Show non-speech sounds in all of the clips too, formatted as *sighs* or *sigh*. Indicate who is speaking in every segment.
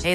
Speaker 1: Hey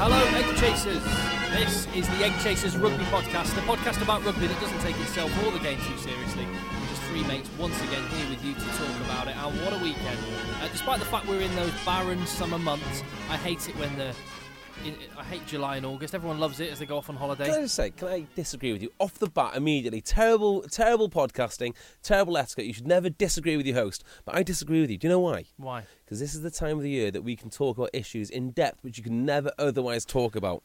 Speaker 2: Hello, Egg Chasers. This is the Egg Chasers Rugby Podcast, the podcast about rugby that doesn't take itself or the game too seriously. We're just three mates once again here with you to talk about it, and what a weekend. Uh, despite the fact we're in those barren summer months, I hate it when the. In, I hate July and August. Everyone loves it as they go off on holiday.
Speaker 3: Can I just say, can I disagree with you off the bat immediately? Terrible, terrible podcasting, terrible etiquette. You should never disagree with your host, but I disagree with you. Do you know why?
Speaker 2: Why?
Speaker 3: Because this is the time of the year that we can talk about issues in depth which you can never otherwise talk about.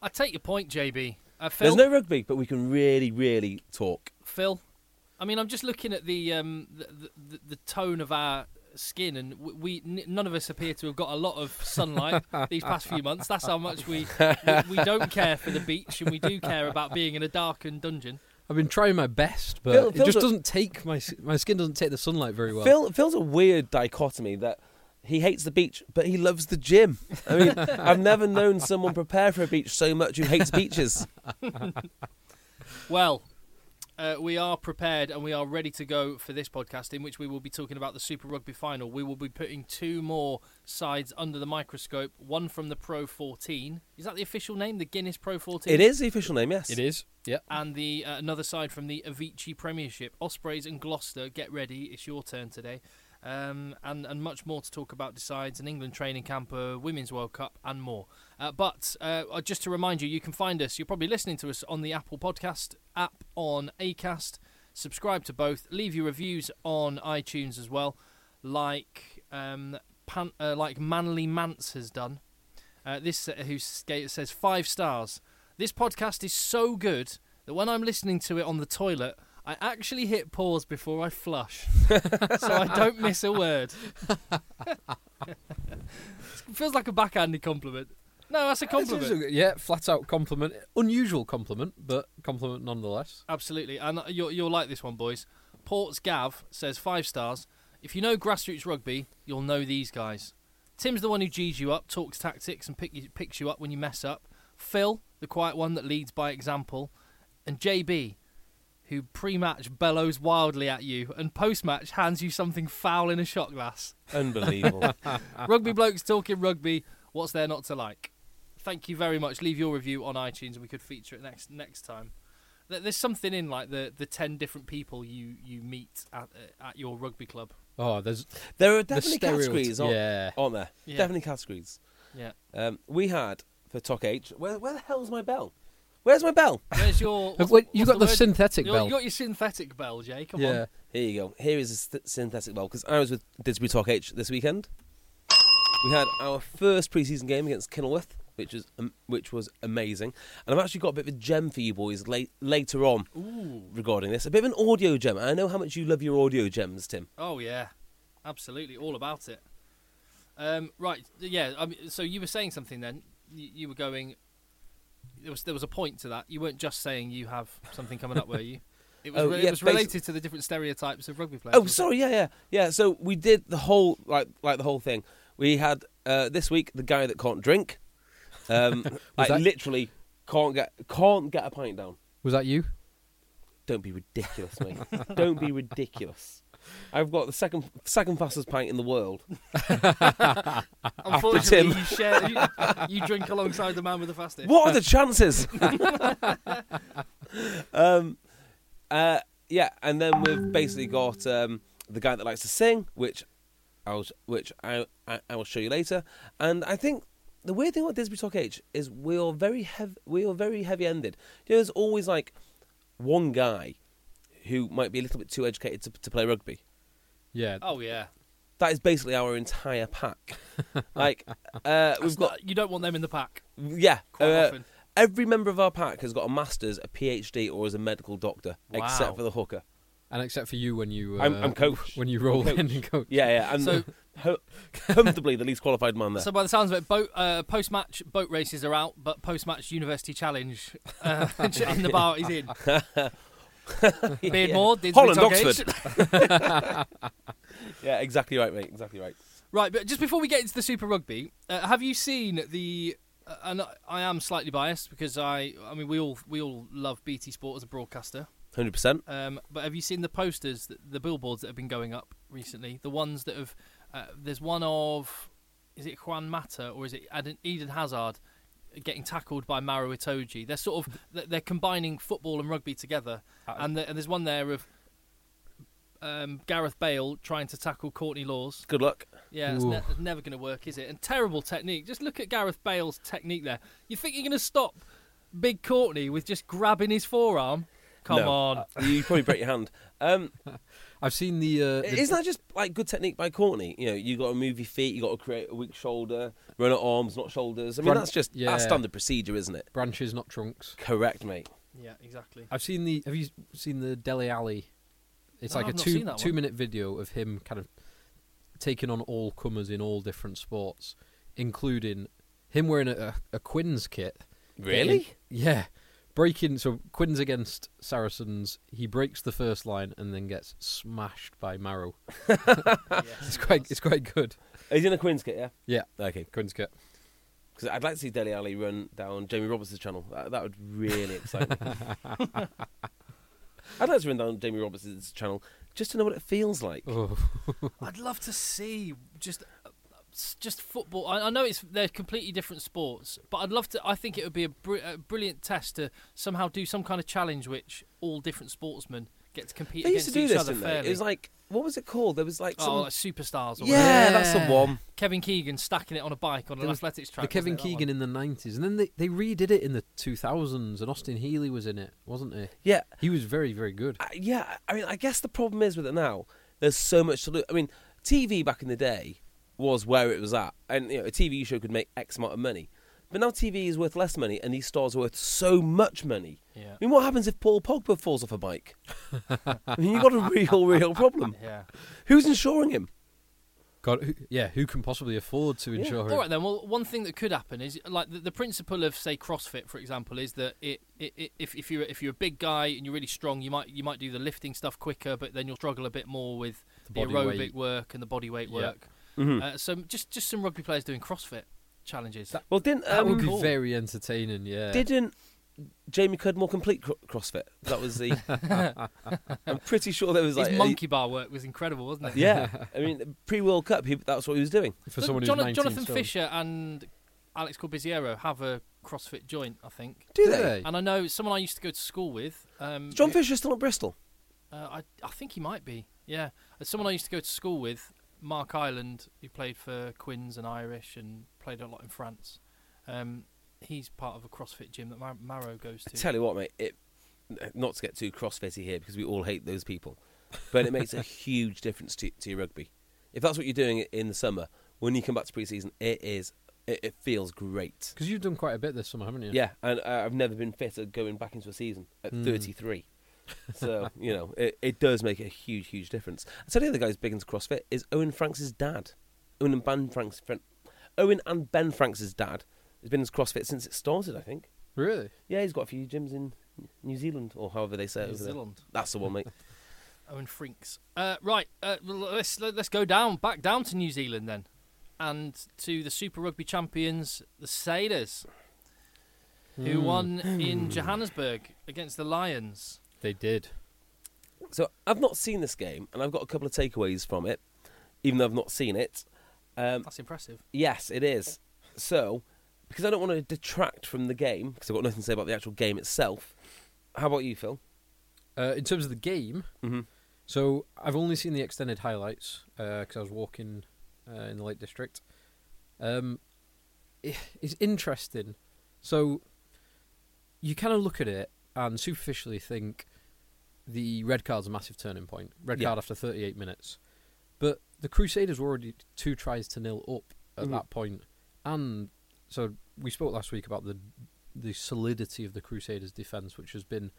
Speaker 2: I take your point, JB. Uh, Phil,
Speaker 3: There's no rugby, but we can really, really talk.
Speaker 2: Phil. I mean, I'm just looking at the um, the, the, the tone of our skin, and we, we n- none of us appear to have got a lot of sunlight these past few months. That's how much we, we we don't care for the beach, and we do care about being in a darkened dungeon.
Speaker 4: I've been trying my best, but
Speaker 3: Phil-
Speaker 4: it
Speaker 3: Phil's
Speaker 4: just
Speaker 3: a-
Speaker 4: doesn't take my s- my skin doesn't take the sunlight very well.
Speaker 3: Phil, Phil's a weird dichotomy that he hates the beach, but he loves the gym. I mean, I've never known someone prepare for a beach so much who hates beaches.
Speaker 2: Well, uh, we are prepared and we are ready to go for this podcast, in which we will be talking about the Super Rugby final. We will be putting two more sides under the microscope. One from the Pro 14. Is that the official name? The Guinness Pro 14.
Speaker 3: It is the official name, yes.
Speaker 4: It is. Yeah.
Speaker 2: and the uh, another side from the Avicii Premiership. Ospreys and Gloucester, get ready. It's your turn today. Um, and, and much more to talk about besides an England training camp, a Women's World Cup, and more. Uh, but uh, uh, just to remind you, you can find us, you're probably listening to us on the Apple Podcast app, on Acast. Subscribe to both. Leave your reviews on iTunes as well, like um, Pan, uh, like Manly Mance has done. Uh, this uh, who ska- says five stars. This podcast is so good that when I'm listening to it on the toilet, I actually hit pause before I
Speaker 4: *laughs*
Speaker 2: flush, so I don't miss a word. *laughs* feels like a backhanded compliment. No, that's a compliment.
Speaker 4: This is a- yeah, flat out compliment. Unusual compliment, but compliment nonetheless.
Speaker 2: Absolutely, and you'll, you'll like this one, boys. Ports Gav says five stars. If you know grassroots rugby, you'll know these guys. Tim's the one who G's you up, talks tactics, and pick you, picks you up when you mess up. Phil, the quiet one that leads by example, and JB, who pre-match bellows wildly at you and post-match hands you something foul in a shot glass.
Speaker 3: Unbelievable.
Speaker 4: *laughs*
Speaker 2: rugby blokes talking rugby. What's there not to like? Thank you very much. Leave your review on iTunes, and we could feature it next next time. There- There's something in like the, the ten different people you, you meet at uh, at your rugby club.
Speaker 4: Oh, there's
Speaker 3: there are definitely
Speaker 4: stereotype-
Speaker 3: categories, aren't,
Speaker 4: yeah.
Speaker 3: aren't there?
Speaker 2: Yeah.
Speaker 3: Definitely categories.
Speaker 2: Yeah.
Speaker 3: Um, we had for Talk H. Where, where the hell's my bell? Where's my bell?
Speaker 2: Where's
Speaker 4: *laughs*
Speaker 2: your? what's-
Speaker 4: wait, you
Speaker 2: what's
Speaker 4: got the
Speaker 2: word?
Speaker 4: synthetic
Speaker 2: Your-
Speaker 4: bell.
Speaker 2: You got your synthetic bell, Jay. Come
Speaker 4: yeah.
Speaker 2: on.
Speaker 3: Here you go. Here is a st- synthetic bell because I was with Didsbury Talk H this weekend. We had our first preseason game against Kenilworth, which was um, which was amazing. And I've actually got a bit of a gem for you boys late, later on regarding this. A bit of an audio gem. I know how much you love your audio gems, Tim.
Speaker 2: Oh yeah, absolutely, all about it. Um, right, yeah. I mean, so you were saying something then. You, you were going. There was there was a point to that. You weren't just saying you have something coming up, were
Speaker 3: *laughs*
Speaker 2: you? It was,
Speaker 3: Oh,
Speaker 2: re-
Speaker 3: yeah,
Speaker 2: it was
Speaker 3: basi-
Speaker 2: related to the different stereotypes of rugby players.
Speaker 3: Oh,
Speaker 2: wasn't it?
Speaker 3: sorry, yeah, yeah, yeah. So we did the whole like like the whole thing. We had uh, this week the guy that can't drink, um, like
Speaker 4: that-
Speaker 3: literally can't get can't get a pint down.
Speaker 4: Was that you?
Speaker 3: Don't be ridiculous, mate. Don't be ridiculous. I've got the second second fastest pint in the world.
Speaker 2: Unfortunately,
Speaker 3: Tim.
Speaker 2: you share you,
Speaker 3: *laughs*
Speaker 2: you drink alongside the man with the fastest.
Speaker 3: What are the chances? *laughs* um, uh, yeah, and then we've basically got um, the guy that likes to sing, which I was, which I, I, I will show you later. And I think the weird thing about Disney Talk H is we are very heavy, we are very heavy-handed. You know, there's always like one guy who might be a little bit too educated to, to play rugby.
Speaker 4: Yeah.
Speaker 2: Oh yeah,
Speaker 3: That is basically our entire *laughs* pack. like uh, we've
Speaker 2: That's
Speaker 3: got
Speaker 2: not- you don't want them in the pack.
Speaker 3: yeah.
Speaker 2: Quite
Speaker 3: uh,
Speaker 2: often.
Speaker 3: Every member of our pack has got a master's, a PhD, or is a medical doctor,
Speaker 2: Wow.
Speaker 3: except for the hooker.
Speaker 4: And except for you when you uh,
Speaker 3: I'm- I'm coach.
Speaker 4: when you roll
Speaker 3: I'm
Speaker 4: in and coach.
Speaker 3: Yeah, yeah. I'm
Speaker 2: So-
Speaker 3: *laughs* ho- comfortably the least qualified man there.
Speaker 2: So by the sounds of it, boat uh, post-match boat races are out, but post-match university challenge
Speaker 3: *laughs*
Speaker 2: uh, *laughs* in the bar is in. Beardmore, Didsbury
Speaker 3: Holland,
Speaker 2: Toggage.
Speaker 3: Oxford. yeah, exactly right, mate. Exactly right.
Speaker 2: Right, but just before we get into the Super Rugby, uh, have you seen the? Uh, and I- I am slightly biased because I, I mean, we all we all love BT Sport as a broadcaster.
Speaker 3: Hundred percent.
Speaker 2: Um, but have you seen the posters, that, the billboards that have been going up recently? The ones that have, uh, there's one of, is it Juan Mata or is it Eden- Eden Hazard getting tackled by Maru Itoji? They're sort of they're- they're combining football and rugby together, and, the, and there's one there of. Um, Gareth Bale trying to tackle Courtney Laws.
Speaker 3: Good luck.
Speaker 2: Yeah, it's,
Speaker 4: Ooh.
Speaker 2: ne- it's never going to work, is it? And terrible technique. Just look at Gareth Bale's technique there. You think you're going to stop Big Courtney with just grabbing his forearm? Come
Speaker 3: No. uh,
Speaker 2: on.
Speaker 3: You probably break
Speaker 2: *laughs*
Speaker 3: your hand. Um,
Speaker 4: I've seen the. Uh, the-
Speaker 3: isn't that just like good technique by Courtney? You know, you got to move your feet. You got to create a weak shoulder. Run at arms, not shoulders. I mean,
Speaker 4: Run-
Speaker 3: that's just
Speaker 4: yeah.
Speaker 3: that's standard procedure, isn't it?
Speaker 4: branches, not trunks.
Speaker 3: Correct, mate.
Speaker 2: Yeah,
Speaker 3: *laughs*
Speaker 2: exactly.
Speaker 4: I've seen the. Have you seen the Deli Alley? It's
Speaker 2: No,
Speaker 4: like
Speaker 2: I've
Speaker 4: a
Speaker 2: not
Speaker 4: two
Speaker 2: seen that one.
Speaker 4: two minute video of him kind of taking on all comers in all different sports, including him wearing a, a, a Quinn's kit.
Speaker 3: Really?
Speaker 4: yeah. Breaking so Quinn's against Saracens, he breaks the first line and then gets smashed
Speaker 2: *laughs*
Speaker 4: by Marrow.
Speaker 2: Yeah.
Speaker 4: It's quite it's quite good.
Speaker 3: He's in a Quinn's kit, yeah.
Speaker 4: Yeah,
Speaker 3: Okay.
Speaker 4: Quinn's kit.
Speaker 3: Because I'd like to see Deli Alley run down Jamie Roberts' channel. That, that would really excite
Speaker 2: *laughs*
Speaker 3: me. I'd like to run down Jamie Roberts' channel just to know what it feels like.
Speaker 4: Oh,
Speaker 2: I'd love to see just just football. I, I know it's they're completely different sports, but I'd love to. I think it would be a, br- a brilliant test to somehow do some kind of challenge which all different sportsmen get to compete
Speaker 3: They used
Speaker 2: against
Speaker 3: to do
Speaker 2: each
Speaker 3: this,
Speaker 2: other
Speaker 3: didn't they?
Speaker 2: fairly.
Speaker 3: It was like, what was it called? There was like some.
Speaker 2: oh, like superstars. Or
Speaker 3: yeah,
Speaker 2: whatever.
Speaker 3: that's the one.
Speaker 2: Kevin Keegan stacking it on a bike on an
Speaker 4: There was
Speaker 2: athletics track.
Speaker 4: the Kevin
Speaker 2: wasn't it, that one?
Speaker 4: Keegan in the nineties, and then they, they redid it in the two thousands, and Austin Healy was in it, wasn't he?
Speaker 3: Yeah,
Speaker 4: He was very very good.
Speaker 3: I- yeah. I mean, I guess the problem is with it now. There's so much to look. I mean, TV back in the day was where it was at, and you know, a TV show could make X amount of money. But now TV is worth less money, and these stars are worth so much money.
Speaker 2: Yeah.
Speaker 3: I mean, what happens if Paul Pogba falls off a bike? I mean, you've got a real, real
Speaker 4: *laughs*
Speaker 3: problem.
Speaker 2: Yeah.
Speaker 3: Who's insuring him?
Speaker 4: God, who, yeah, who can possibly afford to insure
Speaker 2: All
Speaker 4: him?
Speaker 2: right then. Well, one thing that could happen is like the, the principle of say CrossFit, for example, is that it, it, it if, if you're if you're a big guy and you're really strong, you might you might do the lifting stuff quicker, but then you'll struggle a bit more with
Speaker 4: The
Speaker 2: the,
Speaker 4: body
Speaker 2: aerobic
Speaker 4: weight.
Speaker 2: work and the body weight
Speaker 4: Yeah. Hmm.
Speaker 2: work.
Speaker 3: Mm-hmm.
Speaker 2: Uh, so just just some rugby players doing CrossFit challenges.
Speaker 4: That-
Speaker 3: Well, didn't
Speaker 4: That would
Speaker 3: um,
Speaker 4: be
Speaker 2: cool.
Speaker 4: very entertaining. Yeah.
Speaker 3: didn't Jamie Cudmore complete cro- CrossFit? That was
Speaker 4: *laughs*
Speaker 3: the. *laughs* I'm pretty sure there was like
Speaker 2: His
Speaker 3: a-
Speaker 2: monkey bar work was incredible, wasn't it? *laughs*
Speaker 3: *laughs* yeah, I mean, pre World Cup, he, that's what he was doing.
Speaker 4: for
Speaker 2: Look,
Speaker 4: someone who's
Speaker 2: Jona-
Speaker 4: 19
Speaker 2: Jonathan
Speaker 4: still.
Speaker 2: Fisher and Alex Corbiziero have a CrossFit joint, I think.
Speaker 3: Do
Speaker 4: Do
Speaker 3: they?
Speaker 4: they?
Speaker 2: And I know someone I used to go to school with. Um,
Speaker 3: Is John Fisher's still at Bristol.
Speaker 2: Uh, I, I think he might be. Yeah, As someone I used to go to school with, Mark Island, who played for Quins and Irish and played a lot in France. Um, he's part of a CrossFit gym that Mar- Marrow goes
Speaker 3: I
Speaker 2: to.
Speaker 3: tell you what, mate, it, not to get too CrossFitty here because we all hate those people, but it *laughs* makes a huge difference to, to your rugby. If that's what you're doing in the summer, when you come back to pre-season, it is it, it feels great.
Speaker 4: Because you've done quite a bit this summer, haven't you?
Speaker 3: Yeah, and uh, I've never been fitter going back into a season at
Speaker 2: Hmm. *laughs*
Speaker 3: 33. So, you know, it, it does make a huge, huge difference. So the other guy's big into CrossFit is Owen Franks' dad. Owen and Ben Franks' friend. Owen and Ben Franks' dad has been into CrossFit since it started, I think.
Speaker 4: Really?
Speaker 3: Yeah, he's got a few gyms in New Zealand, or however they say it
Speaker 2: New
Speaker 3: over there.
Speaker 2: Zealand.
Speaker 3: That's the
Speaker 2: *laughs*
Speaker 3: one, mate.
Speaker 2: Owen Frinks. Oh, Uh, right, uh, l- let's let, let's go down back down to New Zealand then, and to the Super Rugby champions, the Sailors, who won in Johannesburg against the Lions.
Speaker 4: They did.
Speaker 3: So I've not seen this game, and I've got a couple of takeaways from it, even though I've not seen it. Um,
Speaker 2: That's impressive.
Speaker 3: Yes, it is. So, because I don't want to detract from the game, because I've got nothing to say about the actual game itself. How about you, Phil?
Speaker 4: Uh, in terms of the game,
Speaker 3: Mm-hmm.
Speaker 4: so I've only seen the extended highlights because uh, I was walking uh, in the Lake District. Um, i- it's interesting. So you kind of look at it and superficially think the red card's a massive turning point. Red
Speaker 3: Yeah.
Speaker 4: card after 38 minutes. But the Crusaders were already two tries to nil up at
Speaker 3: Mhm.
Speaker 4: that point. And so we spoke last week about the the solidity of the Crusaders' defense, which has been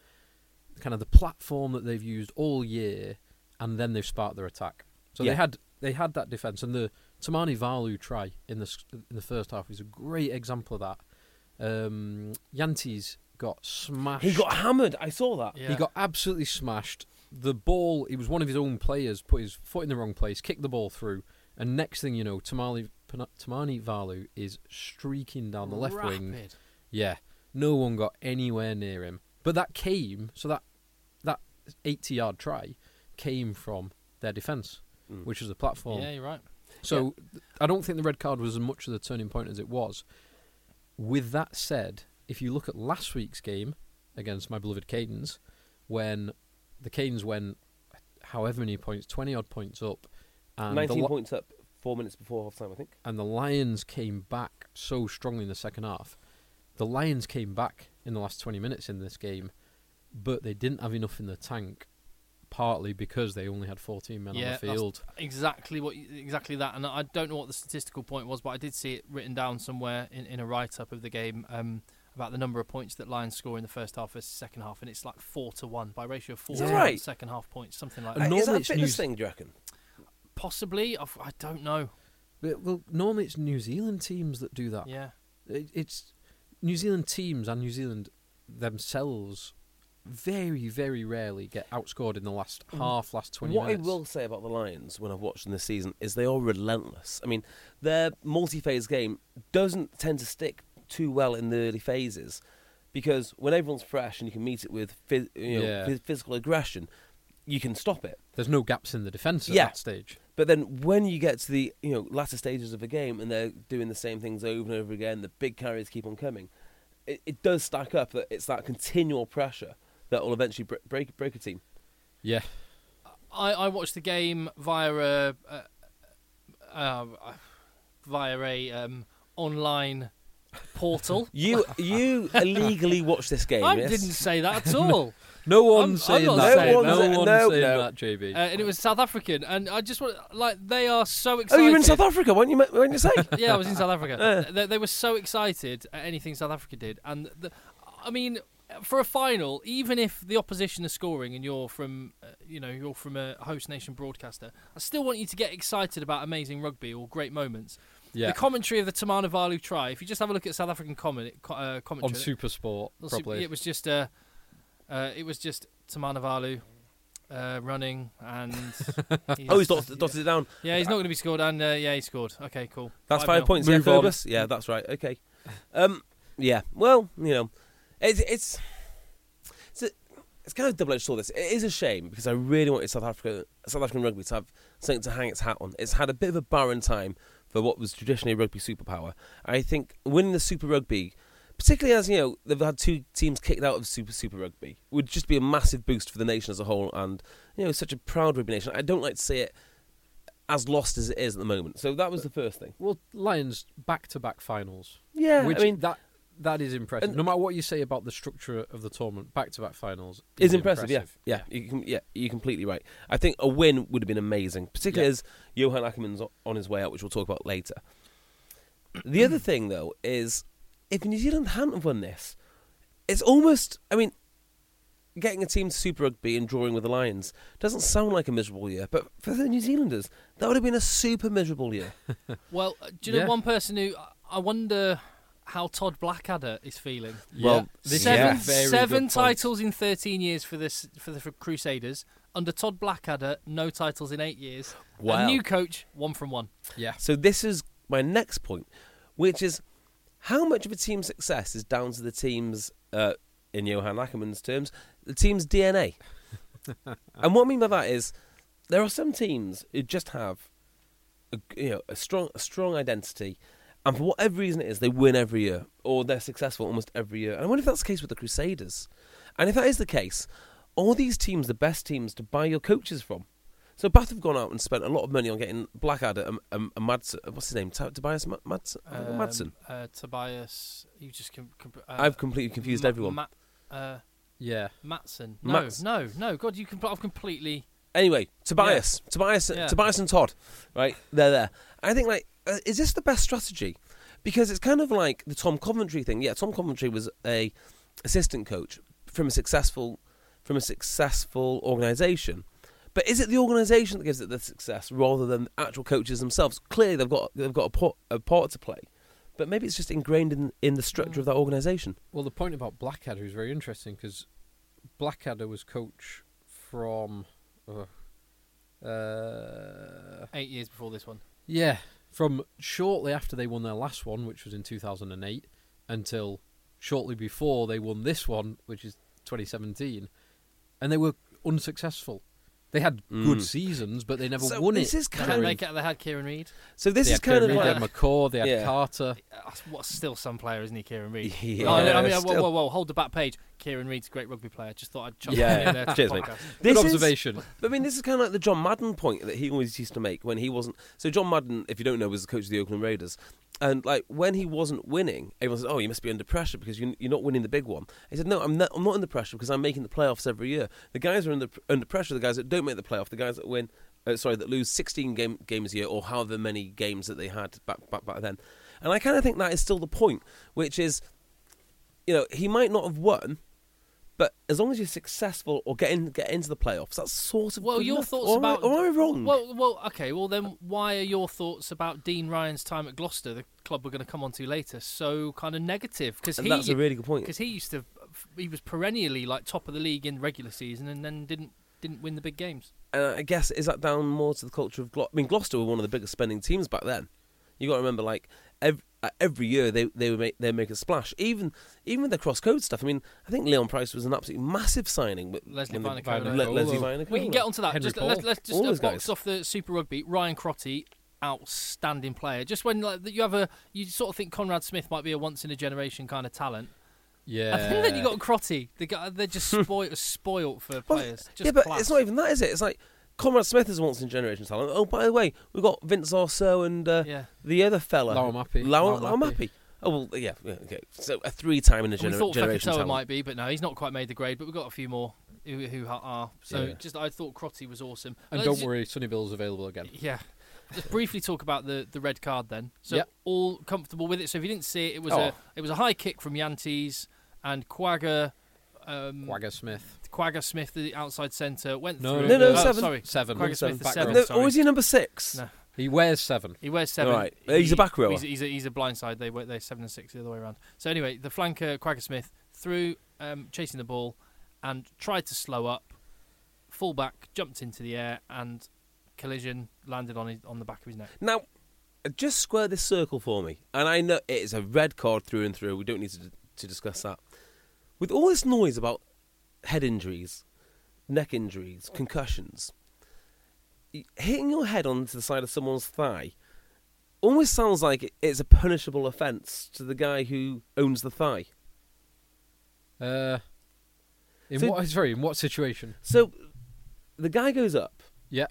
Speaker 4: kind of the platform that they've used all year, and then they've sparked their attack. So
Speaker 3: Yeah.
Speaker 4: they had they had that defense, and the Tamani Valu try in the s- in the first half is a great example of that. Um, Yantis got smashed.
Speaker 3: He got hammered. I saw that.
Speaker 2: Yeah.
Speaker 4: He got absolutely smashed. The ball, it was one of his own players, put his foot in the wrong place, kicked the ball through, and next thing you know, Tamali, Pana- Tamani Valu is streaking down the left wing.
Speaker 2: Rapid.
Speaker 4: Yeah, no one got anywhere near him. But that came, so that that 80 yard try came from their defence,
Speaker 3: Mm.
Speaker 4: which was the platform.
Speaker 2: Yeah, you're right.
Speaker 4: So th- I don't think the red card was as much of the turning point as it was. With that said, if you look at last week's game against my beloved Cadens, when the Cadens went however many points, 20 odd points up, and the,
Speaker 3: 19
Speaker 4: Li-
Speaker 3: points up four minutes before half time, I think.
Speaker 4: and the Lions came back so strongly in the second half. The Lions came back in the last 20 minutes in this game, but they didn't have enough in the tank, partly because they only had 14 men on
Speaker 2: yeah,
Speaker 4: the
Speaker 2: that's
Speaker 4: field.
Speaker 2: Exactly what, exactly that. And I don't know what the statistical point was, but I did see it written down somewhere in, in a write up of the game um, about the number of points that Lions score in the first half versus second half, and it's like four to one by ratio of four
Speaker 3: Is
Speaker 2: to
Speaker 3: that
Speaker 2: one
Speaker 3: right?
Speaker 2: second half points, something like
Speaker 4: Uh,
Speaker 2: that.
Speaker 4: no-
Speaker 3: Is that
Speaker 4: normally
Speaker 3: a
Speaker 4: it's
Speaker 3: fitness
Speaker 4: news-
Speaker 3: thing, do you reckon?
Speaker 2: Possibly, I've, I do not know.
Speaker 4: But, well, normally it's New Zealand teams that do
Speaker 3: Ah.
Speaker 4: that.
Speaker 2: Yeah,
Speaker 4: It, it's New Zealand teams and New Zealand themselves very, very rarely get outscored in the last half, last 20
Speaker 3: What
Speaker 4: minutes.
Speaker 3: I will say about the Lions when I've watched them this season is they are relentless. I mean, their multi phase game doesn't tend to stick too well in the early phases because when everyone's fresh and you can meet it with phys- you know,
Speaker 4: Yeah.
Speaker 3: phys- physical aggression, you can stop it.
Speaker 4: There's no gaps in the defence at
Speaker 3: Yeah.
Speaker 4: that stage.
Speaker 3: But then when you get to the you know latter stages of a game and they're doing the same things over and over again, the big carries keep on coming. It, it does stack up that it's that continual pressure that will eventually br- break break a team.
Speaker 4: Yeah.
Speaker 2: I, I watched the game via a, uh, uh, via a um, online
Speaker 3: *laughs*
Speaker 2: portal.
Speaker 3: You you illegally watch this game.
Speaker 2: I
Speaker 3: yes?
Speaker 2: didn't say that at
Speaker 3: *laughs*
Speaker 2: all.
Speaker 4: No
Speaker 2: I'm
Speaker 4: one's saying
Speaker 2: not
Speaker 4: that.
Speaker 3: saying
Speaker 4: no
Speaker 3: that.
Speaker 4: one's
Speaker 3: No,
Speaker 4: saying
Speaker 3: no.
Speaker 4: that, JB.
Speaker 2: Uh, and it was South African, and I just want like they are so
Speaker 3: Oh,
Speaker 2: excited.
Speaker 3: you were in South Africa, weren't you? ma- Weren't you say?
Speaker 2: yeah, I was in South
Speaker 3: *laughs*
Speaker 2: Africa. they, they were so excited at anything South Africa did, and the, I mean, for a final, even if the opposition are scoring and you're from, uh, you know, you're from a host nation broadcaster, I still want you to get excited about amazing rugby or great moments.
Speaker 4: yeah.
Speaker 2: The commentary of the Tamana Valu try, if you just have a look at South African comment, co- uh,
Speaker 4: on
Speaker 2: commentary,
Speaker 4: Super Sport,
Speaker 2: on Super-
Speaker 4: probably.
Speaker 2: it was just uh, uh, it was just Tamana Valu. Uh, running
Speaker 3: *laughs*
Speaker 2: and
Speaker 3: oh, he's dotted, dotted it down.
Speaker 2: yeah, he's not going to be scored, and uh, yeah, he scored. Okay, cool.
Speaker 3: That's five,
Speaker 2: 5-0.
Speaker 3: points.
Speaker 4: Move
Speaker 3: yeah,
Speaker 4: on.
Speaker 3: Phoebus. Yeah, that's right. Okay. Um, yeah. Well, you know, it's it's it's, a, it's kind of double edged sword. This it is a shame because I really wanted South Africa, South African rugby to have something to hang its hat on. It's had a bit of a barren time for what was traditionally a rugby superpower. I think winning the Super Rugby. Particularly as you know, they've had two teams kicked out of Super Super Rugby, would just be a massive boost for the nation as a whole, and you know, such a proud rugby nation. I don't like to see it as lost as it is at the moment. So that was the first thing.
Speaker 4: Well, Lions back to back finals.
Speaker 3: Yeah,
Speaker 4: which
Speaker 3: I mean,
Speaker 4: that that is impressive.
Speaker 3: and-
Speaker 4: no matter what you say about the structure of the tournament, back to back finals
Speaker 3: is impressive. Yeah, yeah, You can, yeah, you're completely right. I think a win would have been amazing, particularly
Speaker 4: Yeah.
Speaker 3: as Johan Ackerman's o- on his way out, which we'll talk about later. The *clears throat* other thing, though, is if New Zealand hadn't have won this, it's almost. I mean, getting a team to Super Rugby and drawing with the Lions doesn't sound like a miserable year, but for the New Zealanders, that would have been a super miserable year.
Speaker 2: Well, uh, do you know
Speaker 4: Yeah.
Speaker 2: one person who I wonder how Todd Blackadder is feeling?
Speaker 3: Well,
Speaker 4: this is a
Speaker 2: seven
Speaker 4: very
Speaker 2: seven
Speaker 4: good
Speaker 2: titles in thirteen years for this for the Crusaders. Under Todd Blackadder, no titles in eight years.
Speaker 3: Wow.
Speaker 2: A new coach, one from one.
Speaker 4: Point. Yeah,
Speaker 3: So this is my next point, which is how much of a team's success is down to the team's, uh, in Johan Ackerman's terms, the team's DNA. and what I mean by that is there are some teams who just have a, you know a strong a strong identity, and for whatever reason it is, they win every year or they're successful almost every year. And I wonder if that's the case with the Crusaders. And if that is the case, are these teams the best teams to buy your coaches from? So Bath have gone out and spent a lot of money on getting Blackadder and, and, and Mads. What's his name? Ta- Tobias Ma- Mads-
Speaker 2: Um,
Speaker 3: Oh, Madsen.
Speaker 2: uh, Tobias. You just com- com- uh,
Speaker 3: I've completely confused
Speaker 2: Ma-
Speaker 3: everyone.
Speaker 2: Ma- uh,
Speaker 4: Yeah.
Speaker 2: Matson. No,
Speaker 3: Mats-
Speaker 2: no, no. God, you can. I've completely.
Speaker 3: Anyway, Tobias, Tobias,
Speaker 2: Yeah.
Speaker 3: Tobias, and Todd, right? They're there. I think like, uh, is this the best strategy? Because it's kind of like the Tom Coventry thing. Yeah, Tom Coventry was a assistant coach from a successful from a successful organization. But is it the organization that gives it the success rather than the actual coaches themselves? Clearly, they've got they've got a part, a part to play. But maybe it's just ingrained in, in the structure of that organization.
Speaker 4: Well, the point about Blackadder is very interesting because Blackadder was coach from. uh, uh,
Speaker 2: Eight years before this one.
Speaker 4: yeah, from shortly after they won their last one, which was in 2008, until shortly before they won this one, which is 2017. And they were unsuccessful. They had good
Speaker 3: Mm.
Speaker 4: seasons, but they never
Speaker 3: So
Speaker 4: won
Speaker 3: this
Speaker 4: it.
Speaker 3: is
Speaker 2: They
Speaker 3: kind
Speaker 2: had,
Speaker 3: of
Speaker 2: they, ca- they had Kieran Reid. Uh,
Speaker 3: so. This
Speaker 4: they
Speaker 3: is
Speaker 4: had
Speaker 3: kind of
Speaker 4: Kieran Reed,
Speaker 3: like,
Speaker 4: they had McCaw, they had
Speaker 3: Yeah.
Speaker 4: Carter.
Speaker 2: That's what's still some player, isn't he, Kieran Reid?
Speaker 3: *laughs* Yeah,
Speaker 2: No, I mean, I mean,
Speaker 3: still.
Speaker 2: whoa, whoa, whoa, hold the back page. Kieran Reid's a great rugby player. Just thought I'd chuck
Speaker 3: Yeah,
Speaker 2: that in
Speaker 4: *laughs*
Speaker 2: there. to the
Speaker 3: cheers, mate.
Speaker 2: podcast.
Speaker 3: This
Speaker 4: good
Speaker 3: is-
Speaker 4: observation.
Speaker 3: But I mean, this is kind of like the John Madden point that he always used to make when he wasn't. So John Madden, if you don't know, was the coach of the Oakland Raiders, and like when he wasn't winning, everyone said, "Oh, you must be under pressure because you, you're not winning the big one." He said, "No, I'm not. I'm not under pressure because I'm making the playoffs every year. The guys are under under pressure. The guys that don't make the playoff, the guys that win, uh, sorry, that lose 16 game, games a year or however many games that they had back back back then." And I kind of think that is still the point, which is, you know, he might not have won. But as long as you're successful or get in, get into the playoffs, that's sort of
Speaker 2: Well,
Speaker 3: good
Speaker 2: your
Speaker 3: enough.
Speaker 2: thoughts
Speaker 3: Or am I-
Speaker 2: about?
Speaker 3: or am I wrong?
Speaker 2: Well, well, okay. Well, then, why are your thoughts about Dean Ryan's time at Gloucester, the club we're going to come on to later, so kind of negative? Because
Speaker 3: and that's a
Speaker 2: he,
Speaker 3: really good point.
Speaker 2: because he used to, he was perennially like top of the league in regular season, and then didn't didn't win the big games.
Speaker 3: And I guess is that down more to the culture of Gloucester? I mean, Gloucester were one of the biggest spending teams back then. You got to remember, like every, every year they they would make they would make a splash. Even even with their cross code stuff. I mean, I think Leon Price was an absolutely massive signing. With,
Speaker 2: Leslie
Speaker 3: when they-
Speaker 2: Vinokola.
Speaker 3: Le- Leslie Vinokola.
Speaker 2: We can get onto that.
Speaker 4: Henry
Speaker 2: Just, let's,
Speaker 4: Paul.
Speaker 2: let's just
Speaker 3: All
Speaker 2: uh, box
Speaker 3: those guys.
Speaker 2: off the Super Rugby. Ryan Crotty, outstanding player. Just when like you have a, you sort of think Conrad Smith might be a once in a generation kind of talent.
Speaker 4: Yeah.
Speaker 2: I think that you got Crotty. The guy, they're
Speaker 3: *laughs*
Speaker 2: just spoiled, spoiled for
Speaker 3: Well,
Speaker 2: players. Just
Speaker 3: yeah, but
Speaker 2: class.
Speaker 3: it's not even that, is it? It's like Conrad Smith is a once in a generation talent. Oh, by the way, we've got Vince Arso and uh,
Speaker 2: Yeah.
Speaker 3: the other fella,
Speaker 4: Lauamapi.
Speaker 3: Lau-
Speaker 4: Lauamapi.
Speaker 3: Lauamapi. Oh well, yeah, yeah, okay. So a three-time in a
Speaker 2: And
Speaker 3: gener-
Speaker 2: we thought
Speaker 3: generation
Speaker 2: Fekitoa
Speaker 3: talent.
Speaker 2: might be, but no, he's not quite made the grade. But we've got a few more who, who ha- are. So
Speaker 3: Yeah.
Speaker 2: just I thought Crotty was awesome.
Speaker 4: and
Speaker 2: Let's
Speaker 4: don't
Speaker 2: ju-
Speaker 4: worry, Sonny Bill's available again.
Speaker 2: Yeah. Just briefly talk about the, the red card then. So
Speaker 4: Yep.
Speaker 2: all comfortable with it. So if you didn't see it, it was a
Speaker 4: Oh.
Speaker 2: it was a high kick from Yantes and Quagga. Um,
Speaker 4: Wagger Smith.
Speaker 2: Quagga Smith, the outside centre, went
Speaker 4: No,
Speaker 2: through.
Speaker 3: no, no,
Speaker 2: oh,
Speaker 3: seven.
Speaker 2: Sorry,
Speaker 4: Seven.
Speaker 2: Quagga Smith, the
Speaker 4: Back
Speaker 2: seven.
Speaker 4: row.
Speaker 3: No,
Speaker 2: sorry.
Speaker 3: or is he number six?
Speaker 2: No.
Speaker 4: He wears seven.
Speaker 2: He wears seven.
Speaker 3: Right. He's a back rower.
Speaker 2: He's, he's a, he's a blind side. They were they seven and six the other way around. So anyway, the flanker Quagga Smith threw, um, chasing the ball, and tried to slow up. Fullback jumped into the air and collision landed on his, on the back of his neck.
Speaker 3: Now, just square this circle for me. And I know it is a red card through and through. We don't need to, to discuss that. With all this noise about head injuries, neck injuries, concussions, y- hitting your head onto the side of someone's thigh almost sounds like it- it's a punishable offence to the guy who owns the thigh.
Speaker 4: Uh, in
Speaker 3: So-
Speaker 4: what? Sorry, in what situation?
Speaker 3: So the guy goes up,
Speaker 4: Yeah.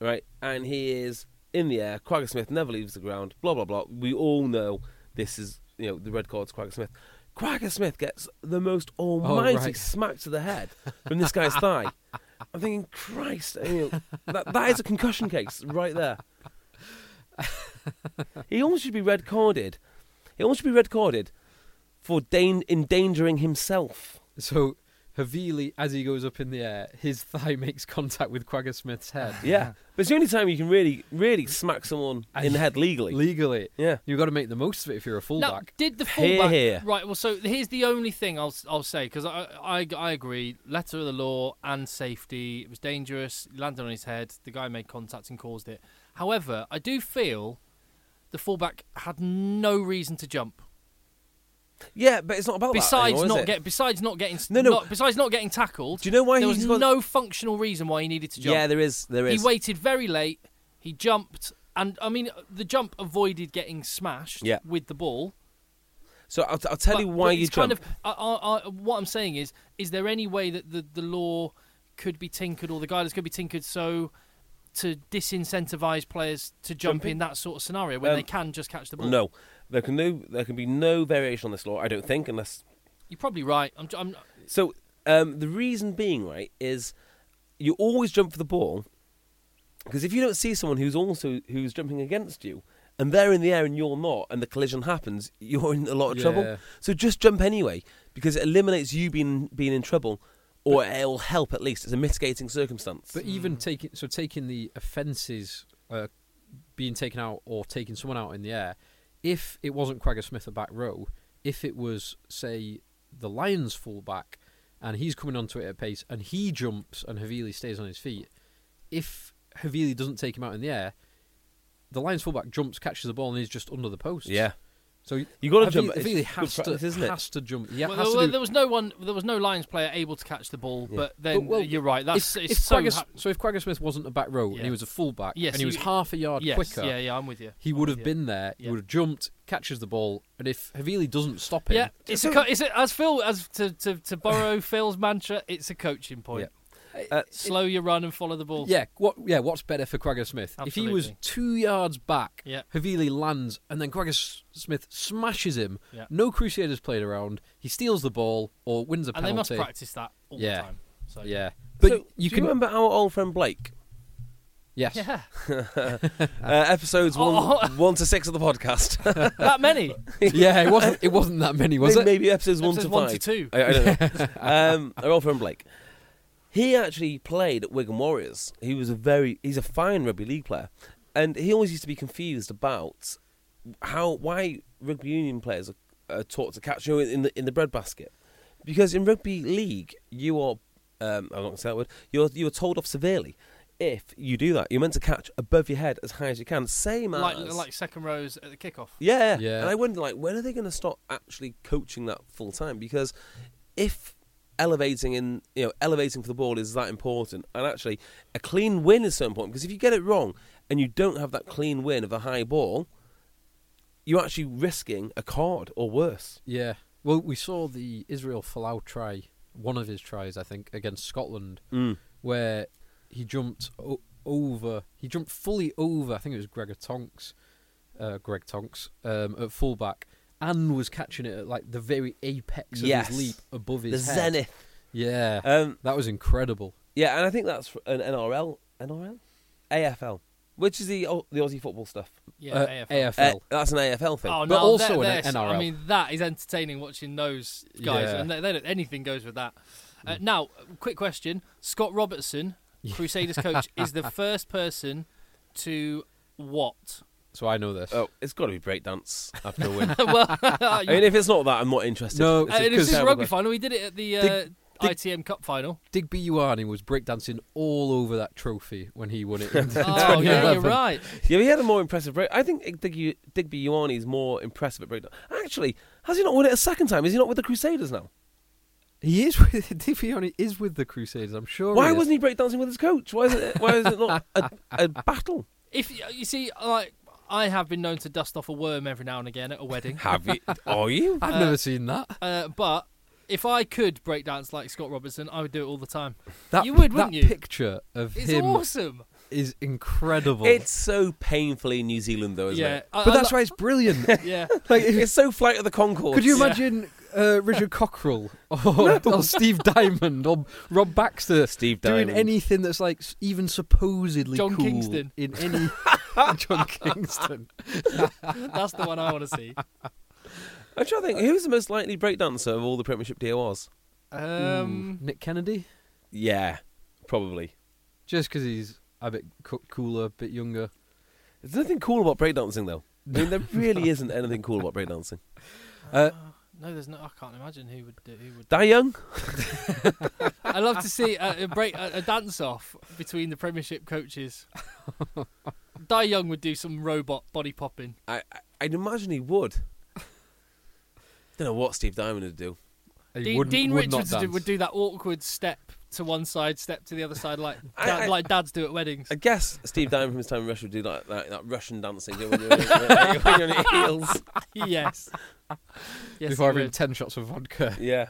Speaker 3: right? And he is in the air. Quagga Smith never leaves the ground. Blah blah blah. We all know this is you know the red card to Quagga Smith. Quagga Smith gets the most almighty
Speaker 4: right.
Speaker 3: smack to the head from this guy's thigh. I'm thinking, Christ, you know, that, that is a concussion case right there. He almost should be red carded. He almost should be red carded for dan- endangering himself.
Speaker 4: So Havili, as he goes up in the air, his thigh *laughs* makes contact with Quagga Smith's head.
Speaker 3: Yeah, but it's the only time you can really, really smack someone in the head legally.
Speaker 4: Legally,
Speaker 3: Yeah.
Speaker 4: you've got to make the most of it if you're
Speaker 2: Now,
Speaker 4: a fullback.
Speaker 2: did the
Speaker 3: Hear,
Speaker 2: fullback
Speaker 3: hear.
Speaker 2: right? Well, so here's the only thing I'll I'll say because I, I I agree. Letter of the law and safety. It was dangerous. It landed on his head. The guy made contact and caused it. However, I do feel the fullback had no reason to jump.
Speaker 3: Yeah, but it's not about that
Speaker 2: Besides
Speaker 3: anymore, is
Speaker 2: not
Speaker 3: it?
Speaker 2: get besides not getting
Speaker 3: No, no.
Speaker 2: not- besides not getting tackled.
Speaker 3: Do you know why
Speaker 2: there
Speaker 3: he's
Speaker 2: was
Speaker 3: got-
Speaker 2: no functional reason why he needed to jump?
Speaker 3: Yeah, there is. There
Speaker 2: he
Speaker 3: is.
Speaker 2: waited very late. He jumped, and I mean the jump avoided getting smashed
Speaker 3: Yeah.
Speaker 2: with the ball.
Speaker 3: so I'll, I'll tell
Speaker 2: But-
Speaker 3: you why
Speaker 2: but
Speaker 3: you
Speaker 2: it's kind
Speaker 3: jump.
Speaker 2: of I, I, I, what I'm saying is, is there any way that the, the law could be tinkered or the guidance could be tinkered so to disincentivize players to jump,
Speaker 3: Jumping?
Speaker 2: in that sort of scenario when
Speaker 3: Um,
Speaker 2: they can just catch the ball?
Speaker 3: No, there can no there can be no variation on this law. I don't think unless
Speaker 2: You're probably right. I'm, j- I'm
Speaker 3: So um, the reason being, right, is you always jump for the ball because if you don't see someone who's also who's jumping against you and they're in the air and you're not, and the collision happens, *laughs* you're in a lot of
Speaker 4: Yeah.
Speaker 3: trouble. So just jump anyway because it eliminates you being being in trouble, or it'll help at least. It's a mitigating circumstance.
Speaker 4: But
Speaker 2: Hmm.
Speaker 4: even taking so taking the offences uh, being taken out or taking someone out in the air, if it wasn't Quagga Smith a back row, if it was say the Lions fullback and he's coming onto it at pace and he jumps and Havili stays on his feet, if Havili doesn't take him out in the air, the Lions fullback jumps, catches the ball and is just under the post.
Speaker 3: yeah,
Speaker 4: So
Speaker 3: You gotta
Speaker 4: Havili-
Speaker 3: jump. It's
Speaker 4: Havili
Speaker 3: good
Speaker 4: has
Speaker 3: practice,
Speaker 4: to
Speaker 3: isn't it?
Speaker 4: has to jump. Yeah,
Speaker 2: Well,
Speaker 4: has
Speaker 2: there,
Speaker 4: to
Speaker 2: were-
Speaker 4: do-
Speaker 2: there was no one. There was no Lions player able to catch the ball. But then
Speaker 4: But, well,
Speaker 2: uh, you're right. That's
Speaker 4: if,
Speaker 2: it's
Speaker 4: if
Speaker 2: so.
Speaker 4: Quagga-
Speaker 2: ha-
Speaker 4: so if Quagga Smith wasn't a back row and
Speaker 2: Yeah.
Speaker 4: he was a fullback
Speaker 2: Yes,
Speaker 4: and he
Speaker 2: you-
Speaker 4: was half a yard
Speaker 2: yes,
Speaker 4: quicker,
Speaker 2: yeah, yeah, I'm with you.
Speaker 4: he
Speaker 2: I'm
Speaker 4: would
Speaker 2: with
Speaker 4: have
Speaker 2: you.
Speaker 4: been there. He
Speaker 2: Yeah.
Speaker 4: would have jumped, catches the ball, and if Havili doesn't stop him,
Speaker 2: Yeah, it's a, co- it's a, as Phil as to to, to borrow *laughs* Phil's mantra. It's a coaching point.
Speaker 3: Uh,
Speaker 2: Slow your run and follow the ball.
Speaker 4: yeah, what, yeah, what's better for Quagga Smith? If he was
Speaker 2: Absolutely.
Speaker 4: two yards back,
Speaker 2: Yeah.
Speaker 4: Havili lands, and then Quagga S- Smith smashes him.
Speaker 2: Yeah.
Speaker 4: No Crusaders played around. He steals the ball or wins a
Speaker 2: and they must
Speaker 4: penalty.
Speaker 2: practice that all
Speaker 4: Yeah.
Speaker 2: the time. So
Speaker 4: Yeah,
Speaker 3: but
Speaker 4: but
Speaker 3: so,
Speaker 4: you
Speaker 3: do
Speaker 4: can
Speaker 3: you remember our old friend Blake?
Speaker 4: yes,
Speaker 2: *laughs* *laughs* yeah,
Speaker 3: Uh, episodes one
Speaker 2: Oh.
Speaker 3: one to six of the
Speaker 4: *laughs*
Speaker 3: podcast.
Speaker 2: that many.
Speaker 4: yeah. It wasn't. It wasn't that many, was
Speaker 3: maybe,
Speaker 4: it?
Speaker 3: maybe episodes one
Speaker 2: Episodes
Speaker 3: to
Speaker 2: one to
Speaker 3: five.
Speaker 2: two.
Speaker 3: I, I don't
Speaker 2: *laughs*
Speaker 3: know. um, our old friend Blake. He actually played at Wigan Warriors. He was a very he's a fine rugby league player, and he always used to be confused about how why rugby union players are, are taught to catch you know, in the in the breadbasket, because in rugby league you are um, I'm not going to say that word you're you're told off severely. If you do that, you're meant to catch above your head as high as you can. Same
Speaker 2: like
Speaker 3: as
Speaker 2: like second rows at the kickoff.
Speaker 3: yeah.
Speaker 4: Yeah.
Speaker 3: And I wonder, like, when are they going to start actually coaching that full time? Because if elevating in, you know, elevating for the ball is that important, and actually a clean win is so important, because if you get it wrong and you don't have that clean win of a high ball, you're actually risking a card or worse.
Speaker 4: Yeah. Well, we saw the Israel Folau try, one of his tries, I think, against Scotland, where he jumped o- over, he jumped fully over, I think it was Gregor Tonks, uh, Greg Tonks, um, at fullback, and was catching it at like the very apex of
Speaker 3: Yes.
Speaker 4: his leap above
Speaker 3: The
Speaker 4: his head.
Speaker 3: zenith.
Speaker 4: Yeah.
Speaker 3: Um,
Speaker 4: that was incredible.
Speaker 3: yeah, and I think that's an NRL, NRL, AFL, which is the the Aussie football stuff.
Speaker 2: Yeah,
Speaker 4: Uh,
Speaker 2: AFL.
Speaker 3: Uh,
Speaker 4: AFL.
Speaker 3: that's an AFL thing.
Speaker 2: Oh,
Speaker 4: But
Speaker 2: no,
Speaker 4: also
Speaker 2: they're-
Speaker 4: an
Speaker 2: they're-
Speaker 4: NRL.
Speaker 2: I mean, that is entertaining watching those guys,
Speaker 4: Yeah. Mm.
Speaker 2: and they, they don't, anything goes with that. Uh, now, quick question: Scott Robertson, Crusaders
Speaker 4: *laughs*
Speaker 2: coach, is the first person to
Speaker 4: *laughs*
Speaker 2: what?
Speaker 4: so I know this.
Speaker 3: Oh, it's got to be breakdance after a
Speaker 4: *laughs*
Speaker 3: win.
Speaker 2: well,
Speaker 3: I mean, if it's not that, I'm not interested.
Speaker 4: No,
Speaker 3: It's
Speaker 2: Uh,
Speaker 3: a
Speaker 2: it is this
Speaker 3: terrible
Speaker 2: rugby
Speaker 3: question.
Speaker 2: final. We did it at the uh,
Speaker 4: Dig-
Speaker 2: ITM Cup
Speaker 4: *laughs*
Speaker 2: final.
Speaker 4: Digby Ioane was breakdancing all over that trophy when he
Speaker 3: *laughs*
Speaker 4: won it. *laughs* in
Speaker 2: Oh, yeah, you're
Speaker 4: 2011.
Speaker 2: right.
Speaker 3: Yeah, but he had a more impressive break. I think Digby, Digby Ioane is more impressive at breakdown. Actually, has he not won it a second time? Is he not with the Crusaders now?
Speaker 4: He is *laughs* with Divione is with the Crusaders. I'm sure.
Speaker 3: Why
Speaker 4: he is.
Speaker 3: wasn't he breakdancing with his coach? Why is it? Why is it not a, a battle?
Speaker 2: If y- you see, like I have been known to dust off a worm every now and again at a wedding,
Speaker 3: Have you? Are you?
Speaker 4: I've never seen that.
Speaker 2: uh, but if I could break dance like Scott Robertson, I would do it all the time.
Speaker 4: That
Speaker 2: you would,
Speaker 4: that
Speaker 2: wouldn't you?
Speaker 4: picture of
Speaker 2: It's
Speaker 4: him
Speaker 2: awesome.
Speaker 4: is incredible.
Speaker 3: It's so painfully New Zealand, though, isn't
Speaker 2: Yeah,
Speaker 3: it?
Speaker 2: I-
Speaker 4: but
Speaker 2: I
Speaker 4: that's
Speaker 2: lo-
Speaker 4: why it's
Speaker 2: *laughs*
Speaker 4: brilliant. *laughs*
Speaker 2: Yeah,
Speaker 4: like, if-
Speaker 3: It's so flight of the Concords.
Speaker 4: could you
Speaker 2: Yeah.
Speaker 4: imagine uh,
Speaker 2: *laughs*
Speaker 4: Richard Cockrell or, or Steve Diamond or Rob Baxter
Speaker 3: Steve
Speaker 4: doing
Speaker 3: Diamond.
Speaker 4: anything that's like s- even supposedly
Speaker 2: John
Speaker 4: cool
Speaker 2: Kingston.
Speaker 4: in
Speaker 2: *laughs*
Speaker 4: any John Kingston?
Speaker 2: that's the one I want to see.
Speaker 3: I'm trying to think. Who's the most likely breakdancer of all the Premiership DORs?
Speaker 2: *laughs*
Speaker 4: Hmm.
Speaker 2: Um,
Speaker 4: Nick Kennedy,
Speaker 3: Yeah, probably.
Speaker 4: just because he's a bit co- cooler, a bit younger.
Speaker 3: There's nothing cool about breakdancing, though. I mean, there really isn't anything cool about breakdancing.
Speaker 4: Uh,
Speaker 2: no, there's no. I can't imagine who would do. Who would?
Speaker 3: Die Young?
Speaker 2: I love to see a, a break, a, a dance off between the Premiership
Speaker 4: *laughs*
Speaker 2: coaches. Di Young would do some robot body popping.
Speaker 3: I, I- I'd imagine he would. *laughs* Don't know what Steve Diamond would do.
Speaker 4: he
Speaker 2: Dean,
Speaker 4: wouldn't-
Speaker 2: Dean
Speaker 4: would not
Speaker 2: Richards would do, would
Speaker 4: dance.
Speaker 2: do that awkward step to one side, step to the other side, like
Speaker 3: I-
Speaker 2: dad,
Speaker 3: I-
Speaker 2: like dads do at
Speaker 3: *laughs*
Speaker 2: weddings.
Speaker 3: I guess Steve Diamond from his time in Russia would do like that, that Russian dancing you know, when you're, *laughs* when you're on your heels.
Speaker 2: yes. yes.
Speaker 4: before
Speaker 2: he
Speaker 4: having
Speaker 2: would.
Speaker 4: ten shots of vodka.
Speaker 3: Yeah.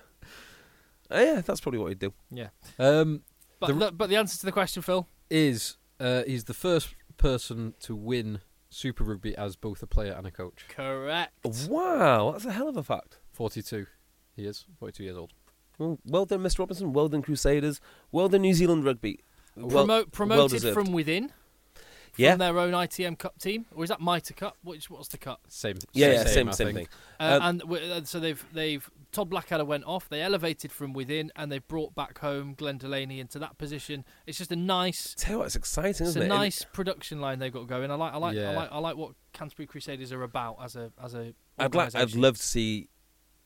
Speaker 3: Uh, yeah, that's probably what he'd do.
Speaker 2: yeah.
Speaker 4: Um,
Speaker 2: But
Speaker 4: The-
Speaker 2: the, but the answer to the question, Phil,
Speaker 4: is Uh, he's the first person to win Super Rugby as both a player and a coach.
Speaker 2: Correct.
Speaker 3: Wow, that's a hell of a fact.
Speaker 4: 42. He is 42 years old.
Speaker 3: Well, well done, Mr. Robinson. Well done, Crusaders. Well done, New Zealand Rugby. Well,
Speaker 2: Promote,
Speaker 3: well
Speaker 2: promoted
Speaker 3: deserved.
Speaker 2: from within, from
Speaker 3: yeah,
Speaker 2: their own ITM Cup team, or is that MITRE Cup? Which what's the cup?
Speaker 4: Same.
Speaker 3: yeah, yeah,
Speaker 4: I
Speaker 3: same, same
Speaker 4: think.
Speaker 3: thing.
Speaker 2: Uh,
Speaker 3: Um,
Speaker 2: and w- uh, so they've they've Todd Blackadder went off. They elevated from within, and they brought back home Glenn Delaney into that position. It's just a nice,
Speaker 3: Tell you what, it's exciting,
Speaker 2: it's
Speaker 3: isn't
Speaker 2: a
Speaker 3: it? And-
Speaker 2: nice production line they've got going. I like, I like, I
Speaker 4: Yeah.
Speaker 2: like, I like what Canterbury Crusaders are about as a as a.
Speaker 3: I'd like, I'd
Speaker 2: organisation.
Speaker 3: love to see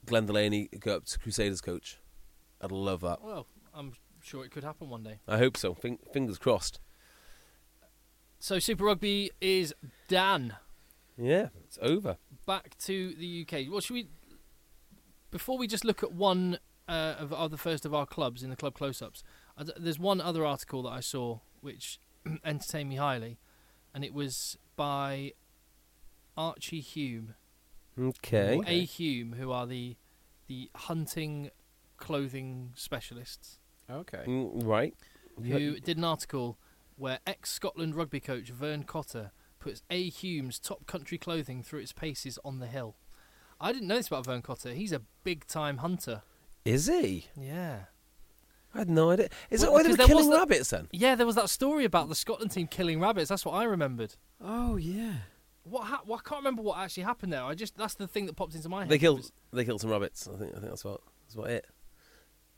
Speaker 3: Glenn Delaney go up to Crusaders coach. I'd love that.
Speaker 2: Well, I'm sure it could happen one day.
Speaker 3: I hope so. Fing- fingers crossed.
Speaker 2: So Super Rugby is done.
Speaker 3: Yeah, it's over.
Speaker 2: back to the UK. Well, should we? Before we just look at one uh, of, of the first of our clubs in the club close-ups, I d- there's one other article that I saw which *clears throat* entertained me highly, and it was by Archie Hume,
Speaker 3: Okay.
Speaker 2: or A Hume, who are the the hunting clothing specialists,
Speaker 4: Okay.
Speaker 3: Mm, Right.
Speaker 2: who did an article where ex-Scotland rugby coach Vern Cotter puts A Hume's top country clothing through its paces on the hill. I didn't know this about Vern Cotter. He's a big-time hunter.
Speaker 3: Is he?
Speaker 2: Yeah.
Speaker 3: I had no idea. Is
Speaker 2: Well,
Speaker 3: that why they
Speaker 2: because
Speaker 3: were
Speaker 2: there
Speaker 3: killing
Speaker 2: was the-
Speaker 3: rabbits then?
Speaker 2: Yeah, there was that story about the Scotland team killing rabbits. That's what I remembered.
Speaker 4: Oh, yeah.
Speaker 2: What ha- well, I can't remember what actually happened there. I just that's the thing that popped into my head.
Speaker 3: They
Speaker 2: Was-
Speaker 3: killed. They killed some rabbits. I think. I think that's what. That's what it.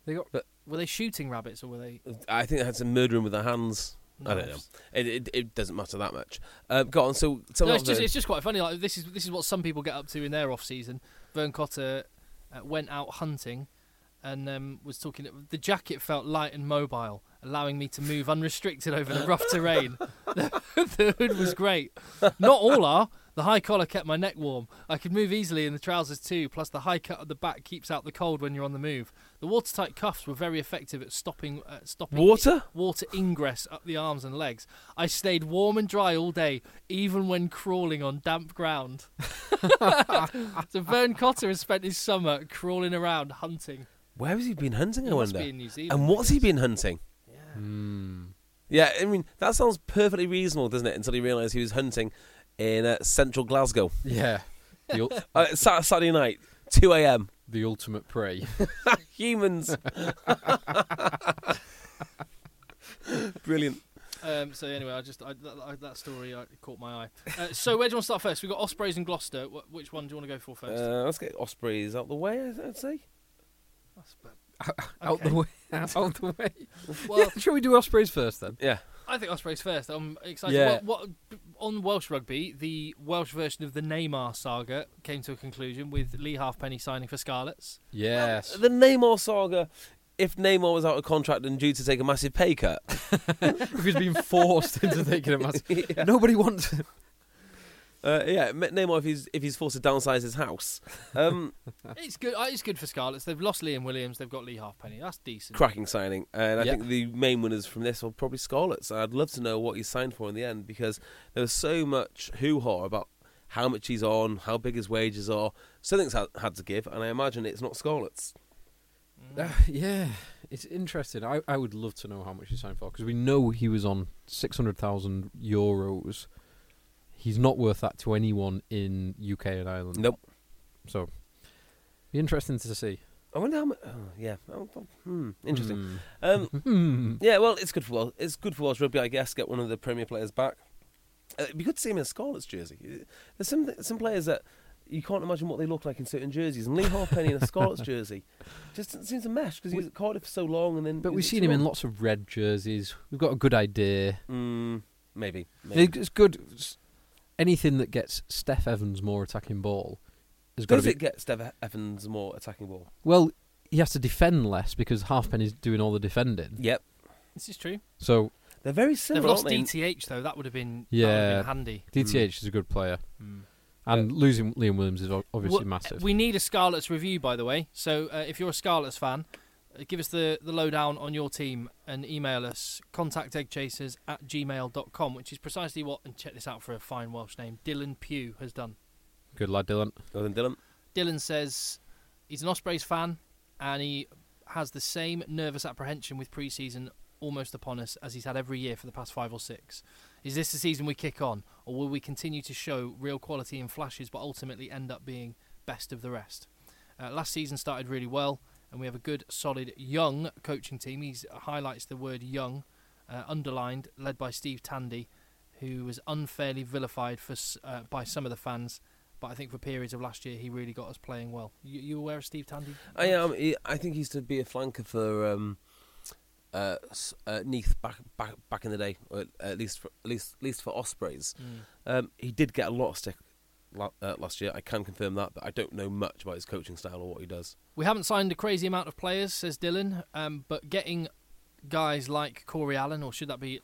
Speaker 4: They got
Speaker 2: Were they shooting rabbits or were they?
Speaker 3: I think they had some murdering with their hands. I don't know.
Speaker 2: Knives.
Speaker 3: It, it, it doesn't matter that much. Uh, go on. So tell
Speaker 2: no,
Speaker 3: me
Speaker 2: it's
Speaker 3: about
Speaker 2: just
Speaker 3: the-
Speaker 2: it's just quite funny. Like this is this is what some people get up to in their off season. Vern Cotter uh, went out hunting, and um, was talking. The jacket felt light and mobile, allowing me to move unrestricted over the rough terrain. *laughs* the, the hood was great. Not all are. The high collar kept my neck warm. I could move easily in the trousers too. Plus, the high cut at the back keeps out the cold when you're on the move. The watertight cuffs were very effective at stopping uh, stopping
Speaker 3: Water?
Speaker 2: water ingress up the arms and legs. I stayed warm and dry all day, even when crawling on damp ground. *laughs* so Vern Cotter has spent his summer crawling around hunting.
Speaker 3: where has he been hunting? I
Speaker 2: He must
Speaker 3: wonder.
Speaker 2: be in New Zealand,
Speaker 3: and
Speaker 2: I
Speaker 3: what's he been hunting?
Speaker 4: Hmm.
Speaker 3: Yeah, I mean that sounds perfectly reasonable, doesn't it? Until you realise he was hunting in uh, central Glasgow. *laughs*
Speaker 4: Yeah. The, ul-
Speaker 3: Uh, Sat- Saturday night, two a.m.
Speaker 4: the ultimate prey. *laughs*
Speaker 3: Humans. Brilliant.
Speaker 2: Um, so anyway, I just I, that, I- that story I, caught my eye. Uh, so where do you want to start first? We've got Ospreys and Gloucester. Wh- which one do you want to go for
Speaker 3: Uh,
Speaker 2: first?
Speaker 3: let's get Ospreys out the way. I'd- I'd say.
Speaker 2: That's bad.
Speaker 4: Out the
Speaker 2: Okay.
Speaker 4: way. *laughs* Out the *laughs* way.
Speaker 3: *laughs*
Speaker 2: Well,
Speaker 4: Shall we do Ospreys first then?
Speaker 3: Yeah.
Speaker 2: I think Ospreys first. I'm excited.
Speaker 3: Yeah.
Speaker 2: What, what, on Welsh rugby, the Welsh version of the Neymar saga came to a conclusion with Lee Halfpenny signing for Scarlets.
Speaker 4: Yes.
Speaker 3: The Namor saga. If Namor was out of contract and due to take a massive pay cut,
Speaker 4: if he's been forced into taking
Speaker 3: *laughs*
Speaker 4: a massive. Nobody wants.
Speaker 3: uh, yeah, M- Namor if he's if he's forced to downsize his house,
Speaker 4: *laughs*
Speaker 3: um,
Speaker 2: It's good. uh, It's good for Scarlets. They've lost Liam Williams. They've got Lee Halfpenny. That's decent.
Speaker 3: cracking signing. And I
Speaker 4: Yeah.
Speaker 3: think the main winners from this are probably Scarlets. I'd love to know what he signed for in the end because there was so much hoo ha about how much he's on, how big his wages are. Something's had, had to give, and I imagine it's not Scarlets.
Speaker 4: Uh, yeah, it's interesting. I, I would love to know how much he signed for because we know he was on six hundred thousand euros. He's not worth that to anyone in UK and Ireland.
Speaker 3: Nope.
Speaker 4: So, be interesting to see.
Speaker 3: I wonder how much. Oh, yeah. Oh, oh, hmm. Interesting.
Speaker 4: Mm.
Speaker 3: Um,
Speaker 4: *laughs* Hmm.
Speaker 3: Yeah, well, it's good for Welsh. It's good for Welsh rugby, I guess. Get one of the premier players back. Uh, it'd be good to see him in a Scarlets jersey. Uh, There's some some players that you can't imagine what they look like in certain jerseys, and Lee Halfpenny in a
Speaker 4: *laughs*
Speaker 3: Scarlets jersey just doesn't seem to mesh because he was at Cardiff for so long, and then
Speaker 4: But we've seen him in lots of red jerseys. We've got a good idea.
Speaker 3: Mm, maybe. maybe.
Speaker 4: It's good. s- Anything that gets Steph Evans more attacking ball has got
Speaker 3: Does
Speaker 4: to be
Speaker 3: it get Steve Evans more attacking ball?
Speaker 4: Well, he has to defend less because Halfpenny's doing all the defending.
Speaker 3: Yep,
Speaker 2: This is true.
Speaker 4: So
Speaker 3: they're very
Speaker 2: They've
Speaker 3: similar.
Speaker 2: lost
Speaker 3: aren't they?
Speaker 2: DTH though. That would have been that would
Speaker 4: Yeah.
Speaker 2: have been handy.
Speaker 4: DTH is a good player, and losing Liam Williams is o- obviously
Speaker 2: Wha-
Speaker 4: massive.
Speaker 2: We need a Scarlets review, by the way. So uh, if you're a Scarlets fan, uh, give us the, the lowdown on your team and email us contacteggchasers at gmail.com, which is precisely what, and check this out for a fine Welsh name, Dylan Pugh has done.
Speaker 4: good lad, Dylan.
Speaker 3: Well done, Dylan.
Speaker 2: Dylan says he's an Ospreys fan and he has the same nervous apprehension with preseason almost upon us as he's had every year for the past five or six? Is this the season we kick on, or will we continue to show real quality in flashes but ultimately end up being best of the rest? Uh, last season started really well, and we have a good, solid, young coaching team. He highlights the word young, uh, underlined, led by Steve Tandy, who was unfairly vilified for s- uh, by some of the fans. But I think for periods of last year, he really got us playing well. You, you aware of Steve Tandy?
Speaker 3: I uh, am. he- I think he used to be a flanker for um, uh, S- uh, Neath back back back in the day, or at least for, at least at least for Ospreys.
Speaker 2: Mm.
Speaker 3: Um, he did get a lot of stick la- uh, last year. I can confirm that, but I don't know much about his coaching style or what
Speaker 2: *laughs*
Speaker 3: he does.
Speaker 2: We haven't signed a crazy amount of players, says Dylan, um, but getting guys like Corey Allen, or should that be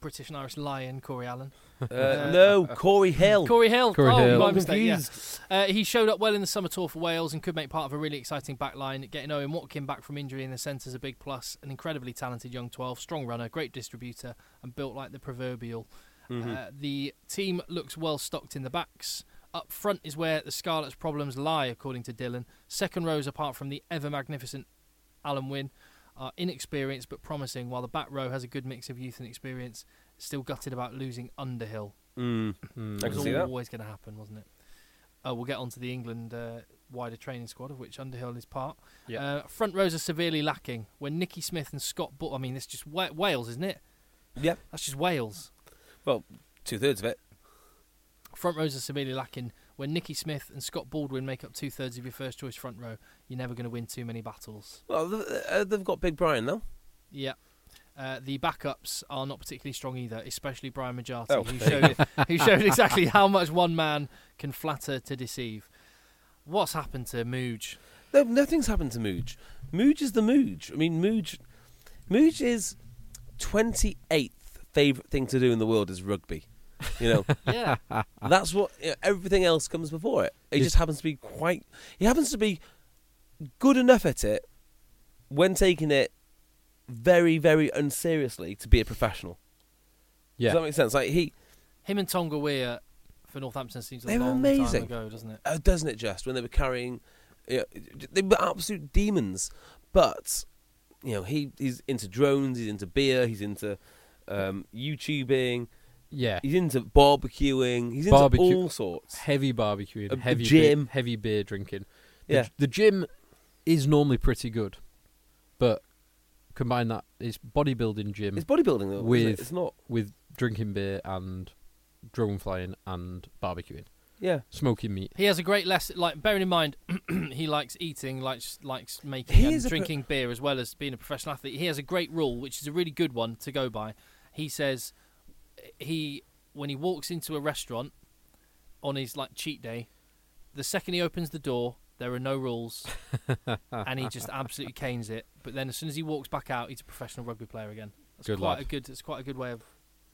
Speaker 2: British and Irish Lion Corey Allen?
Speaker 3: Uh, no, Corey Hill.
Speaker 2: Corey Hill.
Speaker 4: Corey
Speaker 2: oh,
Speaker 4: Hill.
Speaker 2: my
Speaker 3: I'm
Speaker 2: mistake. yeah.
Speaker 3: confused.
Speaker 2: Uh, he showed up well in the summer tour for Wales and could make part of a really exciting back line. Getting Owen Watkin back from injury in the centre is a big plus. An incredibly talented young 12, strong runner, great distributor, and built like the proverbial. Uh, the team looks well stocked in the backs. Up front is where the Scarlets' problems lie, according to Dylan. Second rows, apart from the ever magnificent Alan Wynne, are inexperienced but promising, while the back row has a good mix of youth and experience. Still gutted about losing Underhill.
Speaker 3: Mm, I
Speaker 2: It
Speaker 3: can
Speaker 2: was
Speaker 3: see that.
Speaker 2: always going to happen, wasn't it? Uh, we'll get on to the England uh, wider training squad, of which Underhill is part.
Speaker 4: Yeah.
Speaker 2: Uh, front rows are severely lacking. When Nicky Smith and Scott Butt, I mean, it's just Wa- Wales, isn't it?
Speaker 3: Yeah,
Speaker 2: That's just Wales.
Speaker 3: well, two thirds of it.
Speaker 2: Front rows are severely lacking. When Nicky Smith and Scott Baldwin make up two thirds of your first choice front row, you're never going to win too many battles.
Speaker 3: Well, th- uh, they've got Big Brian though.
Speaker 2: Yeah. Uh, the backups are not particularly strong either, especially Brian Majati,
Speaker 3: Oh,
Speaker 2: who,
Speaker 3: there
Speaker 2: showed, who showed exactly how much one man can flatter to deceive. What's happened to Mooge?
Speaker 3: No, nothing's happened to Mooge. Mooge is the Mooge. I mean, Mooge, Mooge is twenty eighth favorite thing to do in the world is rugby. You know,
Speaker 2: Yeah.
Speaker 3: that's what you know, everything else comes before it. He
Speaker 4: Is-
Speaker 3: just happens to be quite. He happens to be good enough at it when taking it very, very unseriously to be a professional.
Speaker 4: Yeah.
Speaker 3: Does that make sense? Like he,
Speaker 2: Him and Tonga Weir for Northampton seems like
Speaker 3: They
Speaker 2: a
Speaker 3: were
Speaker 2: long
Speaker 3: amazing.
Speaker 2: time ago, doesn't it?
Speaker 3: uh, doesn't it just when they were carrying you know, they were absolute demons but you know he he's into drones he's into beer he's into um youtubing
Speaker 4: yeah.
Speaker 3: he's into barbecuing he's into
Speaker 4: Barbecue.
Speaker 3: all sorts
Speaker 4: Heavy barbecuing,
Speaker 3: A- a
Speaker 4: heavy
Speaker 3: gym.
Speaker 4: beer, heavy beer drinking. The,
Speaker 3: Yeah.
Speaker 4: the gym is normally pretty good, but combine that it's bodybuilding gym
Speaker 3: it's bodybuilding though isn't
Speaker 4: With-
Speaker 3: it? it's not
Speaker 4: with drinking beer and drone flying and barbecuing,
Speaker 3: yeah
Speaker 4: smoking meat.
Speaker 2: He has a great lesson. Like, bearing in mind, *clears throat* he likes eating, likes likes making
Speaker 3: He
Speaker 2: and
Speaker 3: is a pro-
Speaker 2: drinking beer as well as being a professional athlete. He has a great rule, which is a really good one to go by. He says he when he walks into a restaurant on his like cheat day, the second he opens the door, there are no
Speaker 3: *laughs*
Speaker 2: rules, and he just absolutely canes it. But then as soon as he walks back out, he's a professional rugby player again. That's
Speaker 4: Good
Speaker 2: quite
Speaker 4: lad.
Speaker 2: a good. It's quite a good way of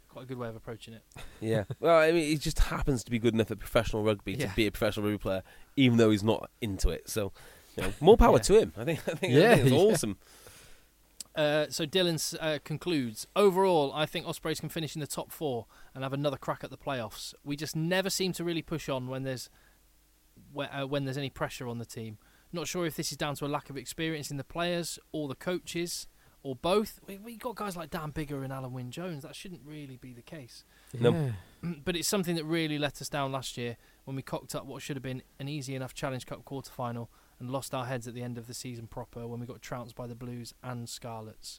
Speaker 2: quite a good way of approaching it.
Speaker 3: yeah well i mean he just happens to be good enough at professional rugby
Speaker 2: Yeah.
Speaker 3: to be a professional rugby player even though he's not into it so you know, more power
Speaker 2: Yeah.
Speaker 3: to him i think i think,
Speaker 4: Yeah,
Speaker 3: I think it's
Speaker 4: yeah.
Speaker 3: awesome
Speaker 2: Uh, so Dylan s- uh, concludes overall i think ospreys can finish in the top four and have another crack at the playoffs we just never seem to really push on when there's when, uh, when there's any pressure on the team not sure if this is down to a lack of experience in the players or the coaches or both we, we got guys like dan bigger and alan wynne jones that shouldn't really be the case
Speaker 3: No.
Speaker 2: Mm, but it's something that really let us down last year when we cocked up what should have been an easy enough Challenge Cup quarter final and lost our heads at the end of the season proper when we got trounced by the Blues and Scarlets.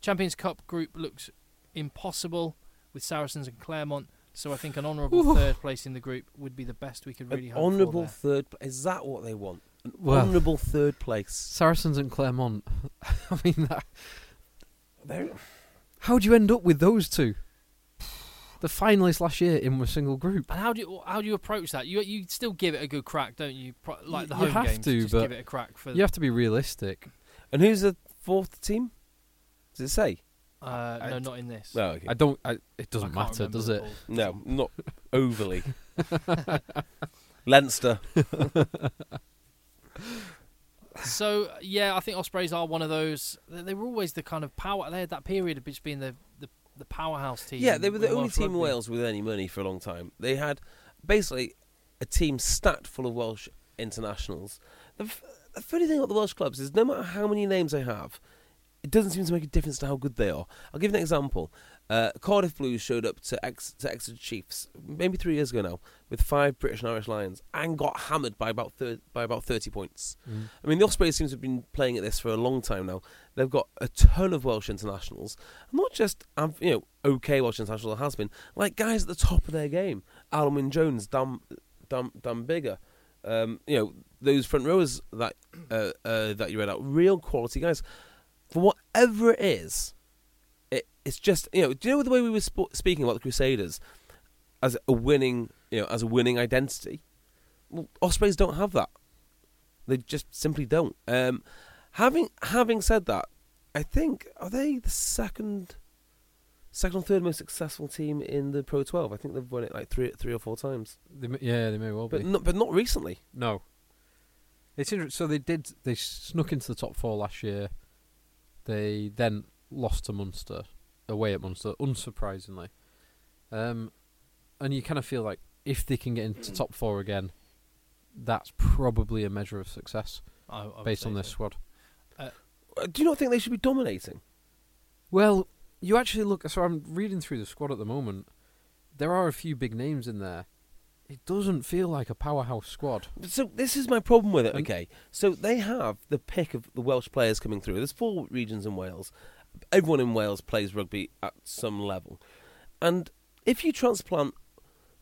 Speaker 2: Champions Cup group looks impossible with Saracens and Claremont, so I think an honourable third place in the group would be the best we could really
Speaker 3: an
Speaker 2: hope
Speaker 3: honourable
Speaker 2: for.
Speaker 3: third pla- is that what they want an
Speaker 4: Well-
Speaker 3: honourable third place
Speaker 4: Saracens and Clermont. *laughs* I mean, that,
Speaker 3: They're-
Speaker 4: how do you end up with those two? *sighs* The finalists last year in a single group.
Speaker 2: There. And how do you how do you approach that? You you still give it a good crack, don't you? Pro- like the
Speaker 4: You
Speaker 2: home
Speaker 4: have
Speaker 2: games,
Speaker 4: to,
Speaker 2: just
Speaker 4: but
Speaker 2: give it a crack for
Speaker 4: You have to be realistic.
Speaker 3: And who's the fourth team? Does it say?
Speaker 2: uh, no,
Speaker 4: I-
Speaker 2: not in this.
Speaker 3: No, okay.
Speaker 4: I don't. I, it doesn't
Speaker 2: I can't
Speaker 4: matter,
Speaker 2: remember
Speaker 4: does
Speaker 2: the
Speaker 4: it?
Speaker 2: ball.
Speaker 3: no, not overly. *laughs* Leinster.
Speaker 2: So yeah, I think Ospreys are one of those. They, they were always the kind of power. They had that period of just being the the, the powerhouse team.
Speaker 3: Yeah, they were the
Speaker 2: in
Speaker 3: only
Speaker 2: Welsh
Speaker 3: team in
Speaker 2: rugby.
Speaker 3: Wales with any money for a long time. They had basically a team stacked full of Welsh internationals. The, f- the funny thing about the Welsh clubs is no matter how many names they have, it doesn't seem to make a difference to how good they are. I'll give you an example. Uh, Cardiff Blues showed up to, Ex- to Exeter Chiefs maybe three years ago now with five British and Irish Lions and got hammered by about thir- by about thirty points. I mean, the Ospreys seems to have been playing at this for a long time now. They've got a ton of Welsh internationals, and not just um, you know okay Welsh international has been like guys at the top of their game. Alwyn Jones, Dam Dam Dam Bigger, um, you know those front rowers that uh, uh, that you read out, real quality guys. For whatever it is, it, it's just you know. Do you know the way we were sp- speaking about the Crusaders as a winning you know as a winning identity? Well, Ospreys don't have that. They just simply don't. Um, having having said that, I think are they the second, second or third most successful team in the Pro 12? I think they've won it like three three or four times,
Speaker 4: They, may- yeah, they may well be.
Speaker 3: but not but not recently.
Speaker 4: No. It's interesting. So they did. They snuck into the top four last year. They then lost to Munster away at Munster, unsurprisingly. Um, and you kind of feel like if they can get into top four again, that's probably a measure of success
Speaker 2: I, I would
Speaker 4: based
Speaker 2: say
Speaker 4: on this
Speaker 2: Oh, so.
Speaker 4: squad.
Speaker 3: Uh, Do you not think they should be dominating?
Speaker 4: Well, you actually look. So I'm reading through the squad at the moment. There are a few big names in there. It doesn't feel like a powerhouse squad.
Speaker 3: So this is my problem with it.
Speaker 4: And-
Speaker 3: Okay, so they have the pick of the Welsh players coming through. There's four regions in Wales. Everyone in Wales plays rugby at some level, and if you transplant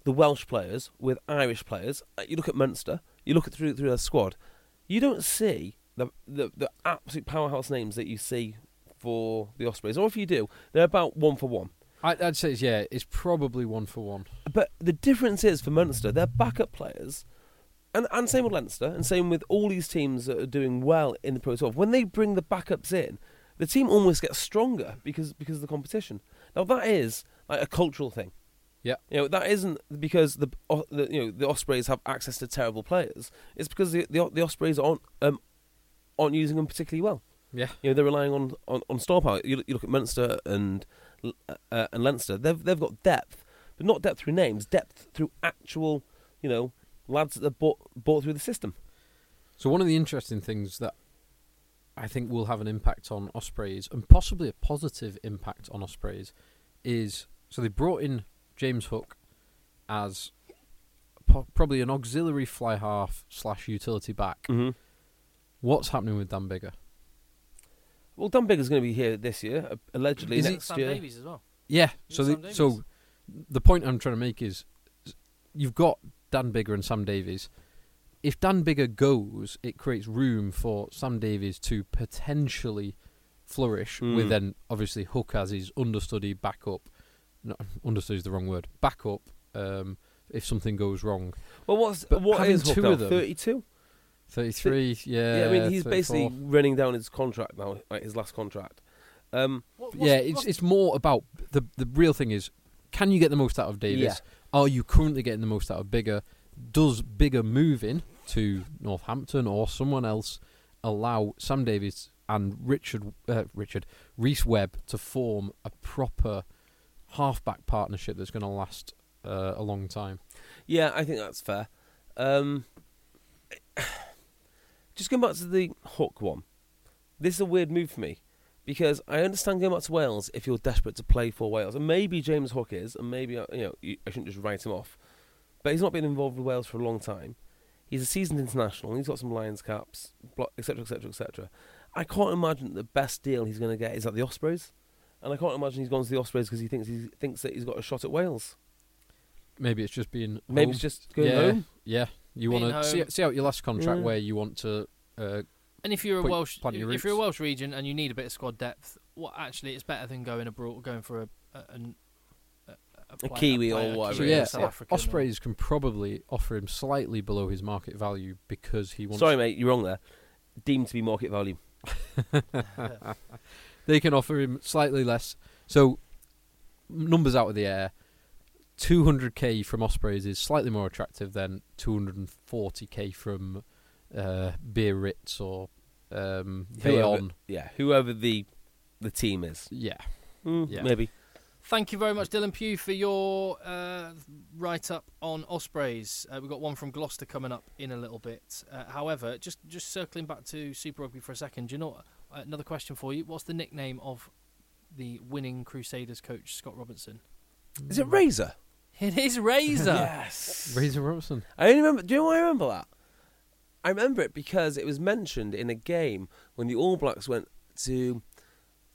Speaker 3: the Welsh players with Irish players, uh, you look at Munster, you look at through through their squad, you don't see the the, the absolute powerhouse names that you see for the Ospreys, or if you do, they're about one for one.
Speaker 4: I, I'd say, it's, yeah, it's probably one for one.
Speaker 3: But the difference is for Munster, their backup players, and, and same with Leinster, and same with all these teams that are doing well in the Pro 12. When they bring the backups in, the team almost gets stronger because because of the competition. Now that is like a cultural thing.
Speaker 4: Yeah.
Speaker 3: You know that isn't because the, o- the you know the Ospreys have access to terrible players. It's because the the, O- the Ospreys aren't um, aren't using them particularly well.
Speaker 4: Yeah.
Speaker 3: You know they're relying on, on, on star power. You, look- you look at Munster and L- uh, and Leinster. They've they've got depth, but not depth through names. Depth through actual, you know, lads that are bought bought through the system.
Speaker 4: So one of the interesting things that I think will have an impact on Ospreys and possibly a positive impact on Ospreys is so they brought in James Hook as po- probably an auxiliary fly half slash utility back.
Speaker 3: Mm-hmm.
Speaker 4: What's happening with Dan Bigger?
Speaker 3: Well, Dan Bigger's going to be here this year, uh, allegedly
Speaker 4: Is it-
Speaker 3: next
Speaker 2: Sam
Speaker 3: year.
Speaker 2: Davies as well.
Speaker 4: Yeah. So
Speaker 2: Sam
Speaker 4: the, so the point I'm trying to make is you've got Dan Bigger and Sam Davies. If Dan Bigger goes, it creates room for Sam Davies to potentially flourish
Speaker 3: Mm.
Speaker 4: with then obviously Hook as his understudy backup. No, understudy is the wrong word. Backup. Um, if something goes wrong,
Speaker 3: Well, what's
Speaker 4: But
Speaker 3: what
Speaker 4: having
Speaker 3: is
Speaker 4: two of them-
Speaker 3: Thirty-two.
Speaker 4: thirty-three. Yeah.
Speaker 3: Yeah, I mean he's
Speaker 4: 34.
Speaker 3: basically running down his contract now, like his last contract. Um,
Speaker 2: What- what's-
Speaker 4: Yeah, it's
Speaker 2: what's-
Speaker 4: it's more about the the real thing is can you get the most out of Davis?
Speaker 3: Yeah.
Speaker 4: Are you currently getting the most out of Bigger? Does Bigger moving to Northampton or someone else allow Sam Davies and Richard uh, Richard Reese Webb to form a proper halfback partnership that's going to last uh, a long time?
Speaker 3: yeah, I think that's fair. Um, *sighs* just going back to the hook one. This is a weird move for me because I understand going back to Wales if you're desperate to play for Wales, and maybe James Hook is, and maybe uh, you know you- I shouldn't just write him off. But he's not been involved with Wales for a long time. He's a seasoned international. He's got some Lions caps, blo- etc., etc., etc. I can't imagine the best deal he's going to get is at the Ospreys, and I can't imagine he's gone to the Ospreys because he thinks he thinks that he's got a shot at Wales.
Speaker 4: Maybe it's just being
Speaker 3: Maybe
Speaker 4: home.
Speaker 3: it's just going
Speaker 4: Oh, yeah,
Speaker 3: home.
Speaker 4: Yeah, you
Speaker 2: Being
Speaker 4: want to see,
Speaker 2: home.
Speaker 4: see out your last contract
Speaker 3: Yeah.
Speaker 4: where you want to uh,
Speaker 2: And if you're a
Speaker 4: Put-
Speaker 2: Welsh,
Speaker 4: plant your
Speaker 2: if you're a
Speaker 4: roots.
Speaker 2: Welsh region and you need a bit of squad depth, what actually it's better than going abroad, going for a a, an- a, player-
Speaker 3: Kiwi or
Speaker 2: player,
Speaker 3: whatever
Speaker 4: So
Speaker 3: it
Speaker 2: Kiwi or
Speaker 4: yeah,
Speaker 3: is,
Speaker 2: South
Speaker 3: yeah.
Speaker 2: African or-
Speaker 4: Ospreys can probably offer him slightly below his market value because he wants.
Speaker 3: Sorry, mate, you're wrong there. Deemed to be market value.
Speaker 4: They can offer him slightly less. So numbers out of the air. 200k from Ospreys is slightly more attractive than 240k from uh, Beer Ritz or um, Bayonne.
Speaker 3: yeah, whoever the the team is,
Speaker 4: Yeah.
Speaker 3: Mm,
Speaker 4: Yeah.
Speaker 3: maybe.
Speaker 2: Thank you very much, Dylan Pugh, for your uh, write up on Ospreys. Uh, we've got one from Gloucester coming up in a little bit. Uh, however, just just circling back to Super Rugby for a second, do you know what? Another question for you: What's the nickname of the winning Crusaders coach, Scott Robinson?
Speaker 3: Is it Razor?
Speaker 2: *laughs* It is
Speaker 3: *laughs*
Speaker 2: Razor.
Speaker 3: Yes.
Speaker 4: Razor Robertson.
Speaker 3: I only remember. Do you know why I remember that? I remember it because it was mentioned in a game when the All Blacks went to.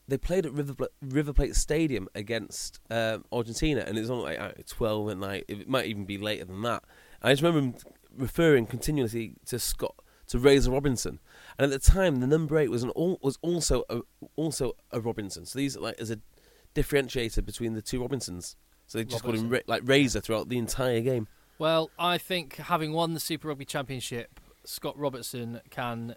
Speaker 3: They played at River Pla- River Plate Stadium against um, Argentina, and it was on like at twelve at night. It might even be later than that. And I just remember him referring continuously to Scott to Razor Robinson, and at the time the number eight was an all, was also a, also a Robinson. So these are like as a differentiator between the two Robinsons. So they just called him Ra- like Razor throughout the entire game.
Speaker 2: Well, I think having won the Super Rugby Championship, Scott Robertson can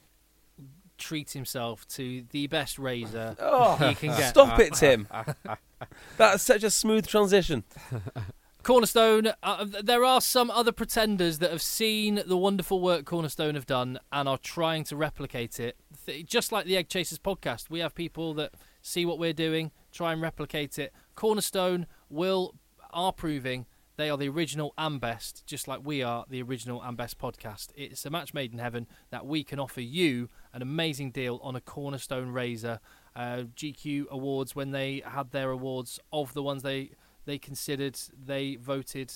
Speaker 2: treat himself to the best razor
Speaker 3: *laughs* Oh,
Speaker 2: he can get.
Speaker 3: Stop it, Tim. That's such a smooth transition.
Speaker 2: Cornerstone, uh, th- there are some other pretenders that have seen the wonderful work Cornerstone have done and are trying to replicate it. Th- just like the Egg Chasers podcast, we have people that see what we're doing, try and replicate it. Cornerstone will are proving they are the original and best, just like we are the original and best podcast. It's a match made in heaven that we can offer you an amazing deal on a Cornerstone razor. Uh, GQ Awards when they had their awards of the ones they they considered they voted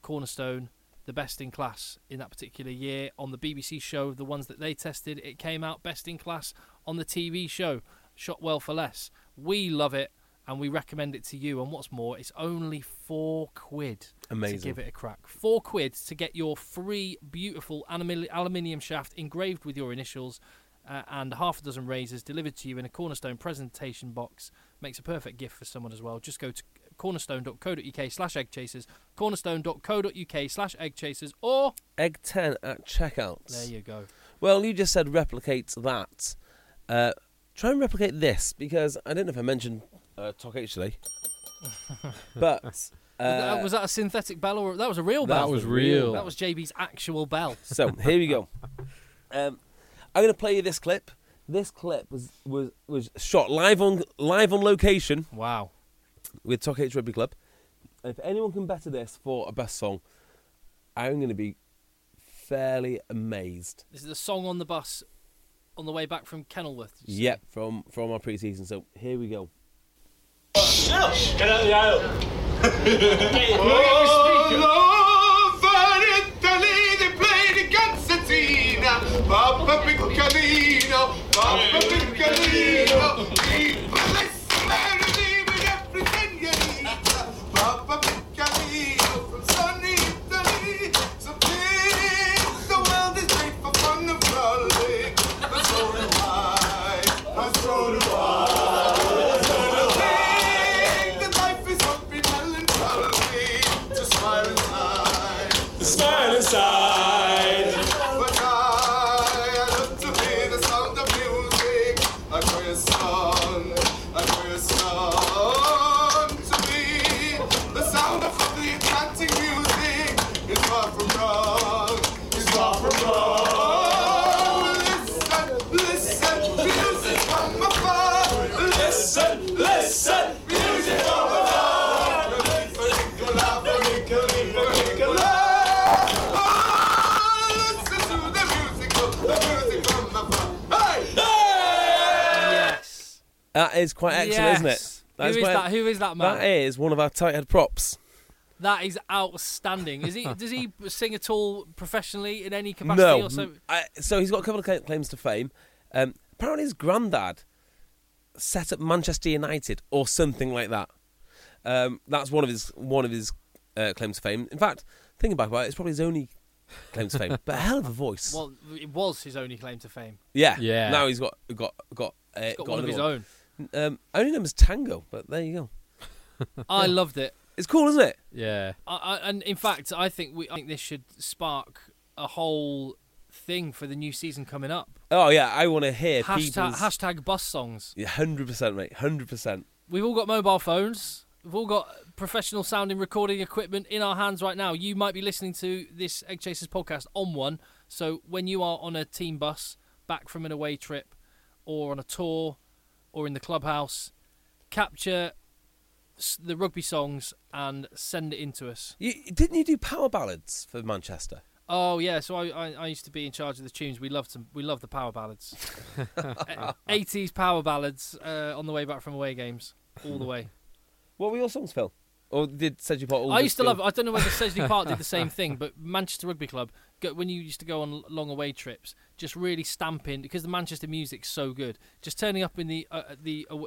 Speaker 2: Cornerstone the best in class in that particular year on the BBC show. The ones that they tested, it came out best in class on the TV show, Shot Well for Less. We love it and we recommend it to you. And what's more, it's only four quid
Speaker 3: Amazing.
Speaker 2: to give it a crack. Four quid to get your free, beautiful animi- aluminium shaft engraved with your initials. Uh, and half a dozen razors delivered to you in a cornerstone presentation box makes a perfect gift for someone as well. Just go to cornerstone.co.uk slash eggchasers, cornerstone.co.uk slash eggchasers, or
Speaker 3: Egg 10 at checkout.
Speaker 2: there you go.
Speaker 3: Well, you just said replicate that. Uh, try and replicate this because I don't know if I mentioned uh, Talk
Speaker 2: *laughs*
Speaker 3: H today. but.
Speaker 2: Was that-
Speaker 3: Uh,
Speaker 2: was that a synthetic bell or that was a real
Speaker 3: That
Speaker 2: bell?
Speaker 4: That was real.
Speaker 2: That was JB's actual bell.
Speaker 3: so here we go. Um, I'm going to play you this clip. This clip was, was, was shot live on live on location
Speaker 2: Wow.
Speaker 3: with Talk H Rugby Club. If anyone can better this for a best song, I'm going to be fairly amazed.
Speaker 2: This is the song on the bus on the way back from Kenilworth. did you say?
Speaker 3: Yep, from from our pre-season. So here we go.
Speaker 5: Get out of the aisle.
Speaker 6: Papa Piccolino, Papa Piccolino, he bless Mary with everything you need. Papa Piccolino, from sunny Italy, so big, the world is made for fun and frolic. But so do I, and so do I. The life is happy, melancholy, to smile and smile.
Speaker 5: Smile inside.
Speaker 6: But I, I love to hear the sound of music. I play a song, I play a song to me. The sound of the enchanting music is far from wrong. It's far from wrong. Listen, listen, music from afar. Listen.
Speaker 5: Listen, listen.
Speaker 2: Yes.
Speaker 3: That is quite excellent, isn't it?
Speaker 2: Yes. Who is
Speaker 3: quite-
Speaker 2: that? Who is that man?
Speaker 3: That is one of our tight head props.
Speaker 2: That is outstanding.
Speaker 3: *laughs*
Speaker 2: Is he? does he sing at all professionally in any capacity?
Speaker 3: No,
Speaker 2: Or so?
Speaker 3: I, so he's got a couple of cla- claims to fame. Um, apparently, his granddad set up Manchester United or something like that. Um, that's one of his one of his uh, claims to fame. In fact, thinking back about it, it's probably his only claim to fame. but a hell of a voice.
Speaker 2: Well, it was his only claim to fame.
Speaker 3: yeah,
Speaker 4: Yeah.
Speaker 3: Now he's got got got uh,
Speaker 2: He's got, one of
Speaker 3: another
Speaker 2: his own.
Speaker 3: Um, I only know him as Tango, but there you go. *laughs*
Speaker 2: I loved it.
Speaker 3: It's cool, isn't it?
Speaker 4: Yeah.
Speaker 2: I, I, and in fact, I think we I think this should spark a whole thing for the new season coming up.
Speaker 3: Oh yeah, I want to hear
Speaker 2: Hashtag,
Speaker 3: people's
Speaker 2: hashtag bus songs.
Speaker 3: Yeah, hundred percent, mate, hundred percent.
Speaker 2: We've all got mobile phones. We've all got professional sounding recording equipment in our hands right now. You might be listening to this Egg Chasers podcast on one. So when you are on a team bus back from an away trip, or on a tour, or in the clubhouse, capture s- the rugby songs and send it in to us.
Speaker 3: You, didn't you do power ballads for Manchester?
Speaker 2: Oh yeah, so I, I, I used to be in charge of the tunes. We loved some, we loved the power ballads, E, eighties power ballads uh, on the way back from away games, all the way.
Speaker 3: What were your songs, Phil? Or did Sedgy Park? all
Speaker 2: I
Speaker 3: just
Speaker 2: used to
Speaker 3: go-
Speaker 2: love. I don't know whether Sedgley Park did the
Speaker 3: *laughs*
Speaker 2: same thing, but Manchester Rugby Club, go, when you used to go on l- long away trips, just really stamping because the Manchester music's so good. Just turning up in the uh, uh, the aw-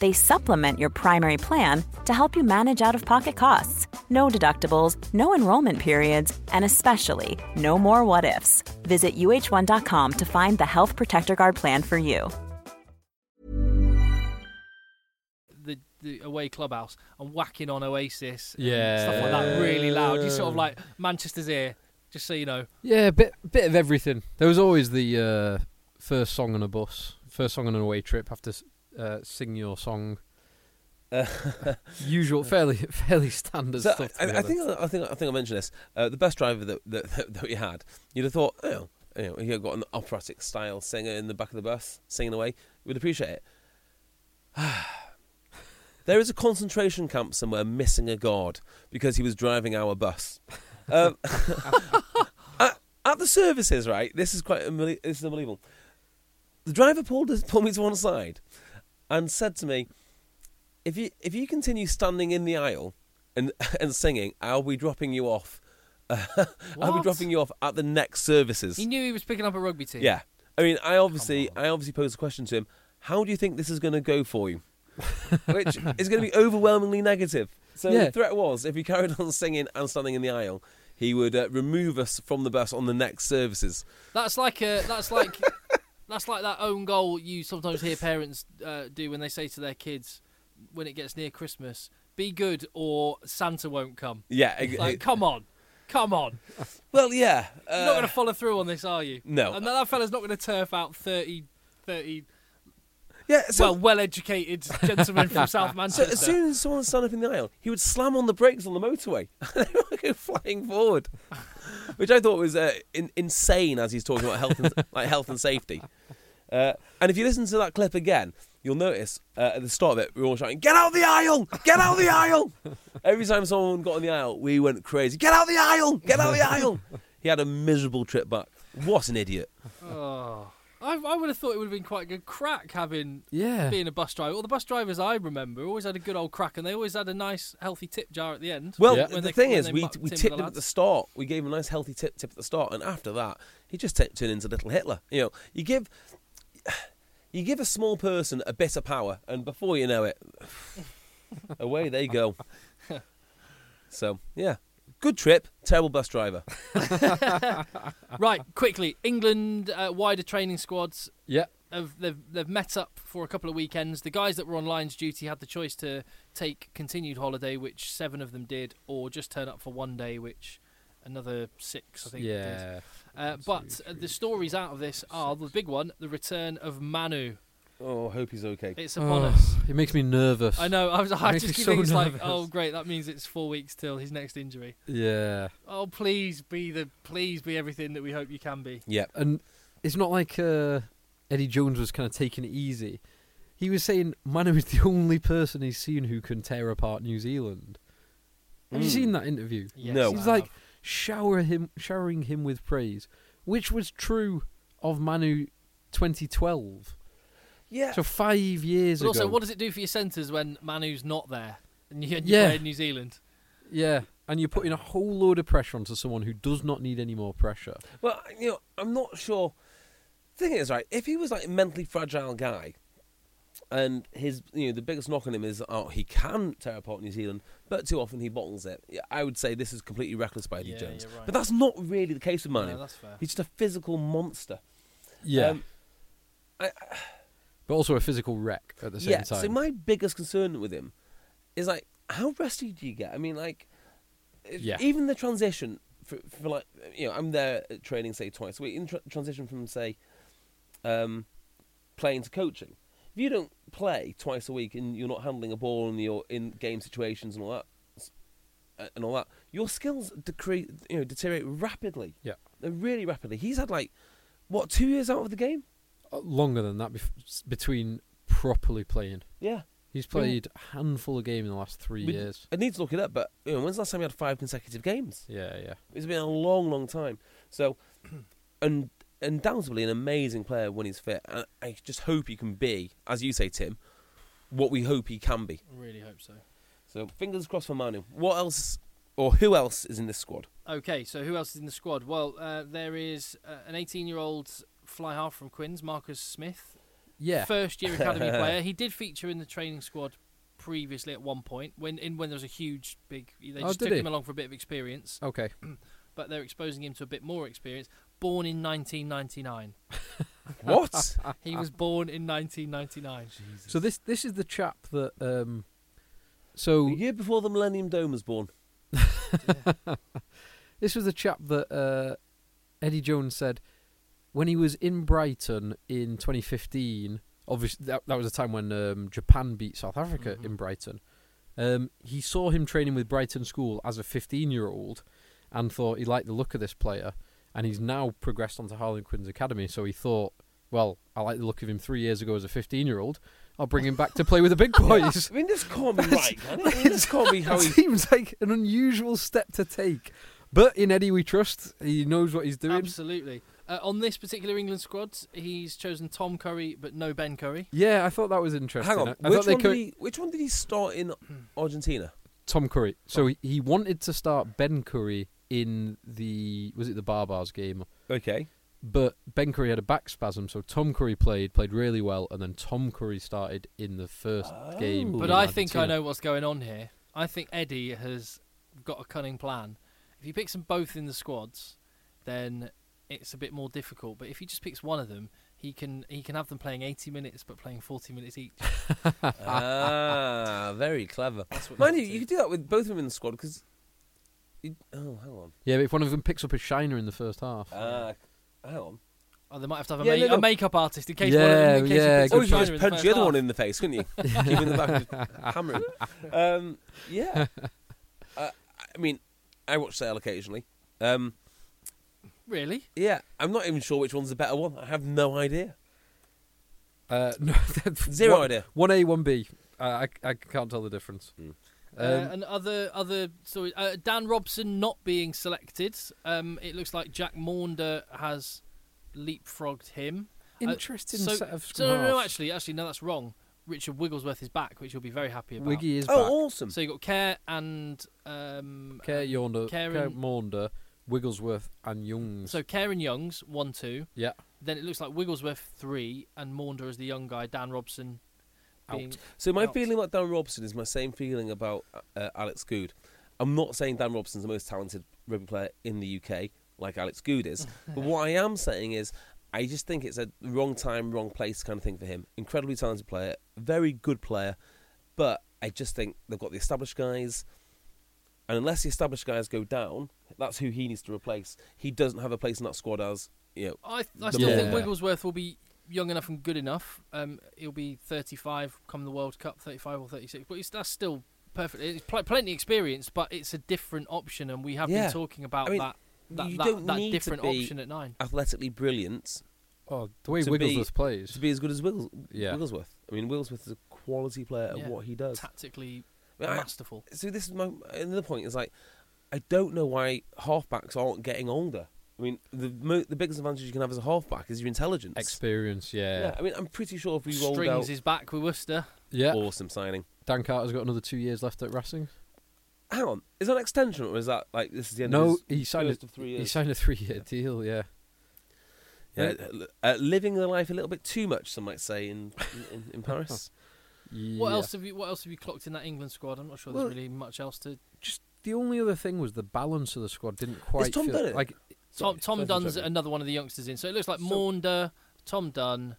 Speaker 7: They supplement your primary plan to help you manage out of pocket costs. No deductibles, no enrollment periods, and especially no more what ifs. Visit uh1.com to find the Health Protector Guard plan for you.
Speaker 2: the, the away clubhouse and whacking on Oasis, and
Speaker 4: Yeah.
Speaker 2: stuff like that, really loud. You sort of like Manchester's here, just so you know.
Speaker 4: Yeah, bit bit of everything. There was always the uh, first song on a bus, first song on an away trip. Have to s- uh, sing your
Speaker 3: *laughs*
Speaker 4: song. Usual, fairly fairly standard
Speaker 3: So,
Speaker 4: stuff. to
Speaker 3: I,
Speaker 4: be
Speaker 3: I think
Speaker 4: honest.
Speaker 3: I think I think I mentioned this. Uh, the best driver that, that that *laughs* we had, you'd have thought, oh, you know, you got an operatic style singer in the back of the bus singing away. We'd appreciate it. *sighs* there is a concentration camp somewhere missing a guard because he was driving our bus. Um, *laughs* at, at the services, right? This is quite unbelie- this is unbelievable. The driver pulled us- *laughs* pulled me to one side and said to me, "If you if you continue standing in the aisle and *laughs* and singing, I'll be dropping you off. *laughs* I'll be
Speaker 2: What?
Speaker 3: dropping you off at the next services."
Speaker 2: He knew he was picking up a rugby team.
Speaker 3: Yeah, I mean, I obviously I obviously posed a question to him. How do you think this is going to go for
Speaker 2: *laughs*
Speaker 3: you? Which is going to be overwhelmingly negative. So
Speaker 4: Yeah.
Speaker 3: the threat was, if he carried on *laughs* singing and standing in the aisle, he would uh, remove us from the bus on the next services.
Speaker 2: That's like a that's like *laughs* that's like that own goal you sometimes hear parents uh, do when they say to their kids when it gets near Christmas, "Be good or Santa won't come."
Speaker 3: Yeah.
Speaker 2: It's
Speaker 3: it-
Speaker 2: Like,
Speaker 3: it-
Speaker 2: come on, come on.
Speaker 3: well, yeah.
Speaker 2: You're
Speaker 3: uh,
Speaker 2: not going to follow through on this, are you?
Speaker 3: no.
Speaker 2: And that fella's not going to turf out 30, 30
Speaker 3: yeah. So,
Speaker 2: well, well-educated gentlemen
Speaker 3: *laughs*
Speaker 2: from South
Speaker 3: so
Speaker 2: Manchester.
Speaker 3: as soon as someone stood up in the aisle, he would slam on the brakes on the motorway *laughs* and they would go flying forward, which I thought was uh, in, insane as he's talking about health and, *laughs* like health and safety. Uh, and if you listen to that clip again, you'll notice uh, at the start of it, we were all shouting, Get out the aisle! Get out the aisle! Every time someone got on the aisle, we went crazy. Get out the aisle! Get out the aisle! He had a miserable trip back. What an idiot.
Speaker 2: Oh, I, I would have thought it would have been quite good crack having
Speaker 4: Yeah.
Speaker 2: being a bus driver. All the bus drivers I remember always had a good old crack, and they always had a nice healthy tip jar at the end.
Speaker 3: Well,
Speaker 4: Yeah.
Speaker 3: the
Speaker 2: when they-
Speaker 3: thing
Speaker 2: when
Speaker 3: is,
Speaker 2: they
Speaker 3: we,
Speaker 2: mucked
Speaker 3: we
Speaker 2: in with
Speaker 3: tipped him at
Speaker 2: lads.
Speaker 3: the start. We gave him a nice healthy tip tip at the start, and after that, he just t- turned into little Hitler. You know, you give *sighs* you give a small person a bit of power, and before you know it, *sighs* away they go. So yeah, good trip, terrible bus driver.
Speaker 2: right, quickly, England uh, wider training squads
Speaker 4: Yeah,
Speaker 2: have they've they've met up for a couple of weekends. The guys that were on Lions duty had the choice to take continued holiday, which seven of them did, or just turn up for one day, which another six I think did.
Speaker 4: yeah.
Speaker 2: Uh, but uh the stories out of this are the big one: the return of Manu.
Speaker 3: Oh, hope he's okay.
Speaker 2: It's upon us.
Speaker 4: It makes me nervous.
Speaker 2: I know. I
Speaker 4: *laughs*
Speaker 2: was. I
Speaker 4: Makes
Speaker 2: just keep
Speaker 4: me Oh. so
Speaker 2: thinking, it's like,
Speaker 4: nervous.
Speaker 2: oh great, that means it's four weeks till his next injury.
Speaker 4: Yeah,
Speaker 2: Oh please be the, please be everything that we hope you can be.
Speaker 3: Yeah,
Speaker 4: and it's not like uh, Eddie Jones was kind of taking it easy. He was saying Manu is the only person he's seen who can tear apart New Zealand. Have
Speaker 3: Hmm.
Speaker 4: you seen that interview?
Speaker 2: Yes,
Speaker 3: No.
Speaker 2: I
Speaker 4: He's like
Speaker 2: have.
Speaker 4: shower him, showering him with praise, which was true of Manu 2012.
Speaker 3: yeah.
Speaker 4: So five years
Speaker 2: But
Speaker 4: ago.
Speaker 2: also, what does it do for your centres when Manu's not there and you- and you're *laughs*
Speaker 4: Yeah.
Speaker 2: playing New Zealand?
Speaker 4: yeah, and you're putting a whole load of pressure onto someone who does not need any more pressure.
Speaker 3: Well, you know, I'm not sure. The thing is, right, if he was like a mentally fragile guy, and his, you know, the biggest knock on him is, oh, he can tear apart New Zealand, but too often he bottles it. Yeah, I would say this is completely reckless by Eddie
Speaker 2: Yeah,
Speaker 3: Jones,
Speaker 2: you're right.
Speaker 3: but that's not really the case with Manu.
Speaker 2: No, that's fair.
Speaker 3: He's just a physical monster. Um,
Speaker 4: but also a physical wreck at the same
Speaker 3: yeah.
Speaker 4: time.
Speaker 3: So my biggest concern with him is like, how rusty do you get? I mean, like, if-
Speaker 4: Yeah.
Speaker 3: even the transition for, for like, you know, I'm there at training say twice a week. In tra- transition from say, um, playing to coaching. If you don't play twice a week and you're not handling a ball and you're in game situations and all that, s- uh, and all that, your skills decrease, you know, deteriorate rapidly.
Speaker 4: Yeah.
Speaker 3: They're really rapidly. He's had like, what, two years out of the game?
Speaker 4: Uh, Longer than that bef- s- between properly playing.
Speaker 3: Yeah.
Speaker 4: He's
Speaker 3: Well-
Speaker 4: played a handful of games in the last three
Speaker 3: We-
Speaker 4: years.
Speaker 3: I need to look it up, but you know, when's the last time we had five consecutive games?
Speaker 4: Yeah, yeah.
Speaker 3: It's been a long, long time. So, *clears throat* and undoubtedly an amazing player when he's fit. And I just hope he can be, as you say, Tim, what we hope he can be.
Speaker 2: I really hope so.
Speaker 3: So, fingers crossed for Manu. What else, or who else is in this squad?
Speaker 2: Okay, so who else is in the squad? Well, uh, there is uh, an 18-year-old fly half from Quinns, Marcus Smith,
Speaker 4: Yeah.
Speaker 2: first year
Speaker 4: *laughs*
Speaker 2: academy player. He did feature in the training squad previously at one point when in when there was a huge big they
Speaker 4: Oh,
Speaker 2: just
Speaker 4: did
Speaker 2: took
Speaker 4: he?
Speaker 2: him along for a bit of experience
Speaker 4: okay.
Speaker 2: but they're exposing him to a bit more experience born in 1999
Speaker 4: *laughs*
Speaker 3: What?
Speaker 4: Ah.
Speaker 2: he was born in 1999
Speaker 4: So this this is the chap that um so
Speaker 3: the year before the Millennium Dome was
Speaker 4: *laughs*
Speaker 3: born.
Speaker 4: this was the chap that uh Eddie Jones said when he was in Brighton in 2015 obviously that, that was a time when um, Japan beat South Africa in Brighton um he saw him training with Brighton school as a 15 year old and thought he liked the look of this player and he's now progressed onto Harlan Quinn's academy so he thought well I like the look of him 3 years ago as a 15 year old I'll bring him back to play with the big boys
Speaker 3: I mean, this can't be right. Can
Speaker 4: *laughs*
Speaker 3: it? I mean, this can't be how
Speaker 4: it
Speaker 3: he.
Speaker 4: seems like an unusual step to take. But in Eddie we trust. He knows what he's doing.
Speaker 2: absolutely uh, on this particular england squad he's chosen tom curry but no ben curry
Speaker 4: Yeah, I thought that was interesting.
Speaker 3: Hang on.
Speaker 4: I, I
Speaker 3: Which
Speaker 4: thought they
Speaker 3: one,
Speaker 4: co-
Speaker 3: did he, which one did he start in Argentina?
Speaker 4: Tom Curry. So
Speaker 3: Oh.
Speaker 4: he, he wanted to start Ben Curry in the was it the Barbars game,
Speaker 3: Okay.
Speaker 4: but Ben Curry had a back spasm, so Tom Curry played played really well, and then Tom Curry started in the first game.
Speaker 3: Oh.
Speaker 2: but
Speaker 4: in
Speaker 2: i think i
Speaker 4: Argentina.
Speaker 2: know what's going on here i think eddie has got a cunning plan if he picks them both in the squads then it's a bit more difficult but if he just picks one of them he can he can have them playing 80 minutes but playing 40 minutes each
Speaker 3: ah, very clever.
Speaker 2: That's what
Speaker 3: Mind
Speaker 2: they
Speaker 3: you,
Speaker 2: do.
Speaker 3: you could do that with both of them in the squad because. Oh, hang on.
Speaker 4: Yeah, but if one of them picks up a shiner in the first half,
Speaker 3: Ah, hang on.
Speaker 2: Oh, they might have to have a,
Speaker 3: Yeah,
Speaker 2: ma-
Speaker 3: no, no.
Speaker 2: a makeup artist in case one of them, in
Speaker 4: Yeah,
Speaker 2: case
Speaker 4: yeah,
Speaker 2: he picks
Speaker 4: good
Speaker 2: up
Speaker 3: Or Oh, you
Speaker 2: China in
Speaker 3: could just
Speaker 2: the
Speaker 3: punch
Speaker 2: first
Speaker 3: the other
Speaker 2: half.
Speaker 3: one in the face, couldn't you? Keep him in the back, just hammer him. Um, yeah. Uh, I mean, I watch Sale occasionally. Um,
Speaker 2: Really?
Speaker 3: yeah, I'm not even sure which one's the better one. I have no idea.
Speaker 4: uh, *laughs* no,
Speaker 3: Zero
Speaker 4: one,
Speaker 3: idea. Hmm.
Speaker 4: One A, one B. I I- I can't tell the difference. Um,
Speaker 2: uh, and other other stories. Uh, Dan Robson not being selected. Um, it looks like Jack Maunder has leapfrogged him. Uh,
Speaker 4: Interesting
Speaker 2: so-
Speaker 4: set of
Speaker 2: so no, no, no,
Speaker 4: halves.
Speaker 2: actually, actually, no, that's wrong. Richard Wigglesworth is back, which you'll be very happy about.
Speaker 4: Wiggy is
Speaker 3: Oh,
Speaker 4: back.
Speaker 3: awesome.
Speaker 2: So you got Care and um,
Speaker 4: Kerr
Speaker 2: um,
Speaker 4: Yonder, Kerr
Speaker 2: Karen.
Speaker 4: Maunder, Wigglesworth, and Youngs.
Speaker 2: So Care and Youngs one two.
Speaker 4: yeah,
Speaker 2: Then it looks like Wigglesworth three and Maunder is the young guy. Dan Robson being
Speaker 3: So my
Speaker 2: out.
Speaker 3: feeling about Dan Robson is my same feeling about uh, Alex Good. I'm not saying Dan Robson's the most talented rugby player in the UK, like Alex Good is. but what I am saying is, I just think it's a wrong time, wrong place kind of thing for him. Incredibly talented player, very good player, but I just think they've got the established guys. And unless the established guys go down, that's who he needs to replace. He doesn't have a place in that squad as you know.
Speaker 2: I, I
Speaker 3: The
Speaker 2: still
Speaker 4: ball.
Speaker 2: think Wigglesworth will be young enough and good enough. Um, he'll be 35 come the World Cup, 35 or 36. But it's, that's still perfect. It's pl- plenty experience, but it's a different option, and we have
Speaker 3: Yeah.
Speaker 2: been talking about
Speaker 3: I mean,
Speaker 2: that that,
Speaker 3: you
Speaker 2: that,
Speaker 3: don't
Speaker 2: that
Speaker 3: need to
Speaker 2: different
Speaker 3: be-
Speaker 2: option at nine.
Speaker 3: Athletically brilliant
Speaker 4: oh, the way
Speaker 3: To
Speaker 4: Wigglesworth
Speaker 3: be-
Speaker 4: plays.
Speaker 3: to be as good as Wiggles-
Speaker 4: Yeah.
Speaker 3: Wigglesworth. I mean, Wigglesworth is a quality player
Speaker 2: Yeah.
Speaker 3: at what he does.
Speaker 2: Tactically
Speaker 3: I mean, I-
Speaker 2: masterful.
Speaker 3: so this is my another point is like, I don't know why halfbacks aren't getting older. I mean, the mo- the biggest advantage you can have as a halfback is your intelligence.
Speaker 4: Experience, yeah.
Speaker 3: yeah, I mean, I'm pretty sure if we rolled
Speaker 2: Strings
Speaker 3: out
Speaker 2: is back with Worcester.
Speaker 4: Yeah.
Speaker 3: awesome signing.
Speaker 4: Dan Carter's got another two years left at Racing.
Speaker 3: hang on, is that an extension or is that like this is the end?
Speaker 4: no,
Speaker 3: of his
Speaker 4: he signed
Speaker 3: first
Speaker 4: a
Speaker 3: of three
Speaker 4: he
Speaker 3: years?
Speaker 4: signed a three year deal. Yeah,
Speaker 3: Yeah, uh, living the life a little bit too much, some might say, in in,
Speaker 4: *laughs*
Speaker 3: in Paris.
Speaker 2: What
Speaker 4: Yeah.
Speaker 2: else have you What else have you clocked in that England squad? I'm not sure there's
Speaker 4: Well-
Speaker 2: really much else to.
Speaker 4: Just the only other thing was the balance of the squad didn't quite
Speaker 3: Tom
Speaker 4: feel
Speaker 3: Dunne in?
Speaker 4: like
Speaker 2: Tom
Speaker 4: Sorry,
Speaker 2: Tom
Speaker 4: sorry for
Speaker 2: Dunn's
Speaker 4: interrupting.
Speaker 2: another one of the youngsters in, so it looks like Maunda, Tom Dunn,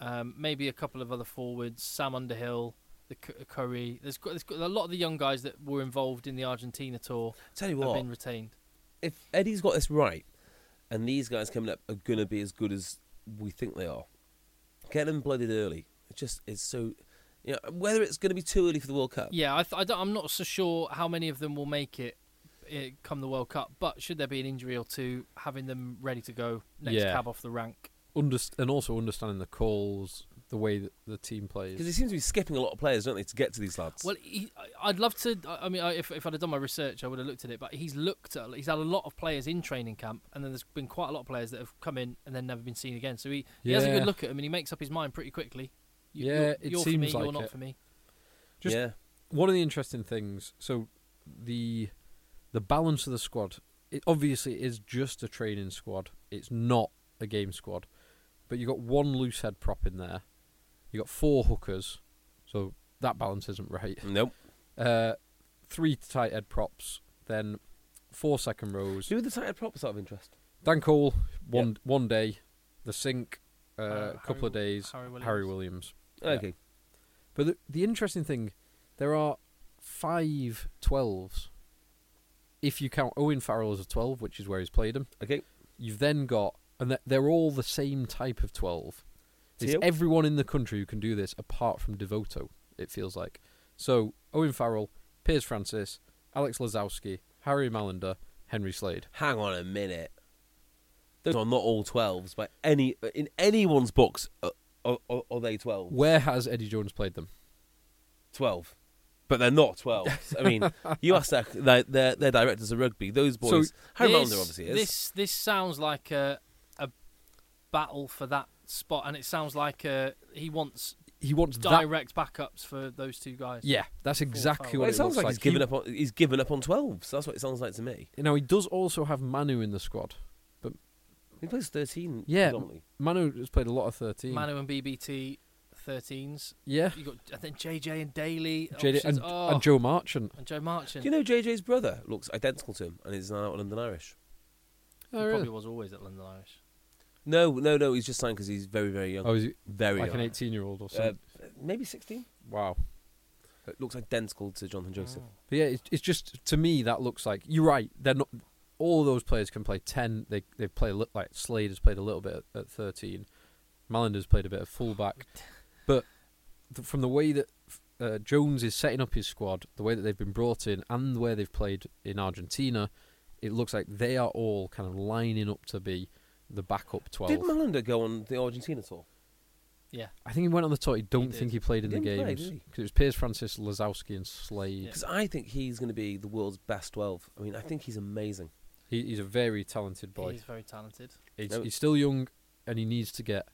Speaker 2: um, maybe a couple of other forwards, Sam Underhill, the C- Curry. There's, got, there's got a lot of the young guys that were involved in the Argentina tour
Speaker 3: Tell you
Speaker 2: have
Speaker 3: what,
Speaker 2: been retained.
Speaker 3: if Eddie's got this right, and these guys coming up are gonna be as good as we think they are, get them blooded early. It just is so, you know, whether it's gonna be too early for the World Cup.
Speaker 2: Yeah, I, th- I don't, I'm not so sure how many of them will make it, eh, come the World Cup. But should there be an injury or two, having them ready to go next
Speaker 4: Yeah.
Speaker 2: cab off the rank.
Speaker 4: underst- and also understanding the calls, the way that the team
Speaker 3: Because
Speaker 4: plays.
Speaker 3: they seem to be skipping a lot of players, don't they, to get to these lads?
Speaker 2: Well, he, I- I'd love to. I I mean, I- if, if I'd have done my research, I would have looked at it. But he's looked at. He's had a lot of players in training camp, and then there's been quite a lot of players that have come in and then never been seen again. So he, he has a
Speaker 4: Yeah.
Speaker 2: good look at them, and he makes up his mind pretty quickly. You-
Speaker 4: Yeah,
Speaker 2: you're,
Speaker 4: it
Speaker 2: you're for
Speaker 4: seems
Speaker 2: me, you're
Speaker 4: like
Speaker 2: not
Speaker 4: it.
Speaker 2: for me.
Speaker 4: just-
Speaker 3: yeah,
Speaker 4: One of the interesting things, so the the balance of the squad, it obviously is just a training squad. It's not a game squad, but you got one loose head prop in there. You got four hookers, so that balance isn't right.
Speaker 3: nope.
Speaker 2: Mm.
Speaker 4: Uh, three tight head props, then four second rows.
Speaker 3: Who are the tight props out of interest?
Speaker 4: Dan Cole, one one day, the sink, uh,
Speaker 2: Uh,
Speaker 4: a couple of
Speaker 2: Harry-
Speaker 4: days,
Speaker 2: Harry Williams.
Speaker 4: Harry Williams. Yeah.
Speaker 3: Okay,
Speaker 4: But the, the interesting thing, there are five 12s. If you count Owen Farrell as a 12, which is where he's played him,
Speaker 3: okay.
Speaker 4: you've then got, and they're- they're all the same type of 12. There's
Speaker 3: Yep.
Speaker 4: everyone in the country who can do this apart from Devoto, it feels like. So, Owen Farrell, Piers Francis, Alex Lazowski, Harry Malander, Henry Slade.
Speaker 3: Hang on a minute. Those are not all twelves by any in anyone's books. Are, are, are- are they twelve?
Speaker 4: Where has Eddie Jones played them?
Speaker 3: Twelve, but they're not twelves. I
Speaker 4: *laughs*
Speaker 3: mean, you ask their their, their, their directors of rugby. Those boys, Harry
Speaker 2: this,
Speaker 3: Melander obviously is.
Speaker 2: This this sounds like a a battle for that spot, and it sounds like uh he wants
Speaker 4: He wants that
Speaker 2: direct backups for those two guys.
Speaker 4: Yeah, that's exactly
Speaker 2: foul.
Speaker 4: what
Speaker 3: well,
Speaker 4: it,
Speaker 3: it sounds
Speaker 4: looks
Speaker 3: like,
Speaker 4: like.
Speaker 3: he's given
Speaker 4: He-
Speaker 3: up on he's given up on twelves. That's what it sounds like to me.
Speaker 4: Now he does also have Manu in the squad, but
Speaker 3: He plays thirteen.
Speaker 4: yeah,
Speaker 3: predominantly.
Speaker 4: Manu has played a lot of thirteen.
Speaker 2: Manu and BBT 13s.
Speaker 4: yeah,
Speaker 2: You got and then JJ and Daly
Speaker 4: JD
Speaker 2: options.
Speaker 4: and,
Speaker 2: Oh,
Speaker 4: and Joe Marchant.
Speaker 2: and Joe Marchant.
Speaker 3: Do you know JJ's brother looks identical to him and is now London Irish?
Speaker 2: he
Speaker 4: Oh, really?
Speaker 2: probably was always at London Irish.
Speaker 3: No, no, no. He's just signed because he's very, very young.
Speaker 4: Oh, is he
Speaker 3: very
Speaker 4: like an
Speaker 3: young.
Speaker 4: eighteen-year-old or
Speaker 3: Uh,
Speaker 4: something?
Speaker 3: maybe sixteen.
Speaker 4: wow.
Speaker 3: It looks identical to
Speaker 4: Oh.
Speaker 3: Jonathan Joseph.
Speaker 4: But yeah, it's, it's just to me that looks like you're right. They're not all of those players can play ten. They they play a lit- like Slade has played a little bit at, at thirteen. Malander's played a bit of fullback, but th- from the way that uh, Jones is setting up his squad, the way that they've been brought in, and where they've played in Argentina, it looks like they are all kind of lining up to be the backup twelve.
Speaker 3: Did Malander go on the Argentina tour?
Speaker 2: Yeah.
Speaker 4: I think he went on the tour. I don't
Speaker 2: did.
Speaker 4: think he played in the
Speaker 3: didn't play,
Speaker 4: games
Speaker 3: did he?
Speaker 4: because it was Piers Francis, Lazowski, and Slade.
Speaker 2: Yeah.
Speaker 3: Because I think he's going to be the world's best 12. I mean, I think he's amazing.
Speaker 4: He, he's a very talented boy.
Speaker 2: He's very talented.
Speaker 4: He's,
Speaker 3: No.
Speaker 4: he's still young, and he needs to get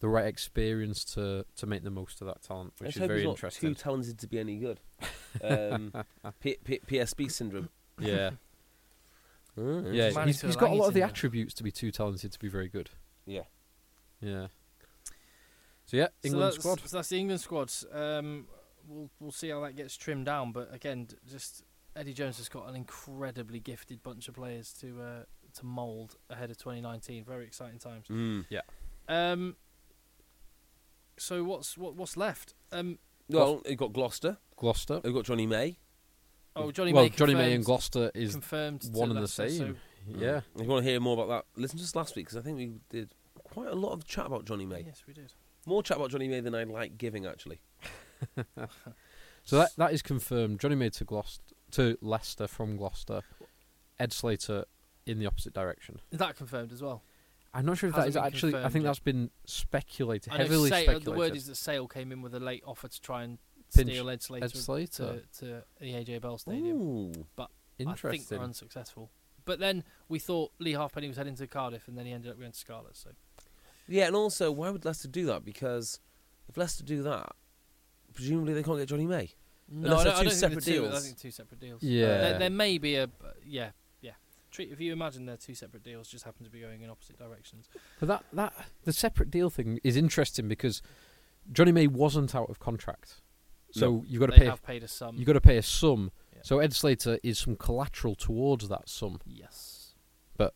Speaker 4: the right experience to to make the most of that talent,
Speaker 3: Let's
Speaker 4: which is
Speaker 3: hope
Speaker 4: very
Speaker 3: he's not
Speaker 4: interesting.
Speaker 3: too talented to be any good.
Speaker 4: *laughs*
Speaker 3: Um, P- P- PSB syndrome. *laughs*
Speaker 4: yeah,
Speaker 3: Mm,
Speaker 4: yeah.
Speaker 2: Manny
Speaker 4: He's, he's got a lot of the
Speaker 2: Tuilagi syndrome.
Speaker 4: attributes to be too talented to be very good.
Speaker 3: Yeah.
Speaker 4: Yeah. So yeah, England
Speaker 2: so that's,
Speaker 4: squad.
Speaker 2: So that's the England squad. Um, we'll we'll see how that gets trimmed down. But again, d- just Eddie Jones has got an incredibly gifted bunch of players to uh, to mould ahead of 2019. Very exciting times.
Speaker 3: Mm.
Speaker 2: Um, so what's what what's left? Um,
Speaker 3: Well, they've got Gloucester.
Speaker 4: Gloucester.
Speaker 3: They've got Johnny May.
Speaker 2: oh, Johnny
Speaker 4: well,
Speaker 2: May.
Speaker 4: Johnny May
Speaker 2: confirmed-
Speaker 4: and Gloucester is
Speaker 2: confirmed to
Speaker 4: one and the
Speaker 2: Leicester, so
Speaker 4: same. Mm. Yeah.
Speaker 3: If you want to hear more about that, listen to us last week because I think we did quite a lot of chat about Johnny May.
Speaker 2: Yes, we did.
Speaker 3: More chat about Johnny May than I like giving, actually.
Speaker 4: So that that is confirmed. Johnny May to Gloucester to Leicester from Gloucester. Ed Slater in the opposite direction.
Speaker 2: Is that confirmed as well?
Speaker 4: I'm not sure if that
Speaker 2: Hasn't
Speaker 4: is
Speaker 2: been
Speaker 4: actually. I
Speaker 2: confirmed
Speaker 4: think
Speaker 2: yet.
Speaker 4: that's been speculated,
Speaker 2: I know
Speaker 4: heavily
Speaker 2: Sa-
Speaker 4: speculated.
Speaker 2: The word is that Sale came in with a late offer to try and
Speaker 4: Pinch
Speaker 2: steal Ed Slater,
Speaker 4: Ed Slater.
Speaker 2: To, to the AJ Bell Stadium.
Speaker 3: Ooh.
Speaker 4: Interesting.
Speaker 2: I think they're unsuccessful. But then we thought Lee Halfpenny was heading to Cardiff, and then he ended up going to Scarlet. So
Speaker 3: Yeah, and also, why would Leicester do that? Because if Leicester do that, presumably they can't get Johnny May. Unless
Speaker 2: I don't- I
Speaker 3: they're two
Speaker 2: don't think
Speaker 3: separate
Speaker 2: they're two- I
Speaker 3: deals.
Speaker 2: think two separate deals.
Speaker 4: Yeah.
Speaker 2: there, there may be a yeah, yeah. Treat if you imagine they're two separate deals, just happen to be going in opposite directions.
Speaker 4: But that that the separate deal thing is interesting because Johnny May wasn't out of contract, so you've got to
Speaker 2: they
Speaker 4: pay
Speaker 2: have paid us some.
Speaker 4: you got to pay a sum.
Speaker 2: Yeah.
Speaker 4: So Ed Slater is some collateral towards that sum.
Speaker 2: yes.
Speaker 4: But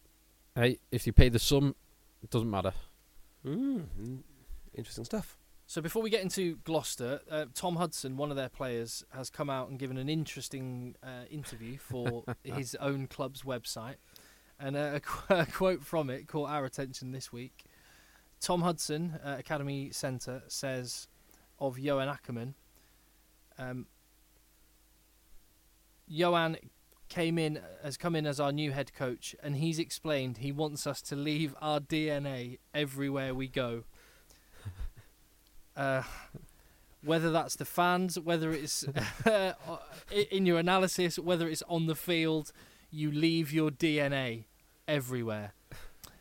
Speaker 4: hey, if you pay the sum, it doesn't matter.
Speaker 3: Mm, interesting stuff.
Speaker 2: So before we get into Gloucester, uh, Tom Hudson, one of their players, has come out and given an interesting uh, interview for his own club's website, and uh, a, *laughs* qu- a quote from it caught our attention this week. Tom Hudson, uh, Academy Centre, says of Johan Ackerman, um, Johan came in has come in as our new head coach, and he's explained he wants us to leave our DNA everywhere we go. Uh, whether that's the fans, whether it's *laughs* uh, in your analysis, whether it's on the field, you leave your DNA everywhere.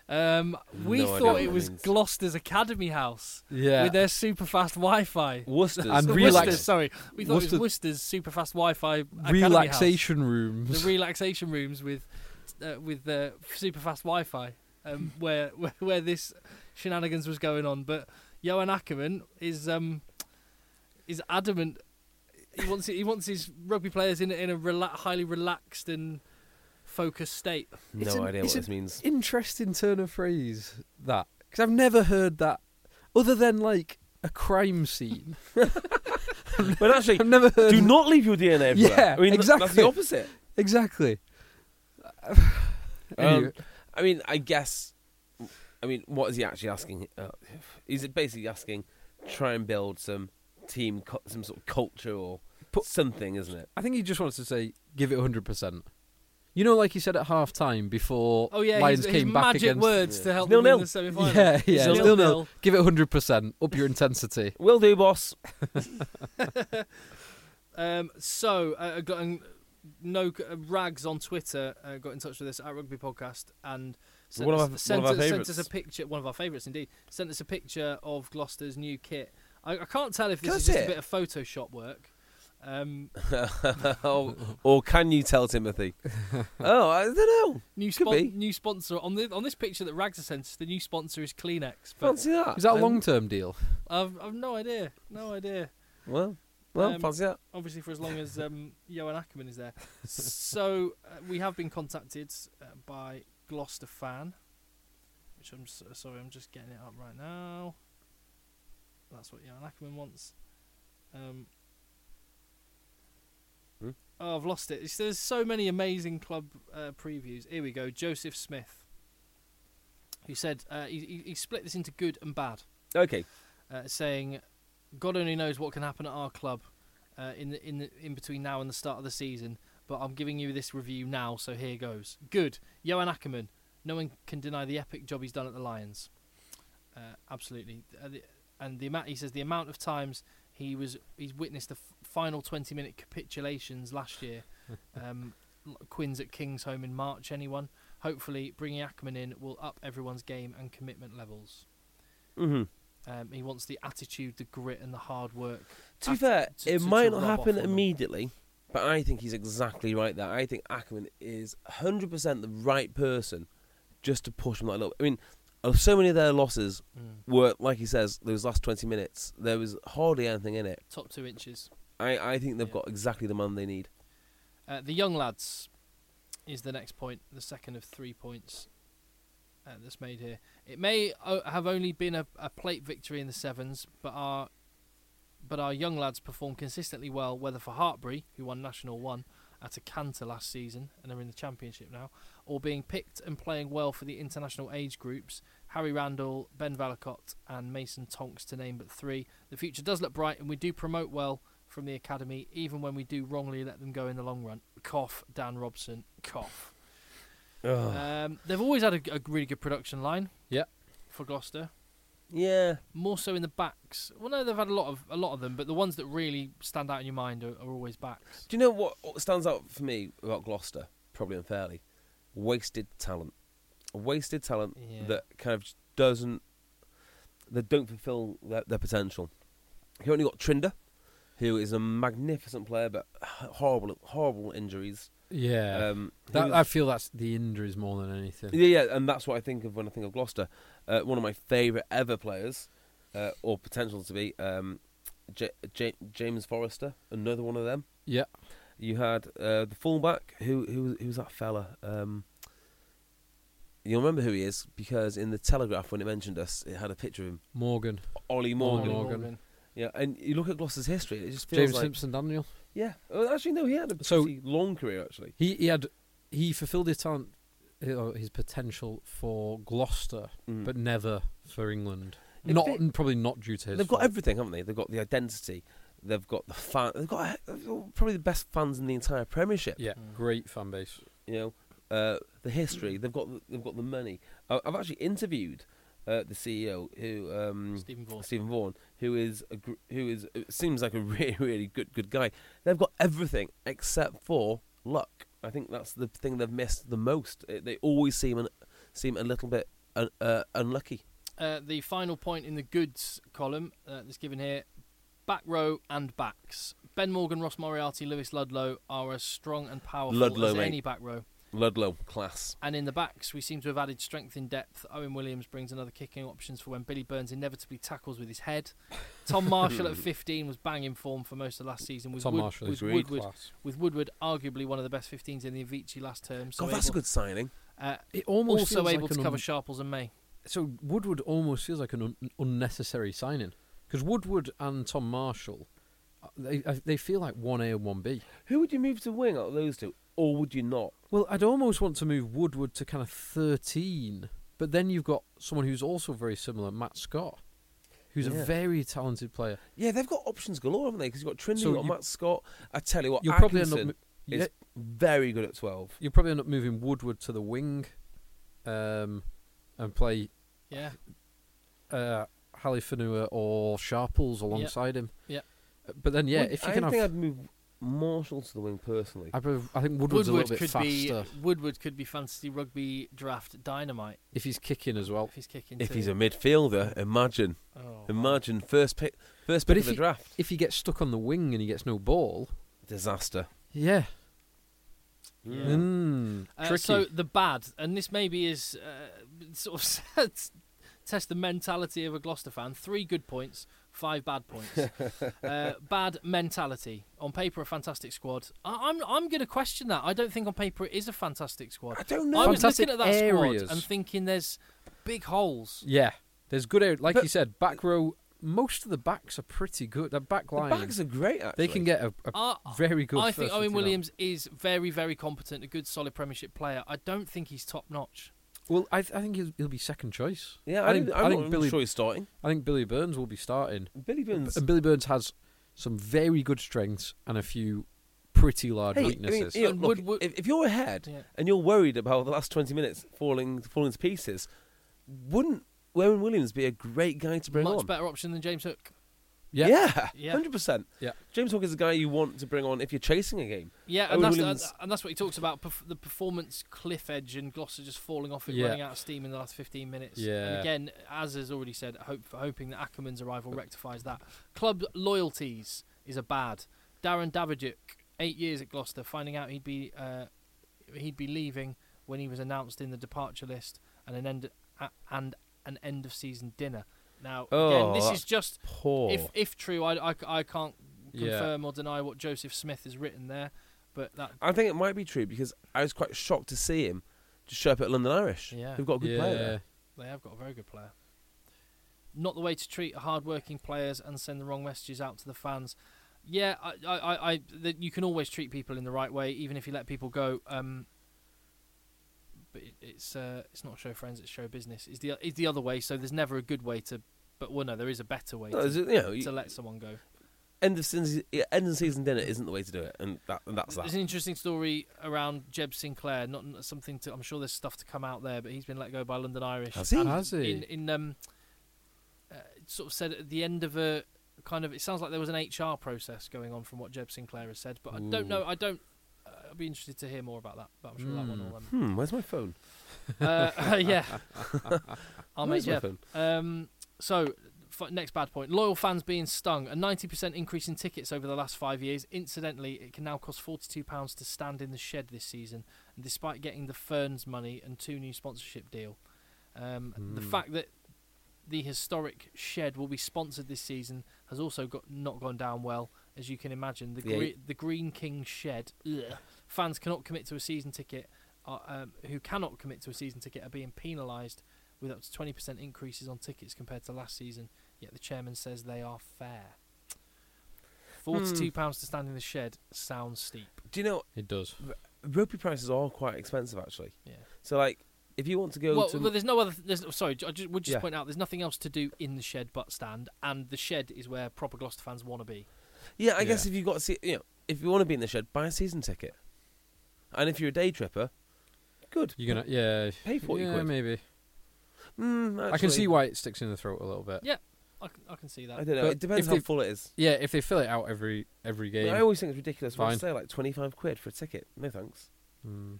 Speaker 2: Um, we
Speaker 3: No idea
Speaker 2: thought
Speaker 3: what
Speaker 2: it
Speaker 3: that
Speaker 2: was
Speaker 3: means.
Speaker 2: Gloucester's Academy House
Speaker 4: Yeah,
Speaker 2: with their super fast Wi-Fi.
Speaker 3: Worcester's.
Speaker 4: And
Speaker 2: So
Speaker 4: relax-
Speaker 2: Worcester's, sorry, we thought
Speaker 4: Worcester-
Speaker 2: it was Worcester's super fast Wi-Fi Academy House.
Speaker 4: relaxation
Speaker 2: the
Speaker 4: rooms.
Speaker 2: relaxation rooms with uh, with uh, super fast Wi-Fi,
Speaker 4: *laughs*
Speaker 2: um, where, where where this shenanigans was going on. But Johan Ackerman is um is adamant. He wants he wants his rugby players in a- in a rela- highly relaxed and focused state.
Speaker 3: no
Speaker 4: It's an-
Speaker 3: idea what
Speaker 4: it's
Speaker 3: this
Speaker 4: an *laughs*
Speaker 3: means.
Speaker 4: Interesting turn of phrase that because I've never heard that other than like a crime scene.
Speaker 3: But
Speaker 4: *laughs*
Speaker 3: actually,
Speaker 4: I've never heard
Speaker 3: do not leave your DNA everywhere.
Speaker 4: Yeah,
Speaker 3: I mean, th- That's
Speaker 4: exactly.
Speaker 3: the opposite.
Speaker 4: exactly.
Speaker 3: Um, I mean, I guess. I mean, what is he actually asking? Uh, he's basically asking, try and build some team, cu- some sort of culture or
Speaker 4: Put-
Speaker 3: something, isn't it?
Speaker 4: I think he just wants to say, give it 100%. You know, like he said at half time before
Speaker 2: Oh yeah, his,
Speaker 4: Lions
Speaker 2: his
Speaker 4: came back
Speaker 2: magic
Speaker 4: against.
Speaker 2: words
Speaker 3: Yeah.
Speaker 2: to help
Speaker 3: Nil-nil.
Speaker 2: them win the semi-final.
Speaker 4: *laughs* Yeah, yeah,
Speaker 2: Nil-nil.
Speaker 4: still nil. Give it 100%. Up your intensity.
Speaker 3: Will do, boss. *laughs*
Speaker 2: Um, so, uh, I got an, no uh, rags on Twitter uh, got in touch with us at Rugby Podcast and sent,
Speaker 3: One of
Speaker 2: us,
Speaker 3: our-
Speaker 2: sent,
Speaker 3: one of our
Speaker 2: us, sent
Speaker 3: favourites.
Speaker 2: us a picture. One of our favourites, indeed, sent us a picture of Gloucester's new kit. I, I can't tell if this
Speaker 3: Does
Speaker 2: is just
Speaker 3: it?
Speaker 2: a bit of Photoshop work.
Speaker 3: *laughs*
Speaker 2: Um,
Speaker 3: or, or can you tell
Speaker 4: *laughs*
Speaker 3: Timothy? oh, I don't know.
Speaker 2: new,
Speaker 3: Could be.
Speaker 2: spon- new sponsor on the on this picture that Rags has sent us. The new sponsor is Kleenex, but
Speaker 3: Fancy that.
Speaker 4: Is that a
Speaker 3: Um,
Speaker 4: long term deal?
Speaker 2: I've, I've no idea, no idea.
Speaker 3: Well, well,
Speaker 2: Um,
Speaker 3: fancy that.
Speaker 2: obviously for as long as um, Johan Ackerman is there. so uh, we have been contacted uh, by Gloucester fan, which I'm s sorry, I'm just getting it up right now. That's what Johan Ackerman wants. Um,
Speaker 3: Hmm?
Speaker 2: Oh, I've lost it. It's, there's so many amazing club uh, previews. Here we go. Joseph Smith, who said uh, he, he, he split this into good and bad
Speaker 3: Okay.
Speaker 2: uh, saying, "God only knows what can happen at our club uh, in the, in the, in between now and the start of the season." But I'm giving you this review now, so here goes. Good, Johan Ackerman. No one can deny the epic job he's done at the Lions. Uh, absolutely, Uh, the- and the amount he says the amount of times he was he's witnessed the f- final 20 minute capitulations last year. Um, l- Quinn's at King's home in March. Anyone? Hopefully, bringing Ackerman in will up everyone's game and commitment levels.
Speaker 3: Mm-hmm.
Speaker 2: Um, he wants the attitude, the grit, and the hard work.
Speaker 3: To be
Speaker 2: At-
Speaker 3: fair,
Speaker 2: to-
Speaker 3: it
Speaker 2: to-
Speaker 3: might
Speaker 2: to
Speaker 3: not
Speaker 2: rub off on
Speaker 3: happen
Speaker 2: them.
Speaker 3: immediately, but I think he's exactly right there. I think Ackerman is 100% the right person just to push him that little. I mean, of so many of their losses
Speaker 2: Mm.
Speaker 3: were, like he says, those last 20 minutes, there was hardly anything in it.
Speaker 2: Top two inches.
Speaker 3: I, I think they've
Speaker 2: Yeah.
Speaker 3: got exactly the man they need.
Speaker 2: Uh, the young lads is the next point, the second of three points uh, that's made here. It may o- have only been a, a plate victory in the sevens, but our but our young lads perform consistently well, whether for Hartbury, who won National 1 at a canter last season and are in the Championship now, or being picked and playing well for the international age groups, Harry Randall, Ben Valakot, and Mason Tonks, to name but three. The future does look bright, and we do promote well from the academy, even when we do wrongly let them go in the long run. Cough, Dan Robson, cough. Um, they've always had a, a really good production line
Speaker 4: Yeah.
Speaker 2: for Gloucester
Speaker 3: Yeah.
Speaker 2: more so in the backs. Well, no, they've had a lot of a lot of them, but the ones that really stand out in your mind are, are always backs.
Speaker 3: Do you know what what stands out for me about Gloucester? Probably unfairly, wasted talent, wasted talent
Speaker 2: Yeah.
Speaker 3: that kind of doesn't, that don't fulfil their, their potential. You only got Trinder, who is a magnificent player, but horrible, horrible injuries.
Speaker 4: Yeah,
Speaker 3: Um,
Speaker 4: that,
Speaker 3: who-
Speaker 4: I feel that's the injuries more than anything.
Speaker 3: Yeah, yeah, and that's what I think of when I think of Gloucester. Uh, one of my favourite ever players, uh, or potential to be, um, J- J- James Forrester, another one of them.
Speaker 4: Yeah,
Speaker 3: You had uh, the fullback, who who was, who was that fella? Um, you'll remember who he is because in the Telegraph when it mentioned us, it had a picture of him,
Speaker 4: Morgan,
Speaker 3: Ollie Morgan.
Speaker 4: Morgan.
Speaker 3: Yeah, and you look at Gloucester's history, it just feels
Speaker 4: James
Speaker 3: like
Speaker 4: Simpson, Daniel.
Speaker 3: yeah. Well, actually, no, he had a pretty
Speaker 4: So-
Speaker 3: long career actually.
Speaker 4: He he had he fulfilled his talent, you know, his potential for Gloucester,
Speaker 3: Mm.
Speaker 4: but never for England.
Speaker 3: If
Speaker 4: not
Speaker 3: they-
Speaker 4: and probably not due to his.
Speaker 3: They've got
Speaker 4: fault.
Speaker 3: everything, haven't they? They've got the identity. They've got the fan. They've got they've got probably the best fans in the entire Premiership.
Speaker 4: yeah,
Speaker 2: Mm.
Speaker 4: great fan base.
Speaker 3: You know, uh, the history. They've got the, they've got the money. I, I've actually interviewed uh, the CEO who um,
Speaker 2: Stephen Vaughan.
Speaker 3: Stephen Vaughan, who is a, gr- who is it seems like a *laughs* really really good good guy. They've got everything except for luck. I think that's the thing they've missed the most. Uh, they always seem an, seem a little bit un, uh, unlucky.
Speaker 2: Uh, the final point in the goods column uh, that's given here back row and backs. Ben Morgan, Ross Moriarty, Lewis Ludlow are as strong and powerful
Speaker 3: Ludlow,
Speaker 2: as
Speaker 3: mate.
Speaker 2: any back row.
Speaker 3: Ludlow class.
Speaker 2: And in the backs, we seem to have added strength in depth. Owen Williams brings another kicking options for when Billy Burns inevitably tackles with his head. Tom Marshall
Speaker 3: *laughs*
Speaker 2: at 15 was bang in form for most of last season. With
Speaker 4: Tom
Speaker 2: Wood-
Speaker 4: Marshall
Speaker 2: with
Speaker 4: is
Speaker 2: Woodward,
Speaker 4: class.
Speaker 2: with Woodward, arguably one of the best 15s in the Avicii last term. So
Speaker 3: God, that's a
Speaker 2: able-
Speaker 3: good signing.
Speaker 2: uh,
Speaker 4: It almost
Speaker 2: also
Speaker 4: feels
Speaker 2: able
Speaker 4: like
Speaker 2: to
Speaker 4: an
Speaker 2: cover
Speaker 4: un-
Speaker 2: Sharples and May.
Speaker 4: so Woodward almost feels like an un- unnecessary signing because Woodward and Tom Marshall, uh, they uh, they feel like one A and one B.
Speaker 3: Who would you move to wing out of those two, or would you not?
Speaker 4: Well, I'd almost want to move Woodward to kind of thirteen, but then you've got someone who's also very similar, Matt Scott, who's
Speaker 3: Yeah.
Speaker 4: a very talented player.
Speaker 3: Yeah, they've got options galore, haven't they? Because you've got Trinity,
Speaker 4: So
Speaker 3: you've got
Speaker 4: you-
Speaker 3: Matt Scott. I tell you what,
Speaker 4: You'll probably end
Speaker 3: Atkinson
Speaker 4: up. mo-
Speaker 3: is
Speaker 4: yeah,
Speaker 3: very good at twelve.
Speaker 4: you'll probably end up moving Woodward to the wing, um, and play
Speaker 2: Yeah,
Speaker 4: uh, Halifanua or Sharples alongside him.
Speaker 2: yeah.
Speaker 4: Uh, But then, yeah,
Speaker 3: Would-
Speaker 4: if
Speaker 3: I
Speaker 4: you can
Speaker 3: think
Speaker 4: have,
Speaker 3: I'd move Marshall to the wing personally.
Speaker 4: I, prefer- I think Woodward's
Speaker 2: Woodward
Speaker 4: a little bit
Speaker 2: could
Speaker 4: faster
Speaker 2: be Woodward could be fantasy rugby draft dynamite
Speaker 4: if he's kicking as well.
Speaker 2: if he's kicking.
Speaker 3: if
Speaker 2: too.
Speaker 3: he's a midfielder, imagine,
Speaker 2: Oh.
Speaker 3: imagine first pick, first
Speaker 4: But
Speaker 3: pick
Speaker 4: if
Speaker 3: of the
Speaker 4: he-
Speaker 3: draft,
Speaker 4: If he gets stuck on the wing and he gets no ball,
Speaker 3: disaster.
Speaker 4: yeah,
Speaker 2: Yeah.
Speaker 4: Mm,
Speaker 2: Uh,
Speaker 4: tricky.
Speaker 2: so the bad, and this maybe is uh, *laughs* sort of says- test the mentality of a Gloucester fan. Three good points, five bad points. uh, bad mentality. On paper, a fantastic squad. I- I'm I'm going to question that. I don't think on paper it is a fantastic squad.
Speaker 3: I don't
Speaker 2: I
Speaker 3: know.
Speaker 2: was
Speaker 4: Fantastic
Speaker 2: looking at that
Speaker 4: areas.
Speaker 2: squad and thinking there's big holes.
Speaker 4: yeah, there's good air. Like
Speaker 3: But-
Speaker 4: you said, back row. Most of the backs are pretty good. The back
Speaker 3: the
Speaker 4: line,
Speaker 3: backs are great. Actually,
Speaker 4: they can get a, a
Speaker 2: I-
Speaker 4: very good.
Speaker 2: Uh, I
Speaker 4: first
Speaker 2: think Owen
Speaker 4: 15 up.
Speaker 2: Williams is very, very competent, a good, solid Premiership player. I don't think he's top notch.
Speaker 4: Well, I, th- I think he'll, he'll be second choice.
Speaker 3: Yeah, I, think, I'm not even
Speaker 4: Billy.
Speaker 3: sure he's starting.
Speaker 4: I think Billy Burns will be starting.
Speaker 3: Billy Burns.
Speaker 4: And Billy Burns has some very good strengths and a few pretty large
Speaker 3: Hey, I mean,
Speaker 4: weaknesses.
Speaker 3: you know,
Speaker 2: And
Speaker 3: look,
Speaker 2: would- would-
Speaker 3: if, if you're ahead
Speaker 2: Yeah.
Speaker 3: and you're worried about the last 20 minutes falling falling to pieces, wouldn't Owen Williams be a great guy to bring
Speaker 2: Much
Speaker 3: on?
Speaker 2: better option than James Hook.
Speaker 4: yeah.
Speaker 3: Yeah,
Speaker 2: Yeah.
Speaker 3: hundred percent.
Speaker 4: Yeah.
Speaker 3: James Hook is a guy you want to bring on if you're chasing a game.
Speaker 2: Yeah,
Speaker 3: Owen
Speaker 2: and that's,
Speaker 3: Williams-
Speaker 2: and that's what he talks about perf- the performance cliff edge and Gloucester just falling off it,
Speaker 4: Yeah.
Speaker 2: running out of steam in the last 15 minutes. And
Speaker 4: Yeah.
Speaker 2: again, as has already said, hope, hoping that Ackerman's arrival rectifies that. Club loyalties is a bad. Darren Davidjuk, eight years at Gloucester, finding out he'd be uh, he'd be leaving when he was announced in the departure list and an end a- and an end of season dinner. Now, again,
Speaker 3: Oh,
Speaker 2: this
Speaker 3: that's
Speaker 2: is just
Speaker 3: Poor.
Speaker 2: if if true, I, I, I can't
Speaker 4: Yeah.
Speaker 2: confirm or deny what Joseph Smith has written there, but that
Speaker 3: I think it might be true because I was quite shocked to see him just show up at London Irish.
Speaker 2: Yeah.
Speaker 3: They've got a good player. There.
Speaker 2: they have got a very good player. Not the way to treat hard-working players and send the wrong messages out to the fans. Yeah, I, I, I, I that you can always treat people in the right way, even if you let people go. Um, but it, it's uh, it's not show friends, it's show business. Is the is the other way? So there's never a good way to. But well, no, there is a better way
Speaker 3: No,
Speaker 2: to,
Speaker 3: it's- you know, you-
Speaker 2: to let someone go.
Speaker 3: end of season, yeah, end of season dinner isn't the way to do it, and, that, and that's
Speaker 2: There's
Speaker 3: that.
Speaker 2: an interesting story around Jeb Sinclair. Not not something to. I'm sure there's stuff to come out there, but he's been let go by London Irish.
Speaker 3: Has he?
Speaker 2: And
Speaker 4: Has he?
Speaker 2: In in um, uh, it sort of said at the end of a kind of. It sounds like there was an HR process going on from what Jeb Sinclair has said, but I don't know. I don't. Uh, I'd be interested to hear more about that. But I'm sure that one will. Um,
Speaker 3: Hmm, where's my phone?
Speaker 2: *laughs* uh, yeah. I'll make
Speaker 3: Where's my
Speaker 2: Jeb.
Speaker 3: phone?
Speaker 2: Um, so f- next bad point. Loyal fans being stung. A 90% increase in tickets over the last five years. Incidentally, it can now cost £42 to stand in the shed this season, and despite getting the Ferns money and two new sponsorship deal. Um, The fact that the historic shed will be sponsored this season has also got not gone down well, as you can imagine. The,
Speaker 3: Yeah.
Speaker 2: gre- the Green King shed. Ugh, fans cannot commit to a season ticket. Are, um, who cannot commit to a season ticket are being penalised with up to 20% increases on tickets compared to last season. Yet the chairman says they are fair. Forty-two pounds to stand in the shed sounds steep.
Speaker 3: Do you know
Speaker 4: It does.
Speaker 3: ropey prices are quite expensive actually?
Speaker 2: Yeah.
Speaker 3: So like, if you want to go
Speaker 2: Well,
Speaker 3: to
Speaker 2: well, there's no other. There's no- sorry. I just would just
Speaker 3: Yeah.
Speaker 2: point out there's nothing else to do in the shed but stand, and the shed is where proper Gloucester fans want to be.
Speaker 3: Yeah, I guess
Speaker 4: Yeah.
Speaker 3: if you got to see, you know, if you want to be in the shed, buy a season ticket. And if you're a day tripper, good.
Speaker 4: You're gonna yeah.
Speaker 3: Pay 40
Speaker 4: yeah,
Speaker 3: quid.
Speaker 4: maybe.
Speaker 3: Mm,
Speaker 4: I can
Speaker 3: actually,
Speaker 4: see why it sticks in the throat a little bit.
Speaker 2: Yeah, I can, I can see
Speaker 3: I
Speaker 2: that.
Speaker 3: don't know.
Speaker 4: But
Speaker 3: It depends
Speaker 4: if
Speaker 3: how
Speaker 4: they-
Speaker 3: full it is.
Speaker 4: Yeah, if they fill it out every every
Speaker 3: But
Speaker 4: game.
Speaker 3: I always think it's ridiculous when I
Speaker 4: Fine.
Speaker 3: say like twenty-five quid for a ticket. No thanks.
Speaker 4: Mm.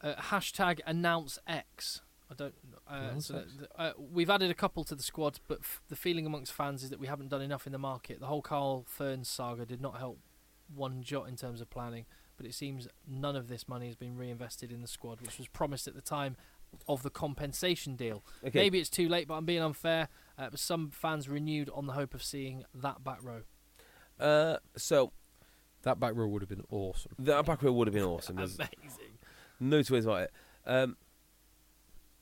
Speaker 2: Uh, hashtag announce X. I don't. Uh,
Speaker 4: Announce
Speaker 2: so
Speaker 4: X.
Speaker 2: th- uh, we've added a couple to the squad, but f- the feeling amongst fans is that we haven't done enough in the market. The whole Carl Ferns saga did not help one jot in terms of planning, but it seems none of this money has been reinvested in the squad, which was promised at the time of the compensation deal.
Speaker 3: Okay.
Speaker 2: Maybe it's too late, but I'm being unfair. Uh, but some fans renewed on the hope of seeing that back row. *laughs*
Speaker 3: Uh, so
Speaker 4: That back row would have been awesome.
Speaker 3: that back row would have been awesome.
Speaker 4: *laughs*
Speaker 3: There's
Speaker 2: Amazing.
Speaker 3: no two ways about it. Um,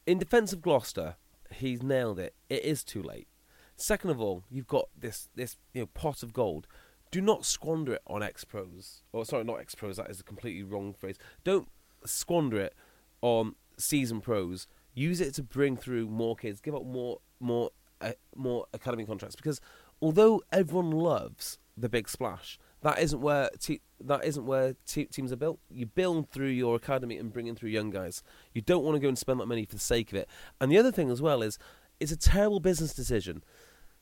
Speaker 3: in defence of Gloucester, he's nailed it. It is too late. Second of all, you've got this this you know pot of gold. Do not squander it on ex pros. Or sorry, not ex pros. That is a completely wrong phrase. Don't squander it on season pros. Use it to bring through more kids. Give up more more uh, more academy contracts because although everyone loves the big splash, that isn't where te- that isn't where te- teams are built. You build through your academy and bring in through young guys. You don't want to go and spend that money for the sake of it. And the other thing as well is, it's a terrible business decision.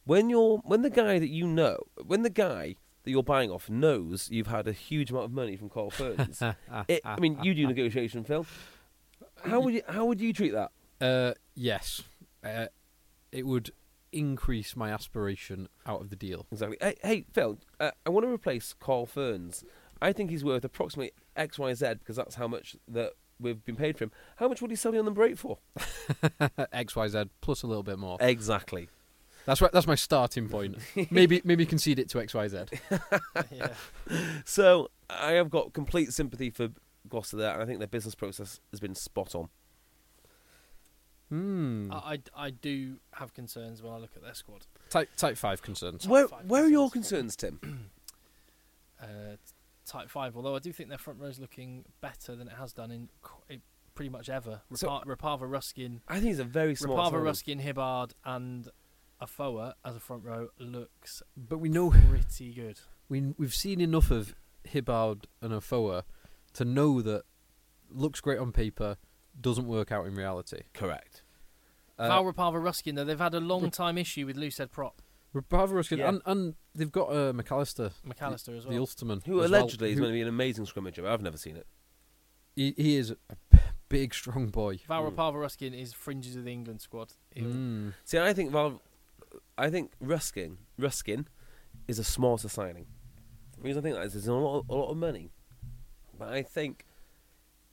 Speaker 3: When you're when the guy that you know, when the guy that you're buying off knows you've had a huge amount of money from Carl Ferns, it, I mean, you do negotiation, Phil. How would you how would you treat that?
Speaker 4: Uh, yes, uh, it would increase my aspiration out of the deal.
Speaker 3: Exactly. Hey, hey Phil, uh, I want to replace Carl Ferns. I think he's worth approximately X, Y, Z because that's how much that we've been paid for him. How much would he sell you on the break for?
Speaker 4: Uh, X Y Z plus a little bit
Speaker 3: Uh,
Speaker 4: more.
Speaker 3: Exactly.
Speaker 4: That's right. That's my
Speaker 3: *laughs*
Speaker 4: starting point. maybe maybe concede it to X Y Z.
Speaker 2: yeah.
Speaker 3: So I have got complete sympathy for Gloucester there, and I think their business process has been spot on.
Speaker 4: Hmm.
Speaker 2: I, I, I do have concerns when I look at their squad.
Speaker 4: Type type five concerns.
Speaker 3: Where
Speaker 2: five
Speaker 3: where are your
Speaker 2: concerns.
Speaker 3: concerns, Tim?
Speaker 2: uh, type five. Although I do think their front row is looking better than it has done in qu- it- pretty much ever.
Speaker 3: So-
Speaker 2: Rapar- Rapava Ruskin,
Speaker 3: I think he's a very smart.
Speaker 2: Rapava Ruskin, Hibbard, and Afoa as a front row
Speaker 4: *laughs*
Speaker 2: looks
Speaker 4: But we know
Speaker 2: pretty good.
Speaker 4: we we've seen enough of Hibbard and Ofoa to know that looks great on paper, doesn't work out in reality.
Speaker 3: Correct.
Speaker 4: Uh,
Speaker 2: Val Rapava Ruskin though they've had a long time issue with loose head prop
Speaker 4: Barbaros
Speaker 3: Yeah.
Speaker 4: and, and they've got uh, McAllister,
Speaker 2: McAllister as
Speaker 4: the
Speaker 2: well.
Speaker 4: Ulsterman,
Speaker 3: Who
Speaker 4: as well,
Speaker 3: allegedly is
Speaker 4: who-
Speaker 3: going to be an amazing scrummager. I've never seen it.
Speaker 4: he, he is a b- big, strong boy.
Speaker 2: Val Rapava Ruskin is fringes of the England squad. He-
Speaker 4: Mm.
Speaker 3: See, I think Val, I think Ruskin Ruskin is a smarter signing. The reason I think that is there's a lot, a lot of money, but I think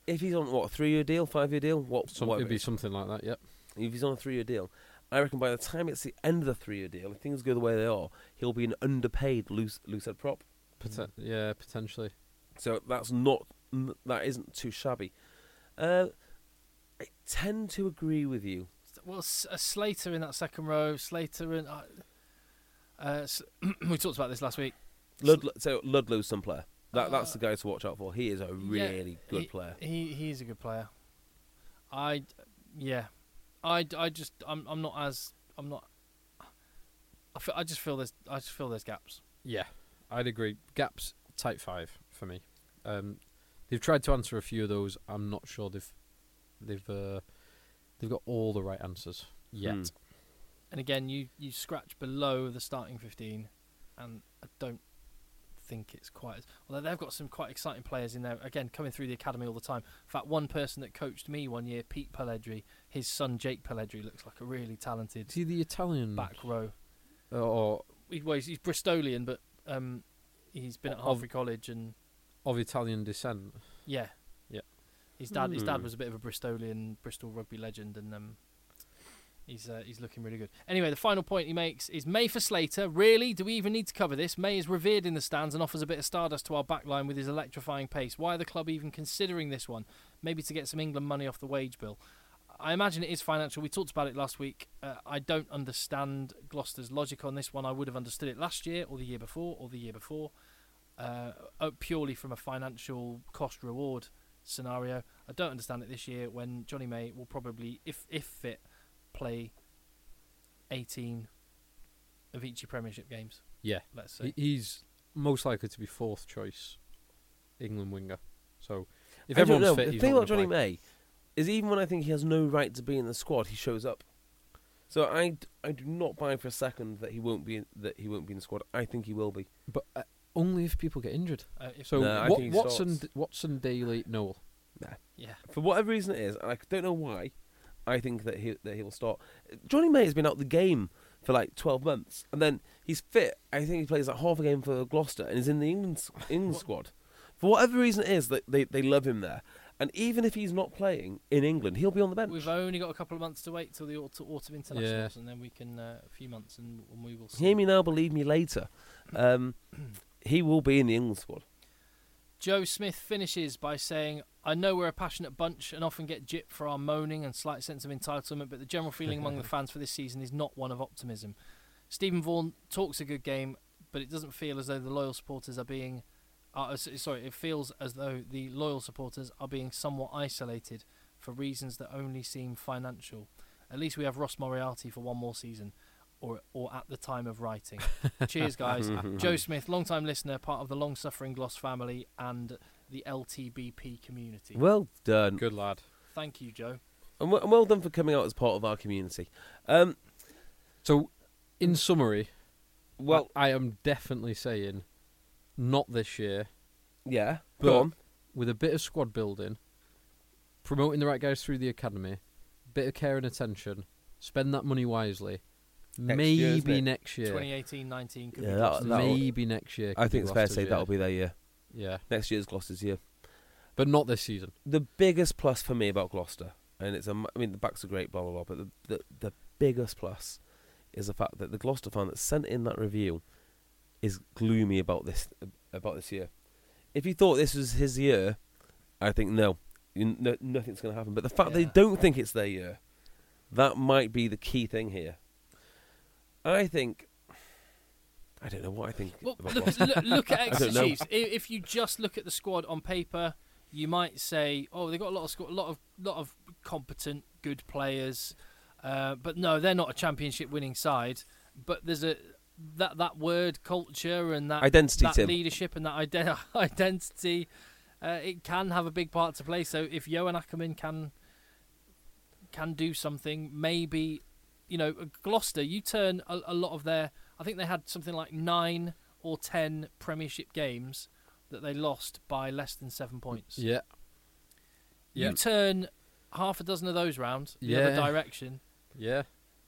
Speaker 3: if he's on what a three-year deal, five-year deal, what
Speaker 4: Some,
Speaker 3: whatever it
Speaker 4: it'd be
Speaker 3: is,
Speaker 4: something like that. Yep.
Speaker 3: if he's on a three-year deal, I reckon by the time it's the end of the three-year deal, if things go the way they are, he'll be an underpaid loose loose head prop. Mm.
Speaker 4: Poten- Yeah, potentially.
Speaker 3: So that's not n- that isn't too shabby. Uh, I tend to agree with you.
Speaker 2: Well, S- uh, Slater in that second row, Slater and uh, uh, S- *clears throat* we talked about this last week.
Speaker 3: Ludlow, so Ludlow's some player. That that's the guy to watch out for. He is a
Speaker 2: Yeah,
Speaker 3: really good
Speaker 2: he,
Speaker 3: player.
Speaker 2: He he is a good player. I yeah, I, I just I'm I'm not as I'm not. I feel, I just feel there's I just feel there's gaps.
Speaker 4: Yeah, I'd agree. Gaps type five for me. Um, they've tried to answer a few of those. I'm not sure they've they've uh, they've got all the right answers yet.
Speaker 3: Hmm.
Speaker 2: And again, you you scratch below the starting fifteen, and I don't think it's quite as although they've got some quite exciting players in there again coming through the academy all the time in fact one person that coached me one year pete pelledri his son jake pelledri looks like a really talented
Speaker 4: See the Italian uh,
Speaker 2: back row
Speaker 4: or
Speaker 2: He, well, he's, he's Bristolian, but um, he's been at
Speaker 4: Of-
Speaker 2: Harvey College, and
Speaker 4: of Italian descent.
Speaker 2: yeah,
Speaker 4: Yeah.
Speaker 2: His dad, his
Speaker 3: Hmm.
Speaker 2: dad was a bit of a Bristolian, Bristol rugby legend, and um, he's uh, he's looking really good. Anyway, the final point he makes is May for Slater. Really, do we even need to cover this? May is revered in the stands and offers a bit of stardust to our backline with his electrifying pace. Why are the club even considering this one? Maybe to get some England money off the wage bill. I imagine it is financial. We talked about it last week. Uh, I don't understand Gloucester's logic on this one. I would have understood it last year, or the year before, or the year before, uh, uh, purely from a financial cost reward scenario. I don't understand it this year when Johnny May will probably, if if fit, play 18 of each Premiership games.
Speaker 4: Yeah,
Speaker 2: Let's say
Speaker 4: he, he's most likely to be fourth choice England winger. So if
Speaker 3: I don't
Speaker 4: everyone's
Speaker 3: know,
Speaker 4: fit,
Speaker 3: the
Speaker 4: he's
Speaker 3: thing
Speaker 4: not
Speaker 3: about
Speaker 4: gonna
Speaker 3: Johnny May is even when I think he has no right to be in the squad, he shows up. So I, d- I do not buy for a second that he won't be in, that he won't be in the squad. I think he will be.
Speaker 4: play. but uh, only if people get injured.
Speaker 2: Uh, if-
Speaker 4: So
Speaker 3: No, I
Speaker 4: what,
Speaker 3: think he
Speaker 4: Watson,
Speaker 3: starts.
Speaker 4: Watson, Daly, Noel.
Speaker 2: yeah,
Speaker 3: For whatever reason it is, and I don't know why, I think that he that he will start. Johnny May has been out the game for like twelve months, and then he's fit. I think he plays like half a game for Gloucester and is in the England *laughs* s- England squad. For whatever reason it is, that they, they love him there. And even if he's not playing in England, he'll be on the bench.
Speaker 2: we've only got a couple of months to wait till the autumn, autumn internationals, and then we can uh, a few months, and, and we will see.
Speaker 3: Hear me now, believe me later. *clears throat* Um, he will be in the England squad.
Speaker 2: Joe Smith finishes by saying, I know we're a passionate bunch and often get gypped for our moaning and slight sense of entitlement, but the general feeling
Speaker 3: *laughs*
Speaker 2: among the fans for this season is not one of optimism. Stephen Vaughan talks a good game, but it doesn't feel as though the loyal supporters are being. Uh, s- sorry, it feels as though the loyal supporters are being somewhat isolated for reasons that only seem financial. At least we have Ross Moriarty for one more season, or or at the time of
Speaker 3: *laughs*
Speaker 2: writing. Cheers, guys. Joe Smith, long-time listener, part of the long-suffering Gloss family and the LTBP community.
Speaker 3: Well done.
Speaker 4: Good lad.
Speaker 2: Thank you, Joe.
Speaker 3: And well, and well done for coming out as part of our community. Um,
Speaker 4: So in summary,
Speaker 3: well,
Speaker 4: I, I am definitely saying not this year.
Speaker 3: yeah.
Speaker 4: but
Speaker 3: Go on.
Speaker 4: with a bit of squad building, promoting the right guys through the academy, bit of care and attention, spend that money wisely.
Speaker 3: Next
Speaker 4: maybe
Speaker 3: year, isn't it?
Speaker 4: next year.
Speaker 2: 2018-19 could
Speaker 3: Yeah,
Speaker 2: be
Speaker 3: that-
Speaker 2: Gloucester's
Speaker 3: that'll-
Speaker 2: year.
Speaker 4: maybe next year.
Speaker 3: I
Speaker 4: could
Speaker 3: think it's fair to
Speaker 4: Gloucester's
Speaker 3: say
Speaker 4: year.
Speaker 3: that'll be their year.
Speaker 4: yeah,
Speaker 3: Next year's Gloucester's year.
Speaker 4: but not this season.
Speaker 3: The biggest plus for me about Gloucester, and it's a, m- I mean the backs are great, blah blah blah, but the, the the biggest plus is the fact that the Gloucester fan that sent in that review is gloomy about this about this year. If you thought this was his year, I think no, you, no nothing's going to happen. But the fact they
Speaker 2: Yeah.
Speaker 3: don't think it's their year, that might be the key thing here. I think. I don't know what I think.
Speaker 2: Well,
Speaker 3: about
Speaker 2: look,
Speaker 3: Gloucester.
Speaker 2: look, look at Exeter
Speaker 3: don't know.
Speaker 2: Chiefs. I- If you just look at the squad on paper, you might say, "Oh, they've got a lot of squ- a lot of lot of competent, good players," uh, but no, they're not a championship-winning side. But there's a that that word culture and that
Speaker 3: Identity,
Speaker 2: that
Speaker 3: Tim.
Speaker 2: leadership and that ide- *laughs* identity, uh, it can have a big part to play. So if Johan Ackerman can can do something, maybe you know Gloucester. You turn a, a lot of their. I think they had something like nine or ten Premiership games that they lost by less than seven points.
Speaker 4: Yeah,
Speaker 2: You
Speaker 4: yeah.
Speaker 2: turn half a dozen of those round the other
Speaker 4: Yeah.
Speaker 2: direction.
Speaker 4: yeah.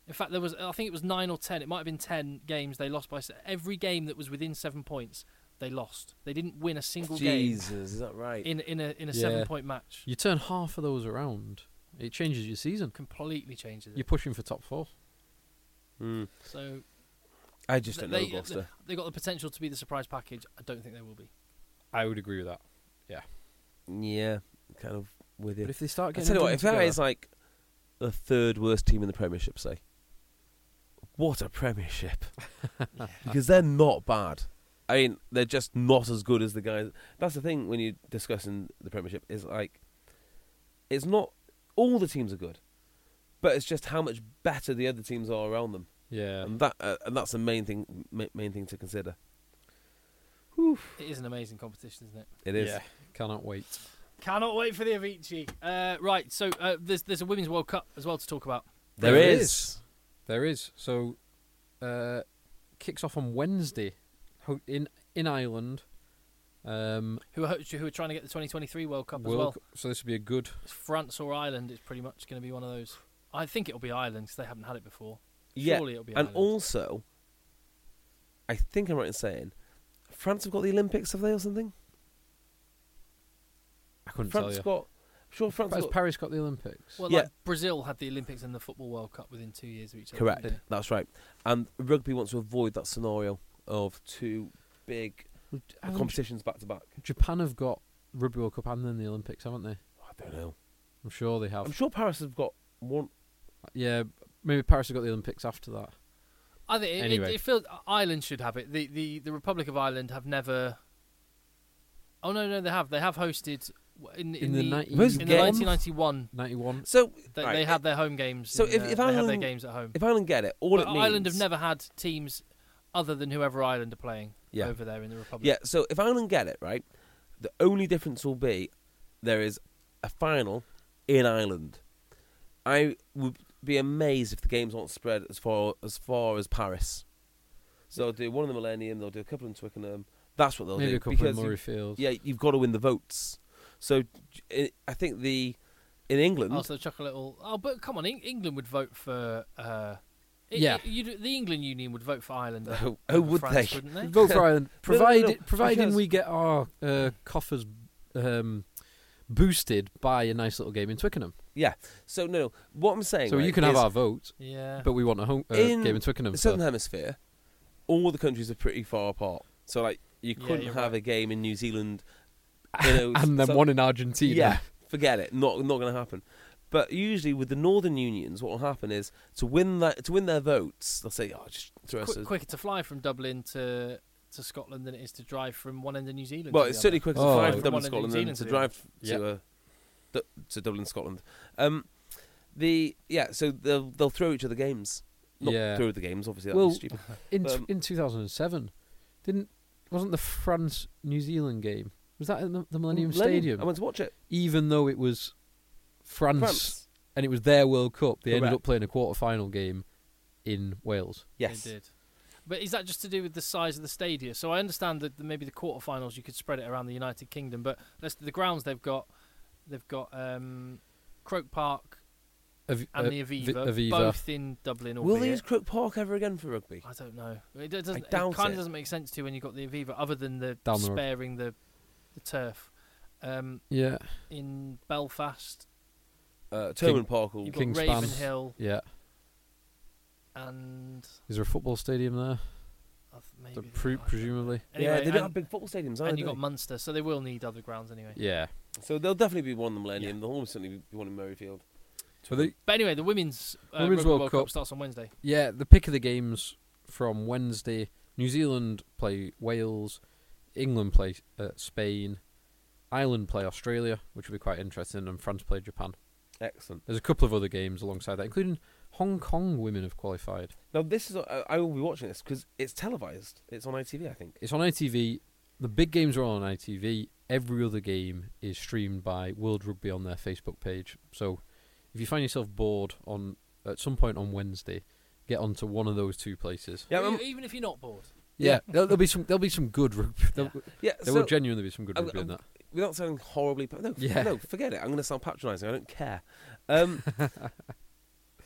Speaker 2: In fact, there was I think it was nine or ten. It might have been ten games they lost by s- every game that was within seven points. They lost. They didn't win a single game
Speaker 3: Jesus, is that right?
Speaker 2: in in a in a
Speaker 4: Yeah.
Speaker 2: seven point match.
Speaker 4: You turn half of those around, it changes your season.
Speaker 2: Completely changes it.
Speaker 4: You're pushing for top four.
Speaker 3: Mm.
Speaker 2: so
Speaker 3: I just don't know
Speaker 2: they,
Speaker 3: Gloucester.
Speaker 2: they got the potential to be the surprise package. I don't think they will be.
Speaker 4: I would agree with that.
Speaker 3: Yeah, kind of with you.
Speaker 4: But if they start
Speaker 3: I
Speaker 4: getting,
Speaker 3: tell you what, if
Speaker 4: everyone
Speaker 3: that
Speaker 4: together-
Speaker 3: is like the third worst team in the Premiership, say, what a
Speaker 4: *laughs*
Speaker 3: Premiership! *laughs* because they're not bad. I mean, they're just not as good as the guys. That's the thing when you're discussing the Premiership is like, it's not all the teams are good, but it's just how much better the other teams are around them,
Speaker 4: yeah,
Speaker 3: and that uh, and that's the main thing ma- main thing to consider.
Speaker 2: It is an amazing competition, isn't it?
Speaker 3: It is.
Speaker 4: yeah, cannot wait.
Speaker 2: Cannot wait for the Avicii. Uh, right, so uh, there's there's a women's World Cup as well to talk about.
Speaker 3: There
Speaker 4: There
Speaker 3: is.
Speaker 4: is. There is. So, uh, kicks off on Wednesday ho- in in Ireland. Um,
Speaker 2: Who are, who are trying to get the 2023 World Cup as
Speaker 4: World
Speaker 2: well?
Speaker 4: Cu- So this would be a good.
Speaker 2: It's France or Ireland. It's pretty much going to be one of those. I think it'll be Ireland because they haven't had it before.
Speaker 3: Yeah,
Speaker 2: Surely it'll be
Speaker 3: and
Speaker 2: Ireland.
Speaker 3: also I think I'm right in saying France have got the Olympics, have they, or something?
Speaker 4: I couldn't
Speaker 3: France
Speaker 4: tell you.
Speaker 3: got. I'm sure France
Speaker 4: Has
Speaker 3: got.
Speaker 4: Paris got the Olympics?
Speaker 2: Well,
Speaker 3: Yeah.
Speaker 2: like Brazil had the Olympics and the Football World Cup within two years of each other.
Speaker 3: Correct.
Speaker 2: didn't they?
Speaker 3: That's right. And rugby wants to avoid that scenario of two big
Speaker 4: Haven't
Speaker 3: competitions back to back.
Speaker 4: J- Japan have got Rugby World Cup and then the Olympics, haven't they?
Speaker 3: I don't know.
Speaker 4: I'm sure they have.
Speaker 3: I'm sure Paris have got one.
Speaker 4: Yeah, maybe Paris have got the Olympics after that.
Speaker 2: I think it,
Speaker 4: Anyway.
Speaker 2: it, it feels Ireland should have it. The, the the Republic of Ireland have never. Oh no, no, they have. They have hosted w- in in,
Speaker 4: In the
Speaker 2: the,
Speaker 4: 90
Speaker 2: in the
Speaker 3: Game?
Speaker 2: 1991.
Speaker 4: 91.
Speaker 3: So
Speaker 2: They,
Speaker 3: right,
Speaker 2: they had their home games.
Speaker 3: So
Speaker 2: in,
Speaker 3: if-
Speaker 2: uh,
Speaker 3: if
Speaker 2: they had their
Speaker 3: Ireland-
Speaker 2: games at home.
Speaker 3: If Ireland get it, all
Speaker 2: But
Speaker 3: it means.
Speaker 2: Ireland have never had teams other than whoever Ireland are playing
Speaker 3: Yeah.
Speaker 2: over there in the Republic.
Speaker 3: Yeah. So if Ireland get it right, the only difference will be there is a final in Ireland. I would be amazed if the games aren't spread as far as far as Paris. So they'll do one in the Millennium. They'll do a couple in Twickenham. That's what they'll
Speaker 4: Maybe
Speaker 3: do.
Speaker 4: a couple in
Speaker 3: because you-
Speaker 4: Murrayfield.
Speaker 3: yeah, you've got to win the votes. So I I think the in England,
Speaker 2: Also, chuck a little. Oh, but come on, Eng- England would vote for. Uh, i-
Speaker 4: Yeah.
Speaker 2: i- you'd- the England Union would vote for Ireland.
Speaker 3: Oh,
Speaker 2: over
Speaker 3: oh, would
Speaker 2: France,
Speaker 3: they?
Speaker 2: Wouldn't they?
Speaker 3: *laughs*
Speaker 4: Vote for Ireland,
Speaker 3: No, no, no,
Speaker 4: provided,
Speaker 3: no,
Speaker 4: providing
Speaker 3: because-
Speaker 4: we get our uh, coffers um, boosted by a nice little game in Twickenham.
Speaker 3: yeah. So no, no, what I'm saying.
Speaker 4: So you
Speaker 3: right,
Speaker 4: can have
Speaker 3: is
Speaker 4: our vote,
Speaker 2: Yeah.
Speaker 4: but we want a home uh,
Speaker 3: In
Speaker 4: game in Twickenham.
Speaker 3: the
Speaker 4: so-
Speaker 3: Southern Hemisphere. All the countries are pretty far apart. So like you
Speaker 2: Yeah,
Speaker 3: couldn't
Speaker 2: you're
Speaker 3: have a game in New
Speaker 4: *laughs*
Speaker 3: Zealand. You know,
Speaker 4: and then
Speaker 3: so-
Speaker 4: one in Argentina.
Speaker 3: Yeah, forget it. Not not going to happen. But usually with the northern unions, what will happen is to win that to win their votes, they'll say, "Oh, just throw us."
Speaker 2: Quick,
Speaker 3: a-"
Speaker 2: quicker to fly from Dublin to to Scotland than it is to drive from one end of New Zealand. to
Speaker 3: Well,
Speaker 2: the
Speaker 3: it's certainly
Speaker 2: other.
Speaker 3: quicker
Speaker 4: Oh.
Speaker 3: to drive
Speaker 4: With
Speaker 3: to Dublin,
Speaker 2: one in New
Speaker 3: Scotland than
Speaker 2: Zealand to
Speaker 3: to
Speaker 2: the
Speaker 3: drive
Speaker 4: Yep.
Speaker 3: to uh, Du- to Dublin, Scotland. Um, the yeah, so they'll they'll throw each other games. Not
Speaker 4: Yeah.
Speaker 3: throw the games, obviously. That'd
Speaker 4: Well,
Speaker 3: be stupid.
Speaker 4: In
Speaker 3: Um,
Speaker 4: in 2007, didn't wasn't the France New Zealand game? Was that in the, the Millennium Stadium?
Speaker 3: I went to watch it.
Speaker 4: Even though it was France,
Speaker 3: France.
Speaker 4: and it was their World Cup, they ended
Speaker 3: Correct.
Speaker 4: up playing a quarter final game in Wales.
Speaker 3: Yes.
Speaker 2: They did. But is that just to do with the size of the stadia? So I understand that the, maybe the quarterfinals you could spread it around the United Kingdom, but let's, the grounds they've got, they've got um, Croke Park
Speaker 4: Av-
Speaker 2: and
Speaker 4: uh,
Speaker 2: the Aviva,
Speaker 4: Vi- Aviva.
Speaker 2: both in Dublin.
Speaker 3: Will they
Speaker 2: albeit.
Speaker 3: use Crook Park ever again for rugby?
Speaker 2: I don't know. It do- doesn't. It
Speaker 3: doubt
Speaker 2: kind
Speaker 3: it.
Speaker 2: of doesn't make sense to you when you got the Aviva, other than the
Speaker 4: Down the road.
Speaker 2: sparing the the turf. Um,
Speaker 4: Yeah,
Speaker 2: in Belfast,
Speaker 3: Uh,
Speaker 4: King-
Speaker 3: Termin Park will.
Speaker 2: you've
Speaker 4: Kingspan.
Speaker 2: got Ravenhill
Speaker 4: yeah.
Speaker 2: and
Speaker 4: Is there a football stadium there?
Speaker 2: I th- maybe
Speaker 4: So
Speaker 2: the-
Speaker 4: pre-
Speaker 2: I don't-
Speaker 4: presumably.
Speaker 2: Anyway,
Speaker 3: yeah, they don't
Speaker 2: and,
Speaker 3: have big football stadiums either.
Speaker 2: and you
Speaker 3: do
Speaker 2: got Munster, so they will need other grounds anyway.
Speaker 4: Yeah.
Speaker 3: they? So there'll definitely be one in the Millennium. There'll almost certainly be one in Murrayfield.
Speaker 4: So the
Speaker 2: But anyway, the women's, uh,
Speaker 4: Women's
Speaker 2: Rugby
Speaker 4: World
Speaker 2: World,
Speaker 4: Cup.
Speaker 2: Cup. starts on Wednesday.
Speaker 4: yeah the pick of the games from Wednesday: New Zealand play Wales, England play uh, Spain, Ireland play Australia, which will be quite interesting, and France play Japan.
Speaker 3: Excellent.
Speaker 4: There's a couple of other games alongside that, including Hong Kong women have qualified.
Speaker 3: Now this is I I will be watching this because it's televised. It's on ITV, I think.
Speaker 4: It's on ITV. The big games are all on ITV. Every other game is streamed by World Rugby on their Facebook page. So if you find yourself bored on at some point on Wednesday, get onto one of those two places.
Speaker 3: Yeah, um,
Speaker 2: E-
Speaker 3: I'm-
Speaker 2: even if you're not bored.
Speaker 4: Yeah, there'll, there'll be some. There'll be some good rugby. There'll-
Speaker 3: yeah.
Speaker 4: There
Speaker 3: so
Speaker 4: will genuinely be some good
Speaker 3: I'm-
Speaker 4: rugby in
Speaker 3: I'm-
Speaker 4: that.
Speaker 3: without sounding horribly, pa- no, f-
Speaker 4: Yeah.
Speaker 3: no, forget it. I'm going to sound patronising. I don't care. Um,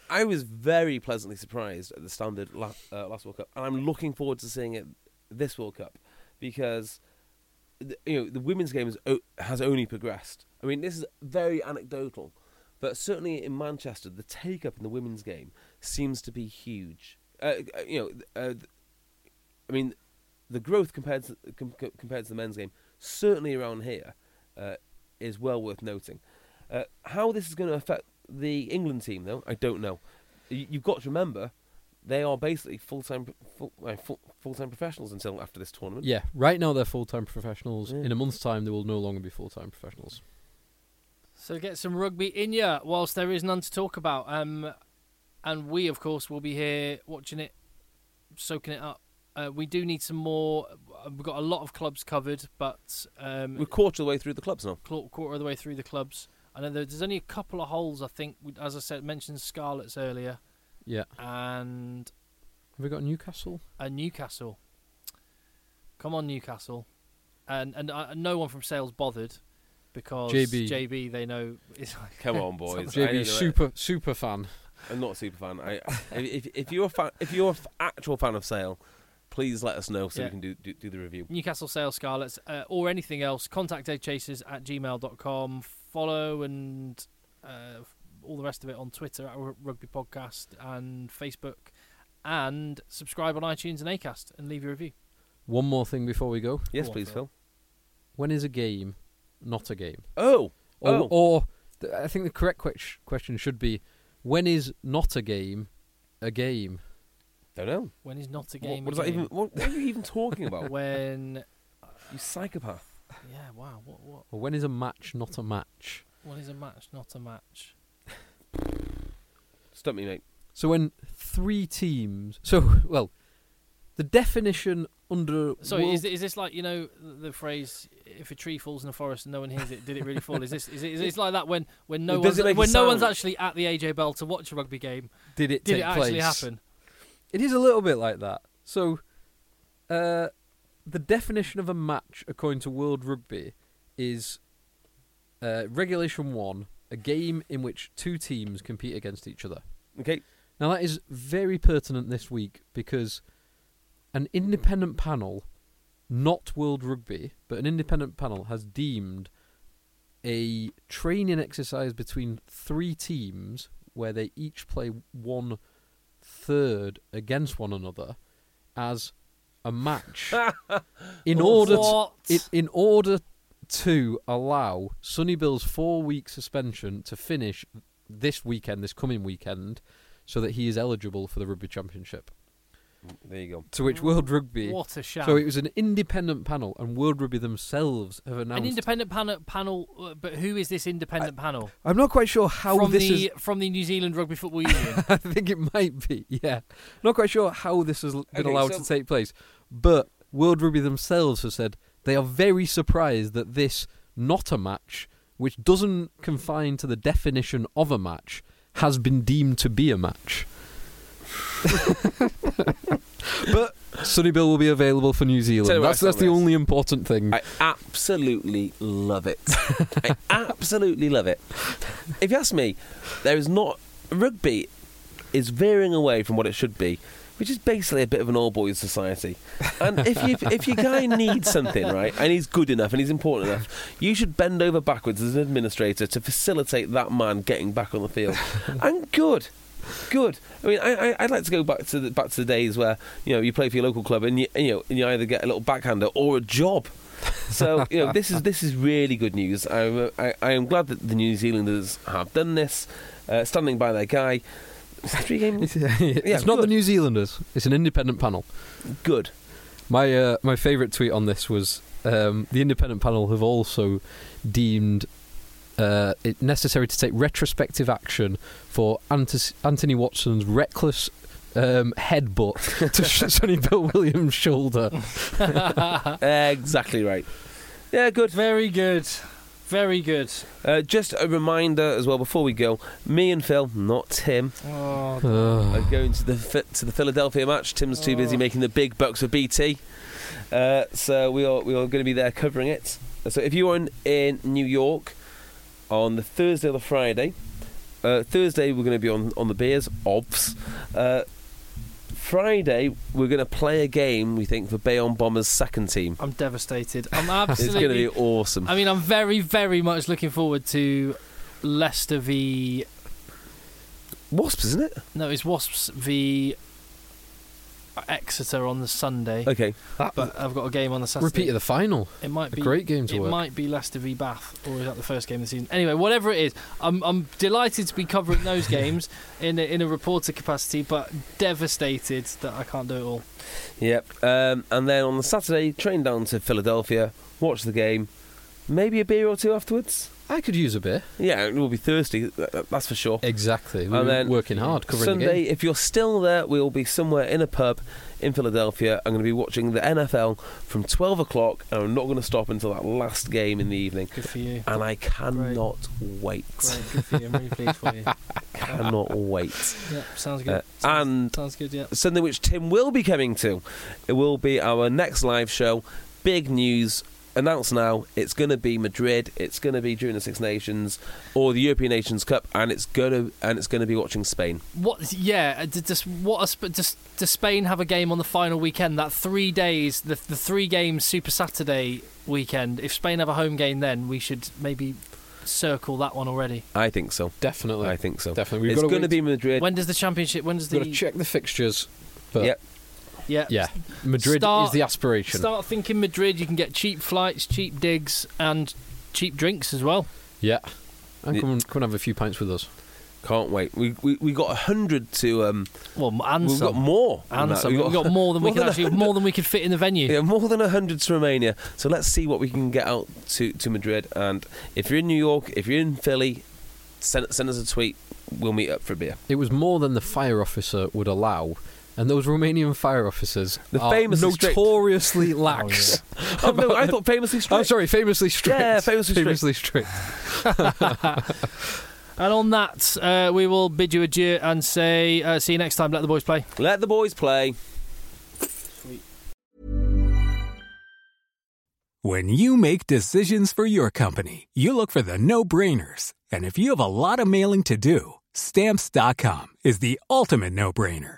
Speaker 3: I was very pleasantly surprised at the standard la- uh, last World Cup, and I'm looking forward to seeing it this World Cup because the, you know the women's game has, o- has only progressed. I mean, this is very anecdotal, but certainly in Manchester, the take up in the women's game seems to be huge. Uh, you know, th- uh, th- I mean, the growth compared to com- com- compared to the men's game, certainly around here, uh, is well worth noting. Uh, how this is going to affect the England team, though, I don't know. You, you've got to remember, they are basically full-time, full time full time professionals until after this tournament.
Speaker 4: Yeah, right now they're full time professionals.
Speaker 3: Yeah.
Speaker 4: In a month's time, they will no longer be full time professionals.
Speaker 2: So get some rugby in ya whilst there is none to talk about. Um, and we, of course, will be here watching it, soaking it up. Uh, we do need some more. uh, We've got a lot of clubs covered, but um,
Speaker 3: We're quarter of the way through the clubs now.
Speaker 2: clau- quarter of the way through the clubs. I know there- there's only a couple of holes. I think, We- as I said, mentioned Scarlets earlier,
Speaker 4: Yeah.
Speaker 2: and
Speaker 4: Have we got Newcastle?
Speaker 2: uh, Newcastle. Come on, Newcastle, and and uh, no one from Sales bothered because
Speaker 4: JB.
Speaker 2: JB they know is like
Speaker 3: Come *laughs* on, boys. I don't know
Speaker 4: JB,
Speaker 3: it.
Speaker 4: super super fan.
Speaker 3: *laughs* I'm not a super fan. I, if, if- if you're a fan, if you're an actual fan of Sale, please let us know so
Speaker 2: Yeah.
Speaker 3: we can do, do do the *laughs* review.
Speaker 2: Newcastle Sales Scarlets uh, or anything else, contact deadchasers at gmail.com. Follow and uh, all the rest of it on Twitter at Ru- Rugby Podcast and Facebook. And subscribe on iTunes and Acast and leave your review.
Speaker 4: One more thing before we go.
Speaker 3: Yes,
Speaker 2: Go on,
Speaker 3: please, Phil.
Speaker 2: Phil.
Speaker 4: When is a game not a game?
Speaker 3: Oh,
Speaker 4: Or,
Speaker 3: oh,
Speaker 4: or th- I think the correct que- question should be when is not a game a game?
Speaker 3: don't know.
Speaker 2: When is not a
Speaker 3: What-
Speaker 2: game? a
Speaker 3: what is that
Speaker 2: game?
Speaker 3: even? What, what are you even talking *laughs* about?
Speaker 2: When,
Speaker 3: you psychopath.
Speaker 2: yeah, wow. What, what,
Speaker 4: Or when is a match not a match?
Speaker 2: what is a match not a match?
Speaker 3: Stump me, mate.
Speaker 4: So when three teams. So, well, the definition under.
Speaker 2: So
Speaker 4: world-
Speaker 2: is, is this like you know the phrase "if a tree falls in the forest and no one hears it, did it really fall"? Is this is it, is
Speaker 3: *laughs*
Speaker 2: it like that when when no
Speaker 3: Does it
Speaker 2: one's,
Speaker 3: make a
Speaker 2: when no one's
Speaker 3: sound?
Speaker 2: actually at the AJ Bell to watch a rugby game?
Speaker 4: did it
Speaker 2: Did
Speaker 4: take
Speaker 2: it actually
Speaker 4: place?
Speaker 2: happen?
Speaker 4: It is a little bit like that. So, uh, the definition of a match, according to World Rugby, is uh, Regulation 1 a game in which two teams compete against each other.
Speaker 3: Okay,
Speaker 4: Now, that is very pertinent this week because an independent panel, not World Rugby, but an independent panel has deemed a training exercise between three teams where they each play one third against one another as a match in order to,
Speaker 2: What?
Speaker 4: in, in order to allow Sonny Bill's four week suspension to finish this weekend, this coming weekend, so that he is eligible for the Rugby Championship.
Speaker 3: there you go.
Speaker 4: To which World Rugby.
Speaker 2: What a sham!
Speaker 4: so it was an independent panel, and World Rugby themselves have announced.
Speaker 2: an independent panel, panel, uh, but who is this independent panel
Speaker 4: I'm not quite sure how
Speaker 2: from
Speaker 4: this
Speaker 2: the
Speaker 4: is.
Speaker 2: from the New Zealand Rugby Football
Speaker 4: *laughs*
Speaker 2: Union?
Speaker 4: I think it might be. Yeah, not quite sure how this has l- been
Speaker 3: Okay,
Speaker 4: allowed
Speaker 3: so-
Speaker 4: to take place. But World Rugby themselves have said they are very surprised that this not a match, which doesn't confine to the definition of a match, has been deemed to be a match. *laughs* but Sonny Bill will be available for New
Speaker 3: Tell you
Speaker 4: Zealand.
Speaker 3: what I
Speaker 4: That's that's
Speaker 3: thought
Speaker 4: the
Speaker 3: this.
Speaker 4: only important thing.
Speaker 3: I absolutely love it. I absolutely love it. If you ask me, there is not rugby is veering away from what it should be, which is basically a bit of an all boys society. And if you if your guy needs something, right, and he's good enough and he's important enough, you should bend over backwards as an administrator to facilitate that man getting back on the field. And good. Good. I mean, I, I, I'd like to go back to the, back to the days where you know you play for your local club and you, you know and you either get a little backhander or a job. So you know this is this is really good news. I'm, uh, I I am glad that the New Zealanders have done this, uh, standing by their guy. Is that three games?
Speaker 4: *laughs* it's not the
Speaker 3: good.
Speaker 4: New Zealanders. It's an independent panel.
Speaker 3: Good.
Speaker 4: My uh, my favourite tweet on this was um, the independent panel have also deemed uh, it necessary to take retrospective action for Antis- Anthony Watson's reckless um, headbutt
Speaker 2: *laughs*
Speaker 4: to sh- Sonny Bill Williams' shoulder.
Speaker 3: Uh, Exactly right. Yeah, good.
Speaker 2: Very good, very good.
Speaker 3: Uh, just a reminder as well before we go. Me and Phil, not Tim,
Speaker 2: Oh,
Speaker 4: Ugh.
Speaker 3: are going to the Phi- to the Philadelphia match. Tim's too busy making the big bucks for BT, uh, so we are we are going to be there covering it. So if you are in, in New York on the Thursday or the Friday, uh, Thursday we're going to be on on the beers, obvs. Uh, Friday we're going to play a game. We think for Bayonne Bombers second team.
Speaker 2: I'm devastated.
Speaker 4: *laughs*
Speaker 2: I'm
Speaker 3: It's going to
Speaker 2: absolutely.
Speaker 3: be awesome.
Speaker 2: I mean, I'm very, very much looking forward to Leicester v.
Speaker 3: Wasps, isn't it?
Speaker 2: No, it's Wasps v. Exeter on the Sunday,
Speaker 3: Okay.
Speaker 2: but I've got a game on the Saturday.
Speaker 4: Repeat of the final.
Speaker 2: It might
Speaker 4: A
Speaker 2: be
Speaker 4: great game to
Speaker 2: it
Speaker 4: work.
Speaker 2: might be Leicester v Bath, or is that the first game of the season? Anyway, whatever it is, I'm I'm delighted to be covering
Speaker 4: *laughs*
Speaker 2: those games in a, in a reporter capacity, but devastated that I can't do it all.
Speaker 3: Yep. Um, and then on the Saturday, train down to Philadelphia, watch the game, maybe a beer or two afterwards.
Speaker 4: I could use a bit.
Speaker 3: Yeah, we'll be thirsty, th- th- that's for sure.
Speaker 4: Exactly. We
Speaker 3: And
Speaker 4: were
Speaker 3: then
Speaker 4: working hard covering the
Speaker 3: Sunday,
Speaker 4: game.
Speaker 3: if you're still there, we'll be somewhere in a pub in Philadelphia. I'm going to be watching the NFL from 12 o'clock, and I'm not going to stop until that last game in the evening.
Speaker 2: Good for you.
Speaker 3: And I cannot wait.
Speaker 2: Great, good for you. I'm really pleased for
Speaker 4: *laughs*
Speaker 2: you.
Speaker 3: Cannot wait.
Speaker 2: Yep, sounds good.
Speaker 3: Uh, and
Speaker 2: sounds good. Yeah.
Speaker 3: Sunday, which Tim will be coming to. It will be our next live show. Big news announce now it's going to be Madrid, it's going to be during the Six Nations or the European Nations Cup, and it's going to and it's going to be watching Spain.
Speaker 2: What? Yeah. uh, d- Just what? A, Sp- just does Spain have a game on the final weekend? That three days, the the three games Super Saturday weekend. If Spain have a home game, then we should maybe circle that one already.
Speaker 3: I think so.
Speaker 4: Definitely.
Speaker 3: I think so.
Speaker 4: Definitely. We've
Speaker 3: it's
Speaker 4: gotta
Speaker 3: going to be
Speaker 4: wait-
Speaker 3: Madrid.
Speaker 2: When does the championship? When does the
Speaker 4: Got to check the fixtures. But
Speaker 3: Yep.
Speaker 2: yeah
Speaker 4: yeah, Madrid
Speaker 2: Start-
Speaker 4: is the aspiration.
Speaker 2: Start thinking Madrid. You can get cheap flights, cheap digs, and cheap drinks as well.
Speaker 4: Yeah. And
Speaker 3: Yeah.
Speaker 4: come, and- come and have a few pints with us.
Speaker 3: Can't wait. We we, we got hundred to um.
Speaker 2: Well, m- and
Speaker 3: We've got
Speaker 2: some.
Speaker 3: more. than
Speaker 2: and
Speaker 3: that.
Speaker 2: some. We've got more than we
Speaker 3: *laughs* more
Speaker 2: can
Speaker 3: than
Speaker 2: actually more than we could fit in the venue.
Speaker 3: Yeah, more than 100 to Romania. So let's see what we can get out to, to Madrid. And if you're in New York, if you're in Philly, send, send us a tweet. We'll meet up for a *laughs* beer.
Speaker 4: It was more than the fire officer would allow. And those Romanian fire officers
Speaker 3: The
Speaker 4: are
Speaker 3: famously strict. *laughs*
Speaker 4: notoriously lax.
Speaker 3: Oh, no, *laughs*
Speaker 4: *laughs*
Speaker 3: I thought famously strict.
Speaker 4: I'm sorry, famously strict.
Speaker 3: Yeah, famously strict.
Speaker 4: famously strict.
Speaker 2: And on that, uh, we will bid you adieu and say uh, see you next time. Let the boys play.
Speaker 3: Let the boys play.
Speaker 8: When you make decisions for your company, you look for the no brainers. And if you have a lot of mailing to do, stamps.com is the ultimate no brainer.